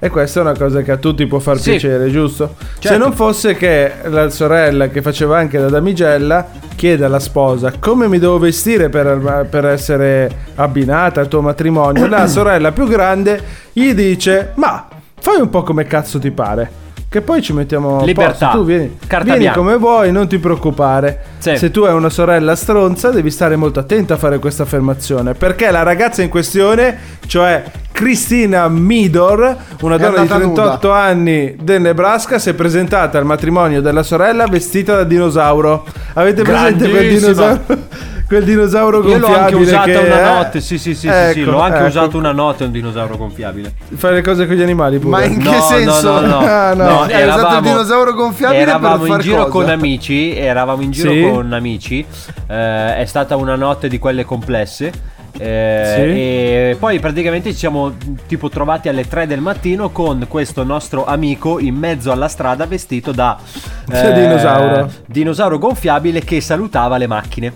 [SPEAKER 8] E questa è una cosa che a tutti può far
[SPEAKER 9] Sì.
[SPEAKER 8] piacere, giusto? Se
[SPEAKER 9] Certo.
[SPEAKER 8] non fosse che la sorella che faceva anche la damigella chiede alla sposa come mi devo vestire per, per essere abbinata al tuo matrimonio, la sorella più grande gli dice ma fai un po' come cazzo ti pare. Che poi ci mettiamo a
[SPEAKER 9] Libertà.
[SPEAKER 8] posto. Tu vieni,
[SPEAKER 9] Carta
[SPEAKER 8] vieni
[SPEAKER 9] bianca.
[SPEAKER 8] come vuoi, non ti preoccupare.
[SPEAKER 9] Sì.
[SPEAKER 8] Se tu hai una sorella stronza, devi stare molto attenta a fare questa affermazione. Perché la ragazza in questione, cioè Cristina Midor, una
[SPEAKER 10] È
[SPEAKER 8] donna di
[SPEAKER 10] andata
[SPEAKER 8] 38 anni del Nebraska, si è presentata al matrimonio della sorella vestita da dinosauro. Avete presente quel
[SPEAKER 9] Grandissima.
[SPEAKER 8] dinosauro? Quel dinosauro
[SPEAKER 9] Io l'ho anche
[SPEAKER 8] gonfiabile
[SPEAKER 9] usata
[SPEAKER 8] che,
[SPEAKER 9] una
[SPEAKER 8] eh?
[SPEAKER 9] notte, sì sì sì, sì, sì,
[SPEAKER 8] Ecco,
[SPEAKER 9] l'ho anche
[SPEAKER 8] ecco.
[SPEAKER 9] usato una notte un dinosauro gonfiabile.
[SPEAKER 8] Fare le cose con gli animali pure.
[SPEAKER 10] Cioè,
[SPEAKER 9] Ma in che No, no, senso? no, no.
[SPEAKER 8] Ah, no.
[SPEAKER 9] No,
[SPEAKER 10] Hai usato il
[SPEAKER 9] eravamo-
[SPEAKER 10] dinosauro gonfiabile
[SPEAKER 9] Eravamo
[SPEAKER 10] per
[SPEAKER 9] in
[SPEAKER 10] far
[SPEAKER 9] giro
[SPEAKER 10] cosa?
[SPEAKER 9] con amici, eravamo in giro
[SPEAKER 10] Sì.
[SPEAKER 9] con amici, eh, è stata una notte di quelle complesse. eh,
[SPEAKER 10] Sì.
[SPEAKER 9] E poi praticamente ci siamo tipo trovati alle 3 del mattino con questo nostro amico in mezzo alla strada vestito da eh,
[SPEAKER 8] Dinosauro.
[SPEAKER 9] dinosauro gonfiabile che salutava le macchine.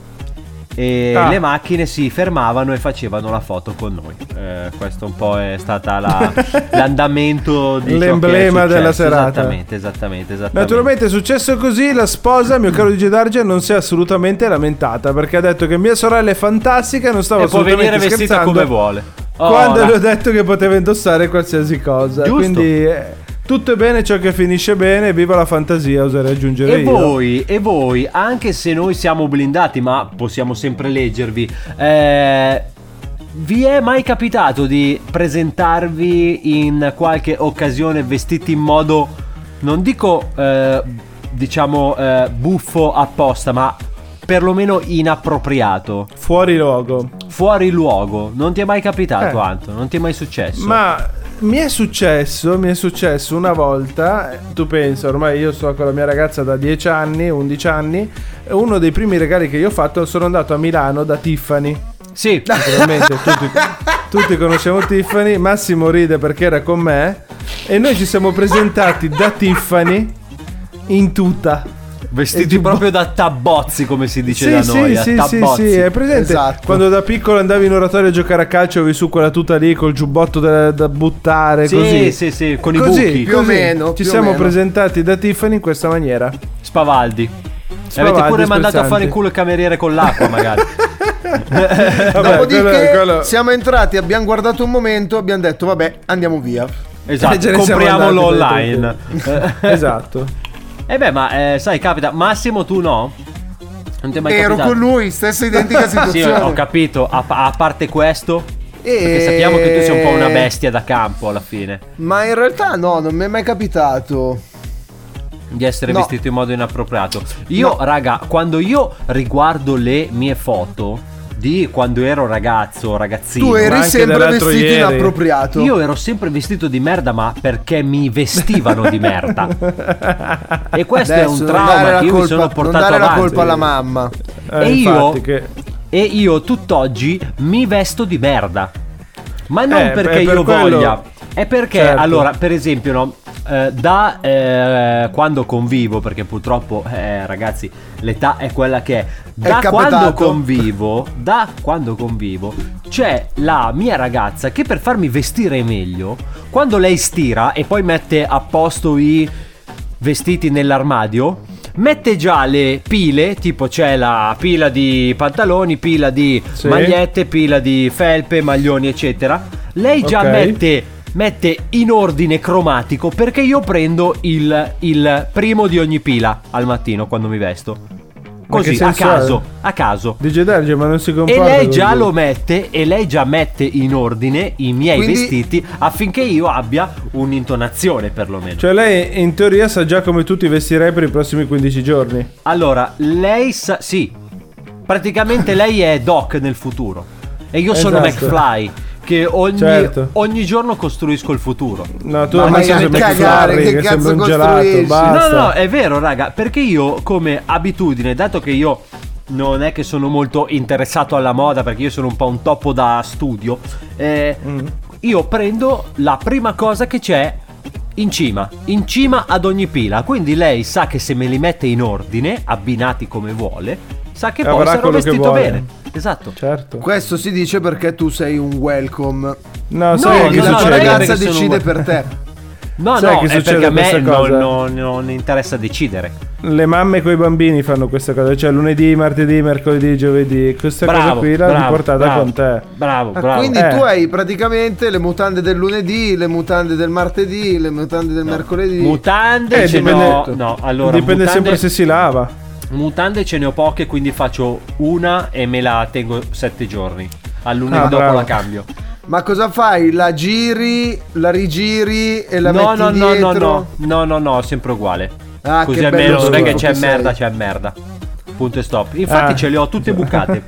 [SPEAKER 9] E
[SPEAKER 8] Ah.
[SPEAKER 9] le macchine si fermavano e facevano la foto con noi. Eh, questo un po' è stata la- l'andamento di ciò che è
[SPEAKER 8] L'emblema
[SPEAKER 9] successo.
[SPEAKER 8] della serata.
[SPEAKER 9] Esattamente, esattamente, esattamente.
[SPEAKER 8] Naturalmente è successo così, la sposa, mio caro DJ Darge, non si è assolutamente lamentata perché ha detto che mia sorella è fantastica e non stavo
[SPEAKER 9] E può
[SPEAKER 8] assolutamente
[SPEAKER 9] venire vestita
[SPEAKER 8] scherzando
[SPEAKER 9] come vuole. Oh,
[SPEAKER 8] quando
[SPEAKER 9] la-
[SPEAKER 8] le ho detto che poteva indossare qualsiasi cosa.
[SPEAKER 9] Giusto.
[SPEAKER 8] Quindi eh, tutto è bene ciò che finisce bene, viva la fantasia, oserei aggiungere
[SPEAKER 9] E
[SPEAKER 8] io.
[SPEAKER 9] voi, e voi, anche se noi siamo blindati, ma possiamo sempre leggervi, eh, vi è mai capitato di presentarvi in qualche occasione vestiti in modo, non dico eh, diciamo eh, buffo apposta, ma perlomeno inappropriato?
[SPEAKER 8] Fuori luogo.
[SPEAKER 9] Fuori luogo, non ti è mai capitato,
[SPEAKER 8] Eh.
[SPEAKER 9] Anto, non ti è mai successo.
[SPEAKER 8] Ma mi è successo, mi è successo una volta, eh, tu pensa, ormai io sto con la mia ragazza da 10 anni, 11 anni, e uno dei primi regali che io ho fatto sono andato a Milano da Tiffany.
[SPEAKER 9] Sì,
[SPEAKER 8] naturalmente tutti, tutti conosciamo Tiffany, Massimo ride perché era con me e noi ci siamo presentati da Tiffany in tuta.
[SPEAKER 9] Vestiti proprio da tabbozzi, come si dice
[SPEAKER 8] Sì,
[SPEAKER 9] da
[SPEAKER 8] sì,
[SPEAKER 9] noi. a
[SPEAKER 8] sì, sì,
[SPEAKER 9] tabbozzi. Esatto.
[SPEAKER 8] sì, è presente. Quando da piccolo andavi in oratorio a giocare a calcio, avevi su quella tuta lì col giubbotto da, da buttare.
[SPEAKER 9] Sì,
[SPEAKER 8] così.
[SPEAKER 9] sì, sì, con i
[SPEAKER 8] Così,
[SPEAKER 9] buchi.
[SPEAKER 8] Più o meno. Ci siamo presentati da Tiffany in questa maniera.
[SPEAKER 9] Esatto, Spavaldi.
[SPEAKER 8] Spavaldi,
[SPEAKER 9] Avete pure mandato a
[SPEAKER 8] sprezzanti.
[SPEAKER 9] fare il culo il cameriere con l'acqua, magari.
[SPEAKER 10] Dopodiché
[SPEAKER 9] quello- quello-
[SPEAKER 10] siamo entrati, abbiamo guardato un momento, abbiamo detto vabbè andiamo via. Eh,
[SPEAKER 9] Esatto, compriamolo online.
[SPEAKER 8] esatto.
[SPEAKER 9] E beh, ma eh, sai, capita. Massimo, tu no? Non ti è mai
[SPEAKER 10] Ero
[SPEAKER 9] capitato?
[SPEAKER 10] con lui, stessa identica
[SPEAKER 9] Sì,
[SPEAKER 10] situazione.
[SPEAKER 9] ho capito. A, a parte questo,
[SPEAKER 10] E-
[SPEAKER 9] perché sappiamo che tu sei un po' una bestia da campo alla fine.
[SPEAKER 10] Ma in realtà no, non mi è mai capitato.
[SPEAKER 9] di essere
[SPEAKER 10] No.
[SPEAKER 9] vestito in modo inappropriato. Io, raga, quando io riguardo le mie foto di quando ero ragazzo, ragazzino,
[SPEAKER 10] Tu eri
[SPEAKER 9] ma anche
[SPEAKER 10] sempre
[SPEAKER 9] dell'altro
[SPEAKER 10] vestito inappropriato.
[SPEAKER 9] Io ero sempre vestito di merda, ma perché mi vestivano di merda. e questo è
[SPEAKER 10] Adesso
[SPEAKER 9] un
[SPEAKER 10] non dare
[SPEAKER 9] trauma
[SPEAKER 10] la
[SPEAKER 9] che io mi
[SPEAKER 10] colpa-
[SPEAKER 9] sono portato
[SPEAKER 10] Non dare
[SPEAKER 9] avanti.
[SPEAKER 10] la colpa alla mamma.
[SPEAKER 9] e io e io tutt'oggi mi vesto di merda. Ma non
[SPEAKER 10] Eh,
[SPEAKER 9] perché
[SPEAKER 10] beh, per
[SPEAKER 9] io
[SPEAKER 10] quello-
[SPEAKER 9] voglia, è perché
[SPEAKER 10] Certo.
[SPEAKER 9] allora, per esempio, no, eh, da eh, quando convivo, perché purtroppo, eh, ragazzi, l'età è quella che è. Da quando
[SPEAKER 10] capitato.
[SPEAKER 9] convivo, da quando convivo, c'è la mia ragazza che per farmi vestire meglio, quando lei stira e poi mette a posto i vestiti nell'armadio, mette già le pile, tipo c'è la pila di pantaloni, pila di
[SPEAKER 10] Sì.
[SPEAKER 9] magliette, pila di felpe, maglioni, eccetera. Lei già
[SPEAKER 10] Ok.
[SPEAKER 9] mette, mette in ordine cromatico perché io prendo il, il primo di ogni pila al mattino quando mi vesto. Così,
[SPEAKER 8] che
[SPEAKER 9] a
[SPEAKER 8] senso ha?
[SPEAKER 9] caso, a caso.
[SPEAKER 8] DJ Darge, ma non si
[SPEAKER 9] E
[SPEAKER 8] comporta
[SPEAKER 9] lei
[SPEAKER 8] così.
[SPEAKER 9] già lo mette e lei già mette in ordine i miei
[SPEAKER 8] Quindi-
[SPEAKER 9] vestiti affinché io abbia un'intonazione perlomeno.
[SPEAKER 8] Cioè lei in teoria sa già come tu ti vestirai per i prossimi 15 giorni.
[SPEAKER 9] Allora, lei sa. Sì, praticamente lei è Doc nel futuro. E io sono
[SPEAKER 8] Esatto.
[SPEAKER 9] McFly. Che ogni,
[SPEAKER 8] Certo.
[SPEAKER 9] ogni giorno costruisco il futuro.
[SPEAKER 8] No, tu
[SPEAKER 9] Ma
[SPEAKER 8] ormai
[SPEAKER 9] che
[SPEAKER 8] sei sempre
[SPEAKER 9] cagare,
[SPEAKER 8] Ferrari,
[SPEAKER 9] che
[SPEAKER 8] che
[SPEAKER 9] cazzo
[SPEAKER 8] sembra un
[SPEAKER 9] costruisci?
[SPEAKER 8] gelato, basta.
[SPEAKER 9] No, no, è vero, raga. Perché io, come abitudine, dato che io non è che sono molto interessato alla moda, perché io sono un po' un topo da studio, eh,
[SPEAKER 8] Mm.
[SPEAKER 9] io prendo la prima cosa che c'è in cima, in cima ad ogni pila. Quindi lei sa che se me li mette in ordine, abbinati come vuole, sa che poi
[SPEAKER 8] Avrà
[SPEAKER 9] sarò
[SPEAKER 8] quello che
[SPEAKER 9] vestito
[SPEAKER 8] vuole.
[SPEAKER 9] bene. Esatto.
[SPEAKER 8] Certo.
[SPEAKER 10] Questo si dice perché tu sei un welcome.
[SPEAKER 8] No,
[SPEAKER 9] sai che
[SPEAKER 10] la tua
[SPEAKER 9] succede?
[SPEAKER 10] ragazza
[SPEAKER 9] Che sono
[SPEAKER 10] decide
[SPEAKER 9] un-
[SPEAKER 10] per te.
[SPEAKER 9] No,
[SPEAKER 8] Sai
[SPEAKER 9] no,
[SPEAKER 8] che
[SPEAKER 9] è
[SPEAKER 8] succede
[SPEAKER 9] perché a me
[SPEAKER 8] questa
[SPEAKER 9] non,
[SPEAKER 8] cosa?
[SPEAKER 9] non- non interessa decidere.
[SPEAKER 8] Le mamme con i bambini fanno questa cosa, cioè lunedì, martedì, mercoledì, giovedì, questa cosa
[SPEAKER 9] Bravo,
[SPEAKER 8] qui l'hai
[SPEAKER 9] bravo,
[SPEAKER 8] riportata
[SPEAKER 9] bravo,
[SPEAKER 8] con te.
[SPEAKER 9] Bravo,
[SPEAKER 10] Ah,
[SPEAKER 9] bravo.
[SPEAKER 10] quindi
[SPEAKER 8] Eh.
[SPEAKER 10] tu hai praticamente le mutande del lunedì, le mutande del martedì, le mutande del mercoledì.
[SPEAKER 9] Mutande
[SPEAKER 8] Eh,
[SPEAKER 9] ce
[SPEAKER 8] dipende-
[SPEAKER 9] no, no, allora,
[SPEAKER 8] dipende
[SPEAKER 9] mutande-
[SPEAKER 8] sempre se si lava.
[SPEAKER 9] Mutande ce ne ho poche, quindi faccio una e me la tengo sette giorni. Al lunedì
[SPEAKER 10] Ah,
[SPEAKER 9] dopo
[SPEAKER 10] bravo.
[SPEAKER 9] la cambio.
[SPEAKER 10] Ma cosa fai? La giri, la rigiri e la
[SPEAKER 9] no,
[SPEAKER 10] metti
[SPEAKER 9] no, no,
[SPEAKER 10] dietro?
[SPEAKER 9] no, no, no, no, no, sempre uguale.
[SPEAKER 10] Ah,
[SPEAKER 9] Così
[SPEAKER 10] che
[SPEAKER 9] almeno
[SPEAKER 10] bello
[SPEAKER 9] non è che
[SPEAKER 10] schifo
[SPEAKER 9] c'è
[SPEAKER 10] che
[SPEAKER 9] merda,
[SPEAKER 10] sei.
[SPEAKER 9] c'è merda. Punto e stop. Infatti
[SPEAKER 10] Ah.
[SPEAKER 9] ce le ho tutte bucate.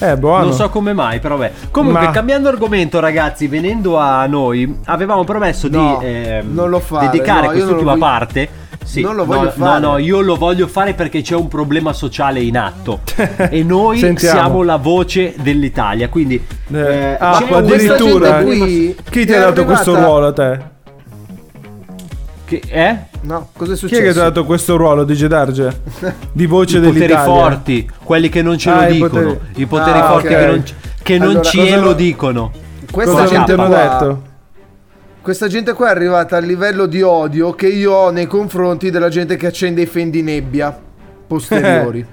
[SPEAKER 8] Eh, buono.
[SPEAKER 9] Non so come mai, però beh. Comunque,
[SPEAKER 10] Ma-
[SPEAKER 9] cambiando argomento, ragazzi, venendo a noi, avevamo promesso
[SPEAKER 10] No,
[SPEAKER 9] di ehm,
[SPEAKER 10] non lo fare, no,
[SPEAKER 9] dedicare
[SPEAKER 10] io
[SPEAKER 9] quest'ultima
[SPEAKER 10] non lo voglio-
[SPEAKER 9] parte. Sì,
[SPEAKER 10] non lo
[SPEAKER 9] no,
[SPEAKER 10] voglio
[SPEAKER 9] no,
[SPEAKER 10] fare.
[SPEAKER 9] No, io lo voglio fare perché c'è un problema sociale in atto. e noi
[SPEAKER 8] Sentiamo.
[SPEAKER 9] siamo la voce dell'Italia. Quindi, eh,
[SPEAKER 8] Ah,
[SPEAKER 9] c'è
[SPEAKER 8] qua
[SPEAKER 9] un- questa gente
[SPEAKER 8] addirittura.
[SPEAKER 9] qui
[SPEAKER 8] Chi ti
[SPEAKER 9] è
[SPEAKER 8] ha dato questo
[SPEAKER 9] arrivata-
[SPEAKER 8] ruolo a te?
[SPEAKER 9] Che, eh?
[SPEAKER 10] No, cosa è
[SPEAKER 8] Chi è
[SPEAKER 10] successo?
[SPEAKER 8] che ti ha dato questo ruolo, DJ Darge? Di voce
[SPEAKER 9] I poteri
[SPEAKER 8] dell'Italia.
[SPEAKER 9] forti, quelli che non ce
[SPEAKER 8] Ah,
[SPEAKER 9] lo
[SPEAKER 8] i
[SPEAKER 9] dicono,
[SPEAKER 8] poteri-
[SPEAKER 9] i poteri
[SPEAKER 8] Ah,
[SPEAKER 9] forti
[SPEAKER 8] ok.
[SPEAKER 9] che non, che non
[SPEAKER 10] Allora,
[SPEAKER 9] ce
[SPEAKER 10] cosa-
[SPEAKER 9] lo dicono.
[SPEAKER 10] Questa
[SPEAKER 9] Con la
[SPEAKER 10] gente
[SPEAKER 9] K.
[SPEAKER 10] qua-
[SPEAKER 8] Certo.
[SPEAKER 10] Questa gente qua è arrivata al livello di odio che io ho nei confronti della gente che accende i fendinebbia posteriori.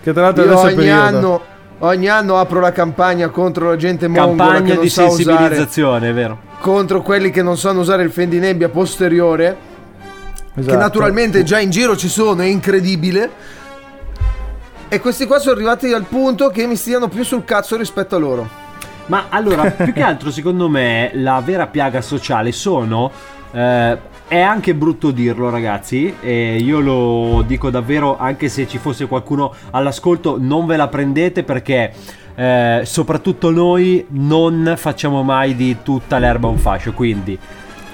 [SPEAKER 8] che tra l'altro
[SPEAKER 10] Io
[SPEAKER 8] adesso è
[SPEAKER 10] ogni
[SPEAKER 8] periodo.
[SPEAKER 10] anno, ogni anno apro la campagna contro la gente mongola che
[SPEAKER 9] campagna
[SPEAKER 10] non
[SPEAKER 9] di
[SPEAKER 10] sa usare,
[SPEAKER 9] sensibilizzazione, è vero?
[SPEAKER 10] contro quelli che non sanno usare il fendinebbia posteriore. Che
[SPEAKER 9] Esatto.
[SPEAKER 10] naturalmente già in giro ci sono, è incredibile. E questi qua sono arrivati al punto che mi stiano più sul cazzo rispetto a loro.
[SPEAKER 9] Ma allora, più che altro, secondo me, la vera piaga sociale sono. eh, è anche brutto dirlo, ragazzi. E io lo dico davvero, anche se ci fosse qualcuno all'ascolto, non ve la prendete perché. eh, soprattutto noi non facciamo mai di tutta l'erba un fascio. Quindi,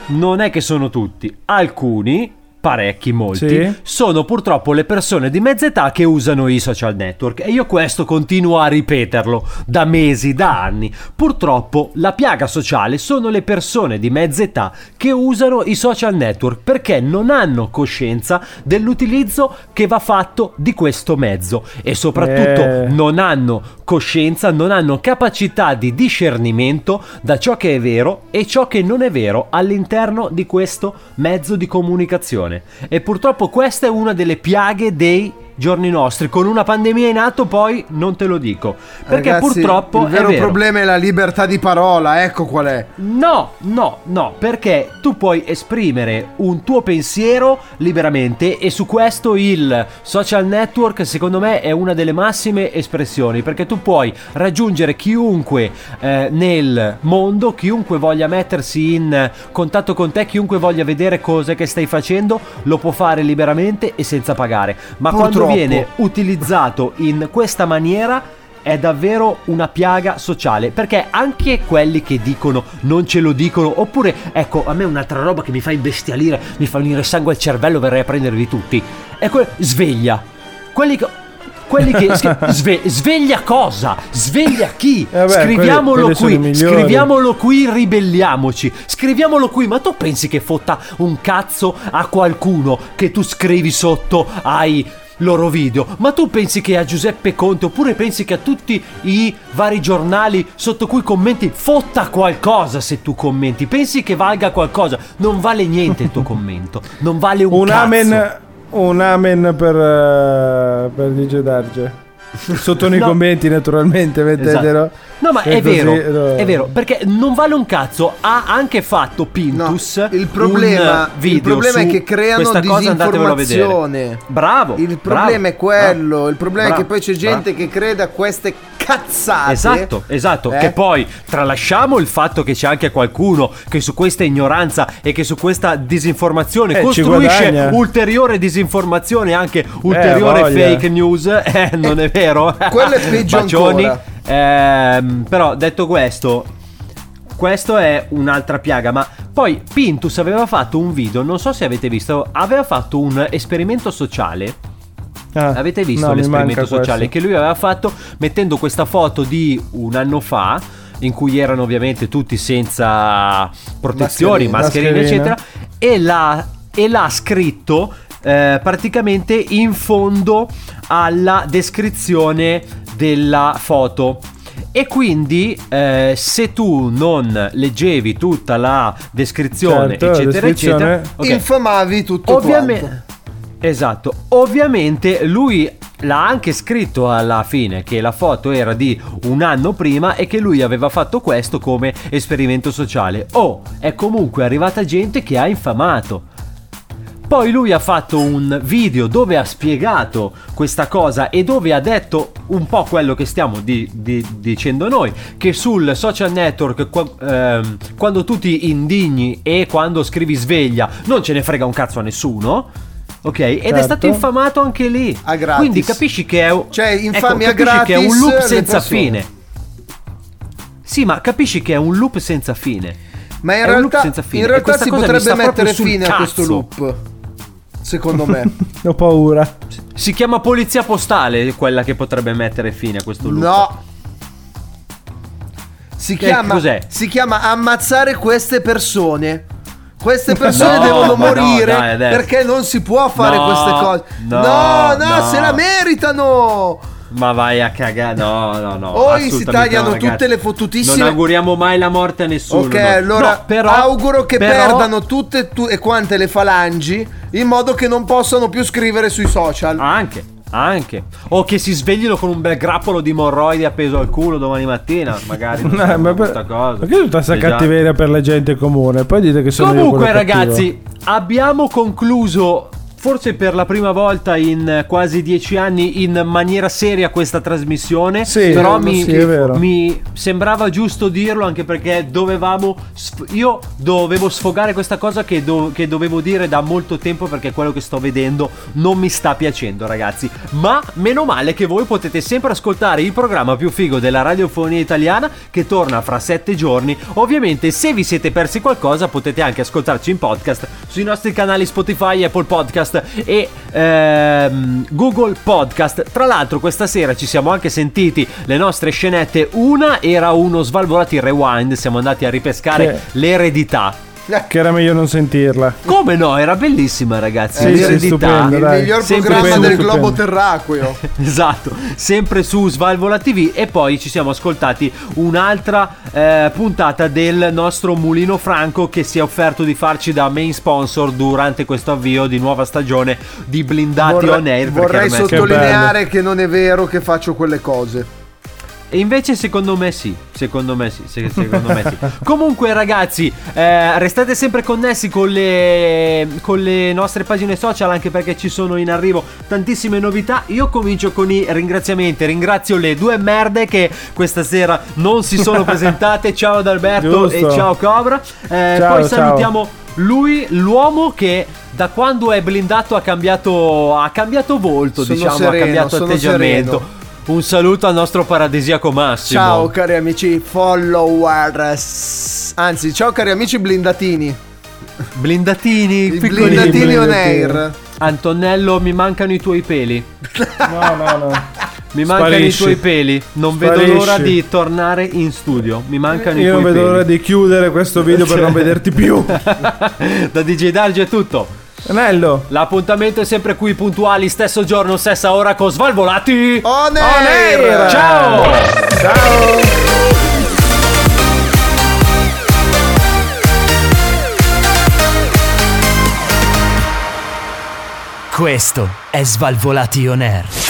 [SPEAKER 9] non è che sono tutti, alcuni. Parecchi, molti
[SPEAKER 8] Sì.
[SPEAKER 9] sono purtroppo le persone di mezza età che usano i social network e io questo continuo a ripeterlo da mesi, da anni. Purtroppo la piaga sociale sono le persone di mezza età che usano i social network perché non hanno coscienza dell'utilizzo che va fatto di questo mezzo e soprattutto
[SPEAKER 8] Eh.
[SPEAKER 9] non hanno coscienza, non hanno capacità di discernimento da ciò che è vero e ciò che non è vero all'interno di questo mezzo di comunicazione. E purtroppo questa è una delle piaghe dei giorni nostri. Con una pandemia in atto poi non te lo dico. Perché
[SPEAKER 10] Ragazzi,
[SPEAKER 9] purtroppo...
[SPEAKER 10] il vero,
[SPEAKER 9] è vero.
[SPEAKER 10] problema è la libertà di parola, ecco qual è.
[SPEAKER 9] No, no, no, perché tu puoi esprimere un tuo pensiero liberamente e su questo il social network secondo me è una delle massime espressioni perché tu puoi raggiungere chiunque eh, nel mondo, chiunque voglia mettersi in eh, contatto con te, chiunque voglia vedere cose che stai facendo, lo può fare liberamente e senza pagare. Ma
[SPEAKER 10] Purtroppo.
[SPEAKER 9] quando viene utilizzato in questa maniera è davvero una piaga sociale perché anche quelli che dicono non ce lo dicono oppure ecco a me un'altra roba che mi fa imbestialire mi fa venire sangue al cervello verrei a prendervi tutti è que- sveglia quelli che quelli che schi- sve- sveglia cosa sveglia chi
[SPEAKER 8] Eh, beh,
[SPEAKER 9] scriviamolo
[SPEAKER 8] quelli- quelli sono i
[SPEAKER 9] qui
[SPEAKER 8] migliori.
[SPEAKER 9] scriviamolo qui ribelliamoci scriviamolo qui ma tu pensi che fotta un cazzo a qualcuno che tu scrivi sotto ai loro video ma tu pensi che a Giuseppe Conte oppure pensi che a tutti i vari giornali sotto cui commenti fotta qualcosa se tu commenti pensi che valga qualcosa non vale niente il tuo commento non vale un,
[SPEAKER 8] Un
[SPEAKER 9] cazzo
[SPEAKER 8] amen, un amen per, eh, per DJ Darge. Sotto nei
[SPEAKER 9] No.
[SPEAKER 8] commenti, naturalmente, mettetelo.
[SPEAKER 9] Esatto. No, ma
[SPEAKER 8] Che
[SPEAKER 9] è
[SPEAKER 8] così,
[SPEAKER 9] vero,
[SPEAKER 8] no.
[SPEAKER 9] è vero, perché non vale un cazzo. Ha anche fatto Pintus. il
[SPEAKER 10] problema-
[SPEAKER 9] un video
[SPEAKER 10] il problema è
[SPEAKER 9] su
[SPEAKER 10] che creano
[SPEAKER 9] questa cosa, andatevelo a vedere.
[SPEAKER 10] disinformazione.
[SPEAKER 9] Bravo.
[SPEAKER 10] Il problema è quello, il problema è
[SPEAKER 9] bravo,
[SPEAKER 10] che poi c'è gente che crede a queste cazzate.
[SPEAKER 9] Esatto, esatto.
[SPEAKER 10] Eh?
[SPEAKER 9] Che poi tralasciamo il fatto che c'è anche qualcuno che su questa ignoranza e che su questa disinformazione
[SPEAKER 8] Eh, ci
[SPEAKER 9] costruisce
[SPEAKER 8] guadagna.
[SPEAKER 9] ulteriore disinformazione, anche ulteriore
[SPEAKER 8] voglia.
[SPEAKER 9] fake news. Eh, non è vero?
[SPEAKER 10] quello è peggio
[SPEAKER 9] Bacioni.
[SPEAKER 10] ancora.
[SPEAKER 9] Ehm, però detto questo, questo è un'altra piaga, ma poi Pintus aveva fatto un video, non so se avete visto, aveva fatto un esperimento sociale. Avete visto
[SPEAKER 8] Ah. no, mi
[SPEAKER 9] l'esperimento
[SPEAKER 8] manca
[SPEAKER 9] sociale
[SPEAKER 8] questo.
[SPEAKER 9] che lui aveva fatto mettendo questa foto di un anno fa in cui erano ovviamente tutti senza protezioni,
[SPEAKER 8] Mascherine.
[SPEAKER 9] mascherine, eccetera, e l'ha, e l'ha scritto eh, praticamente in fondo alla descrizione della foto. E quindi eh, se tu non leggevi tutta la descrizione,
[SPEAKER 10] Certo, la
[SPEAKER 9] eccetera,
[SPEAKER 10] descrizione.
[SPEAKER 9] eccetera, ok.
[SPEAKER 10] Infamavi tutto
[SPEAKER 9] Ovviamente-
[SPEAKER 10] quanto.
[SPEAKER 9] Esatto, ovviamente lui l'ha anche scritto alla fine che la foto era di un anno prima e che lui aveva fatto questo come esperimento sociale. Oh, è comunque arrivata gente che ha infamato. Poi lui ha fatto un video dove ha spiegato questa cosa e dove ha detto un po' quello che stiamo di- di- dicendo noi, che sul social network qua- ehm, quando tu ti indigni e quando scrivi sveglia non ce ne frega un cazzo a nessuno, ok? Ed è
[SPEAKER 10] Certo.
[SPEAKER 9] stato infamato anche lì.
[SPEAKER 10] A gratis.
[SPEAKER 9] Quindi capisci che è, un-
[SPEAKER 10] Cioè,
[SPEAKER 9] ecco,
[SPEAKER 10] infami a
[SPEAKER 9] capisci che è un
[SPEAKER 10] gratis
[SPEAKER 9] loop
[SPEAKER 10] le
[SPEAKER 9] senza
[SPEAKER 10] persone.
[SPEAKER 9] fine. Sì, ma capisci che è un loop senza fine.
[SPEAKER 10] Ma in
[SPEAKER 9] È un loop
[SPEAKER 10] realtà,
[SPEAKER 9] senza fine.
[SPEAKER 10] in
[SPEAKER 9] E
[SPEAKER 10] realtà
[SPEAKER 9] questa
[SPEAKER 10] si
[SPEAKER 9] cosa mi
[SPEAKER 10] potrebbe
[SPEAKER 9] sta proprio
[SPEAKER 10] mettere
[SPEAKER 9] sul
[SPEAKER 10] fine a questo
[SPEAKER 9] cazzo.
[SPEAKER 10] loop. Secondo me.
[SPEAKER 8] Ho paura.
[SPEAKER 9] Si chiama polizia postale quella che potrebbe mettere fine a questo loop.
[SPEAKER 10] No. Si
[SPEAKER 9] Eh,
[SPEAKER 10] chiama,
[SPEAKER 9] cos'è?
[SPEAKER 10] si chiama ammazzare queste persone. Queste persone
[SPEAKER 9] No,
[SPEAKER 10] devono
[SPEAKER 9] ma no,
[SPEAKER 10] morire
[SPEAKER 9] dai, adesso.
[SPEAKER 10] perché non si può fare
[SPEAKER 9] No,
[SPEAKER 10] queste cose.
[SPEAKER 9] no,
[SPEAKER 10] no,
[SPEAKER 9] no.
[SPEAKER 10] se la meritano.
[SPEAKER 9] Ma vai a cagare. No, no, no.
[SPEAKER 10] Poi si
[SPEAKER 9] assolutamente
[SPEAKER 10] tagliano
[SPEAKER 9] no, ragazzi.
[SPEAKER 10] tutte le fottutissime.
[SPEAKER 9] Non auguriamo mai la morte a nessuno.
[SPEAKER 10] Ok,
[SPEAKER 9] no.
[SPEAKER 10] allora
[SPEAKER 9] No, però,
[SPEAKER 10] auguro che
[SPEAKER 9] però-
[SPEAKER 10] perdano tutte tu- e quante le falangi in modo che non possano più scrivere sui social.
[SPEAKER 9] Anche, anche. O che si sveglino con un bel grappolo di morroidi appeso al culo domani mattina. Magari. Non
[SPEAKER 8] No,
[SPEAKER 9] so,
[SPEAKER 8] Eh, ma per-
[SPEAKER 9] questa cosa.
[SPEAKER 8] Perché tutta questa
[SPEAKER 9] Eh già.
[SPEAKER 8] cattiveria per la gente comune? Poi dite che sono io
[SPEAKER 9] Comunque,
[SPEAKER 8] quello cattivo.
[SPEAKER 9] ragazzi, abbiamo concluso. Forse per la prima volta in eh, quasi dieci anni in maniera seria questa trasmissione.
[SPEAKER 8] Sì,
[SPEAKER 9] però
[SPEAKER 8] sì,
[SPEAKER 9] mi,
[SPEAKER 8] è vero.
[SPEAKER 9] mi sembrava giusto dirlo anche perché dovevamo. sf- io dovevo sfogare questa cosa che, do- che dovevo dire da molto tempo perché quello che sto vedendo non mi sta piacendo, ragazzi. Ma meno male che voi potete sempre ascoltare il programma più figo della radiofonia italiana che torna fra sette giorni. Ovviamente, se vi siete persi qualcosa, potete anche ascoltarci in podcast sui nostri canali Spotify, Apple Podcast e ehm, Google Podcast. Tra l'altro, questa sera ci siamo anche sentiti le nostre scenette. Una era uno svalvolati rewind, siamo andati a ripescare
[SPEAKER 8] Sì.
[SPEAKER 9] l'eredità.
[SPEAKER 8] Che era meglio non sentirla.
[SPEAKER 9] Come no? Era bellissima, ragazzi.
[SPEAKER 8] Sì, sì,
[SPEAKER 9] l'eredità.
[SPEAKER 8] stupendo,
[SPEAKER 10] Il
[SPEAKER 8] dai.
[SPEAKER 10] miglior
[SPEAKER 9] Sempre
[SPEAKER 10] programma
[SPEAKER 9] stupendo,
[SPEAKER 10] del globo
[SPEAKER 9] stupendo.
[SPEAKER 10] terracqueo.
[SPEAKER 9] Esatto, sempre su Svalvola TV e poi ci siamo ascoltati un'altra eh, puntata del nostro Mulino Franco che si è offerto di farci da main sponsor durante questo avvio di nuova stagione di Blindati On Air. Ah, perché
[SPEAKER 10] vorrei
[SPEAKER 9] ormai-
[SPEAKER 10] sottolineare che, non è vero che faccio quelle cose.
[SPEAKER 9] E invece secondo me sì, secondo me sì, se- secondo me sì. Comunque ragazzi, eh, restate sempre connessi con le, con le nostre pagine social anche perché ci sono in arrivo tantissime novità. Io comincio con i ringraziamenti, ringrazio le due merde che questa sera non si sono presentate. Ciao ad Alberto e
[SPEAKER 8] Giusto.
[SPEAKER 9] ciao Cobra. Eh,
[SPEAKER 8] Ciao,
[SPEAKER 9] poi
[SPEAKER 8] ciao.
[SPEAKER 9] salutiamo lui, l'uomo che da quando è blindato ha cambiato, ha cambiato volto,
[SPEAKER 10] Sono
[SPEAKER 9] diciamo, ha
[SPEAKER 10] sereno,
[SPEAKER 9] cambiato
[SPEAKER 10] sono
[SPEAKER 9] atteggiamento.
[SPEAKER 10] sereno.
[SPEAKER 9] Un saluto al nostro paradisiaco Massimo.
[SPEAKER 10] Ciao cari amici followers. Anzi, ciao cari amici blindatini.
[SPEAKER 9] Blindatini,
[SPEAKER 10] I
[SPEAKER 9] piccolini.
[SPEAKER 10] blindatini on air.
[SPEAKER 9] Antonello, mi mancano i tuoi peli.
[SPEAKER 8] No, no, no.
[SPEAKER 9] Mi mancano
[SPEAKER 8] Sparisci.
[SPEAKER 9] i tuoi peli. Non vedo
[SPEAKER 8] Sparisci.
[SPEAKER 9] l'ora di tornare in studio. Mi mancano i
[SPEAKER 8] Io
[SPEAKER 9] tuoi
[SPEAKER 8] non vedo
[SPEAKER 9] peli.
[SPEAKER 8] l'ora di chiudere questo video per non vederti più.
[SPEAKER 9] da DJ Darge è tutto.
[SPEAKER 8] Anello.
[SPEAKER 9] L'appuntamento è sempre qui puntuali, stesso giorno, stessa ora con Svalvolati.
[SPEAKER 10] On
[SPEAKER 9] air!
[SPEAKER 10] air!
[SPEAKER 9] Ciao!
[SPEAKER 7] Questo è Svalvolation Air.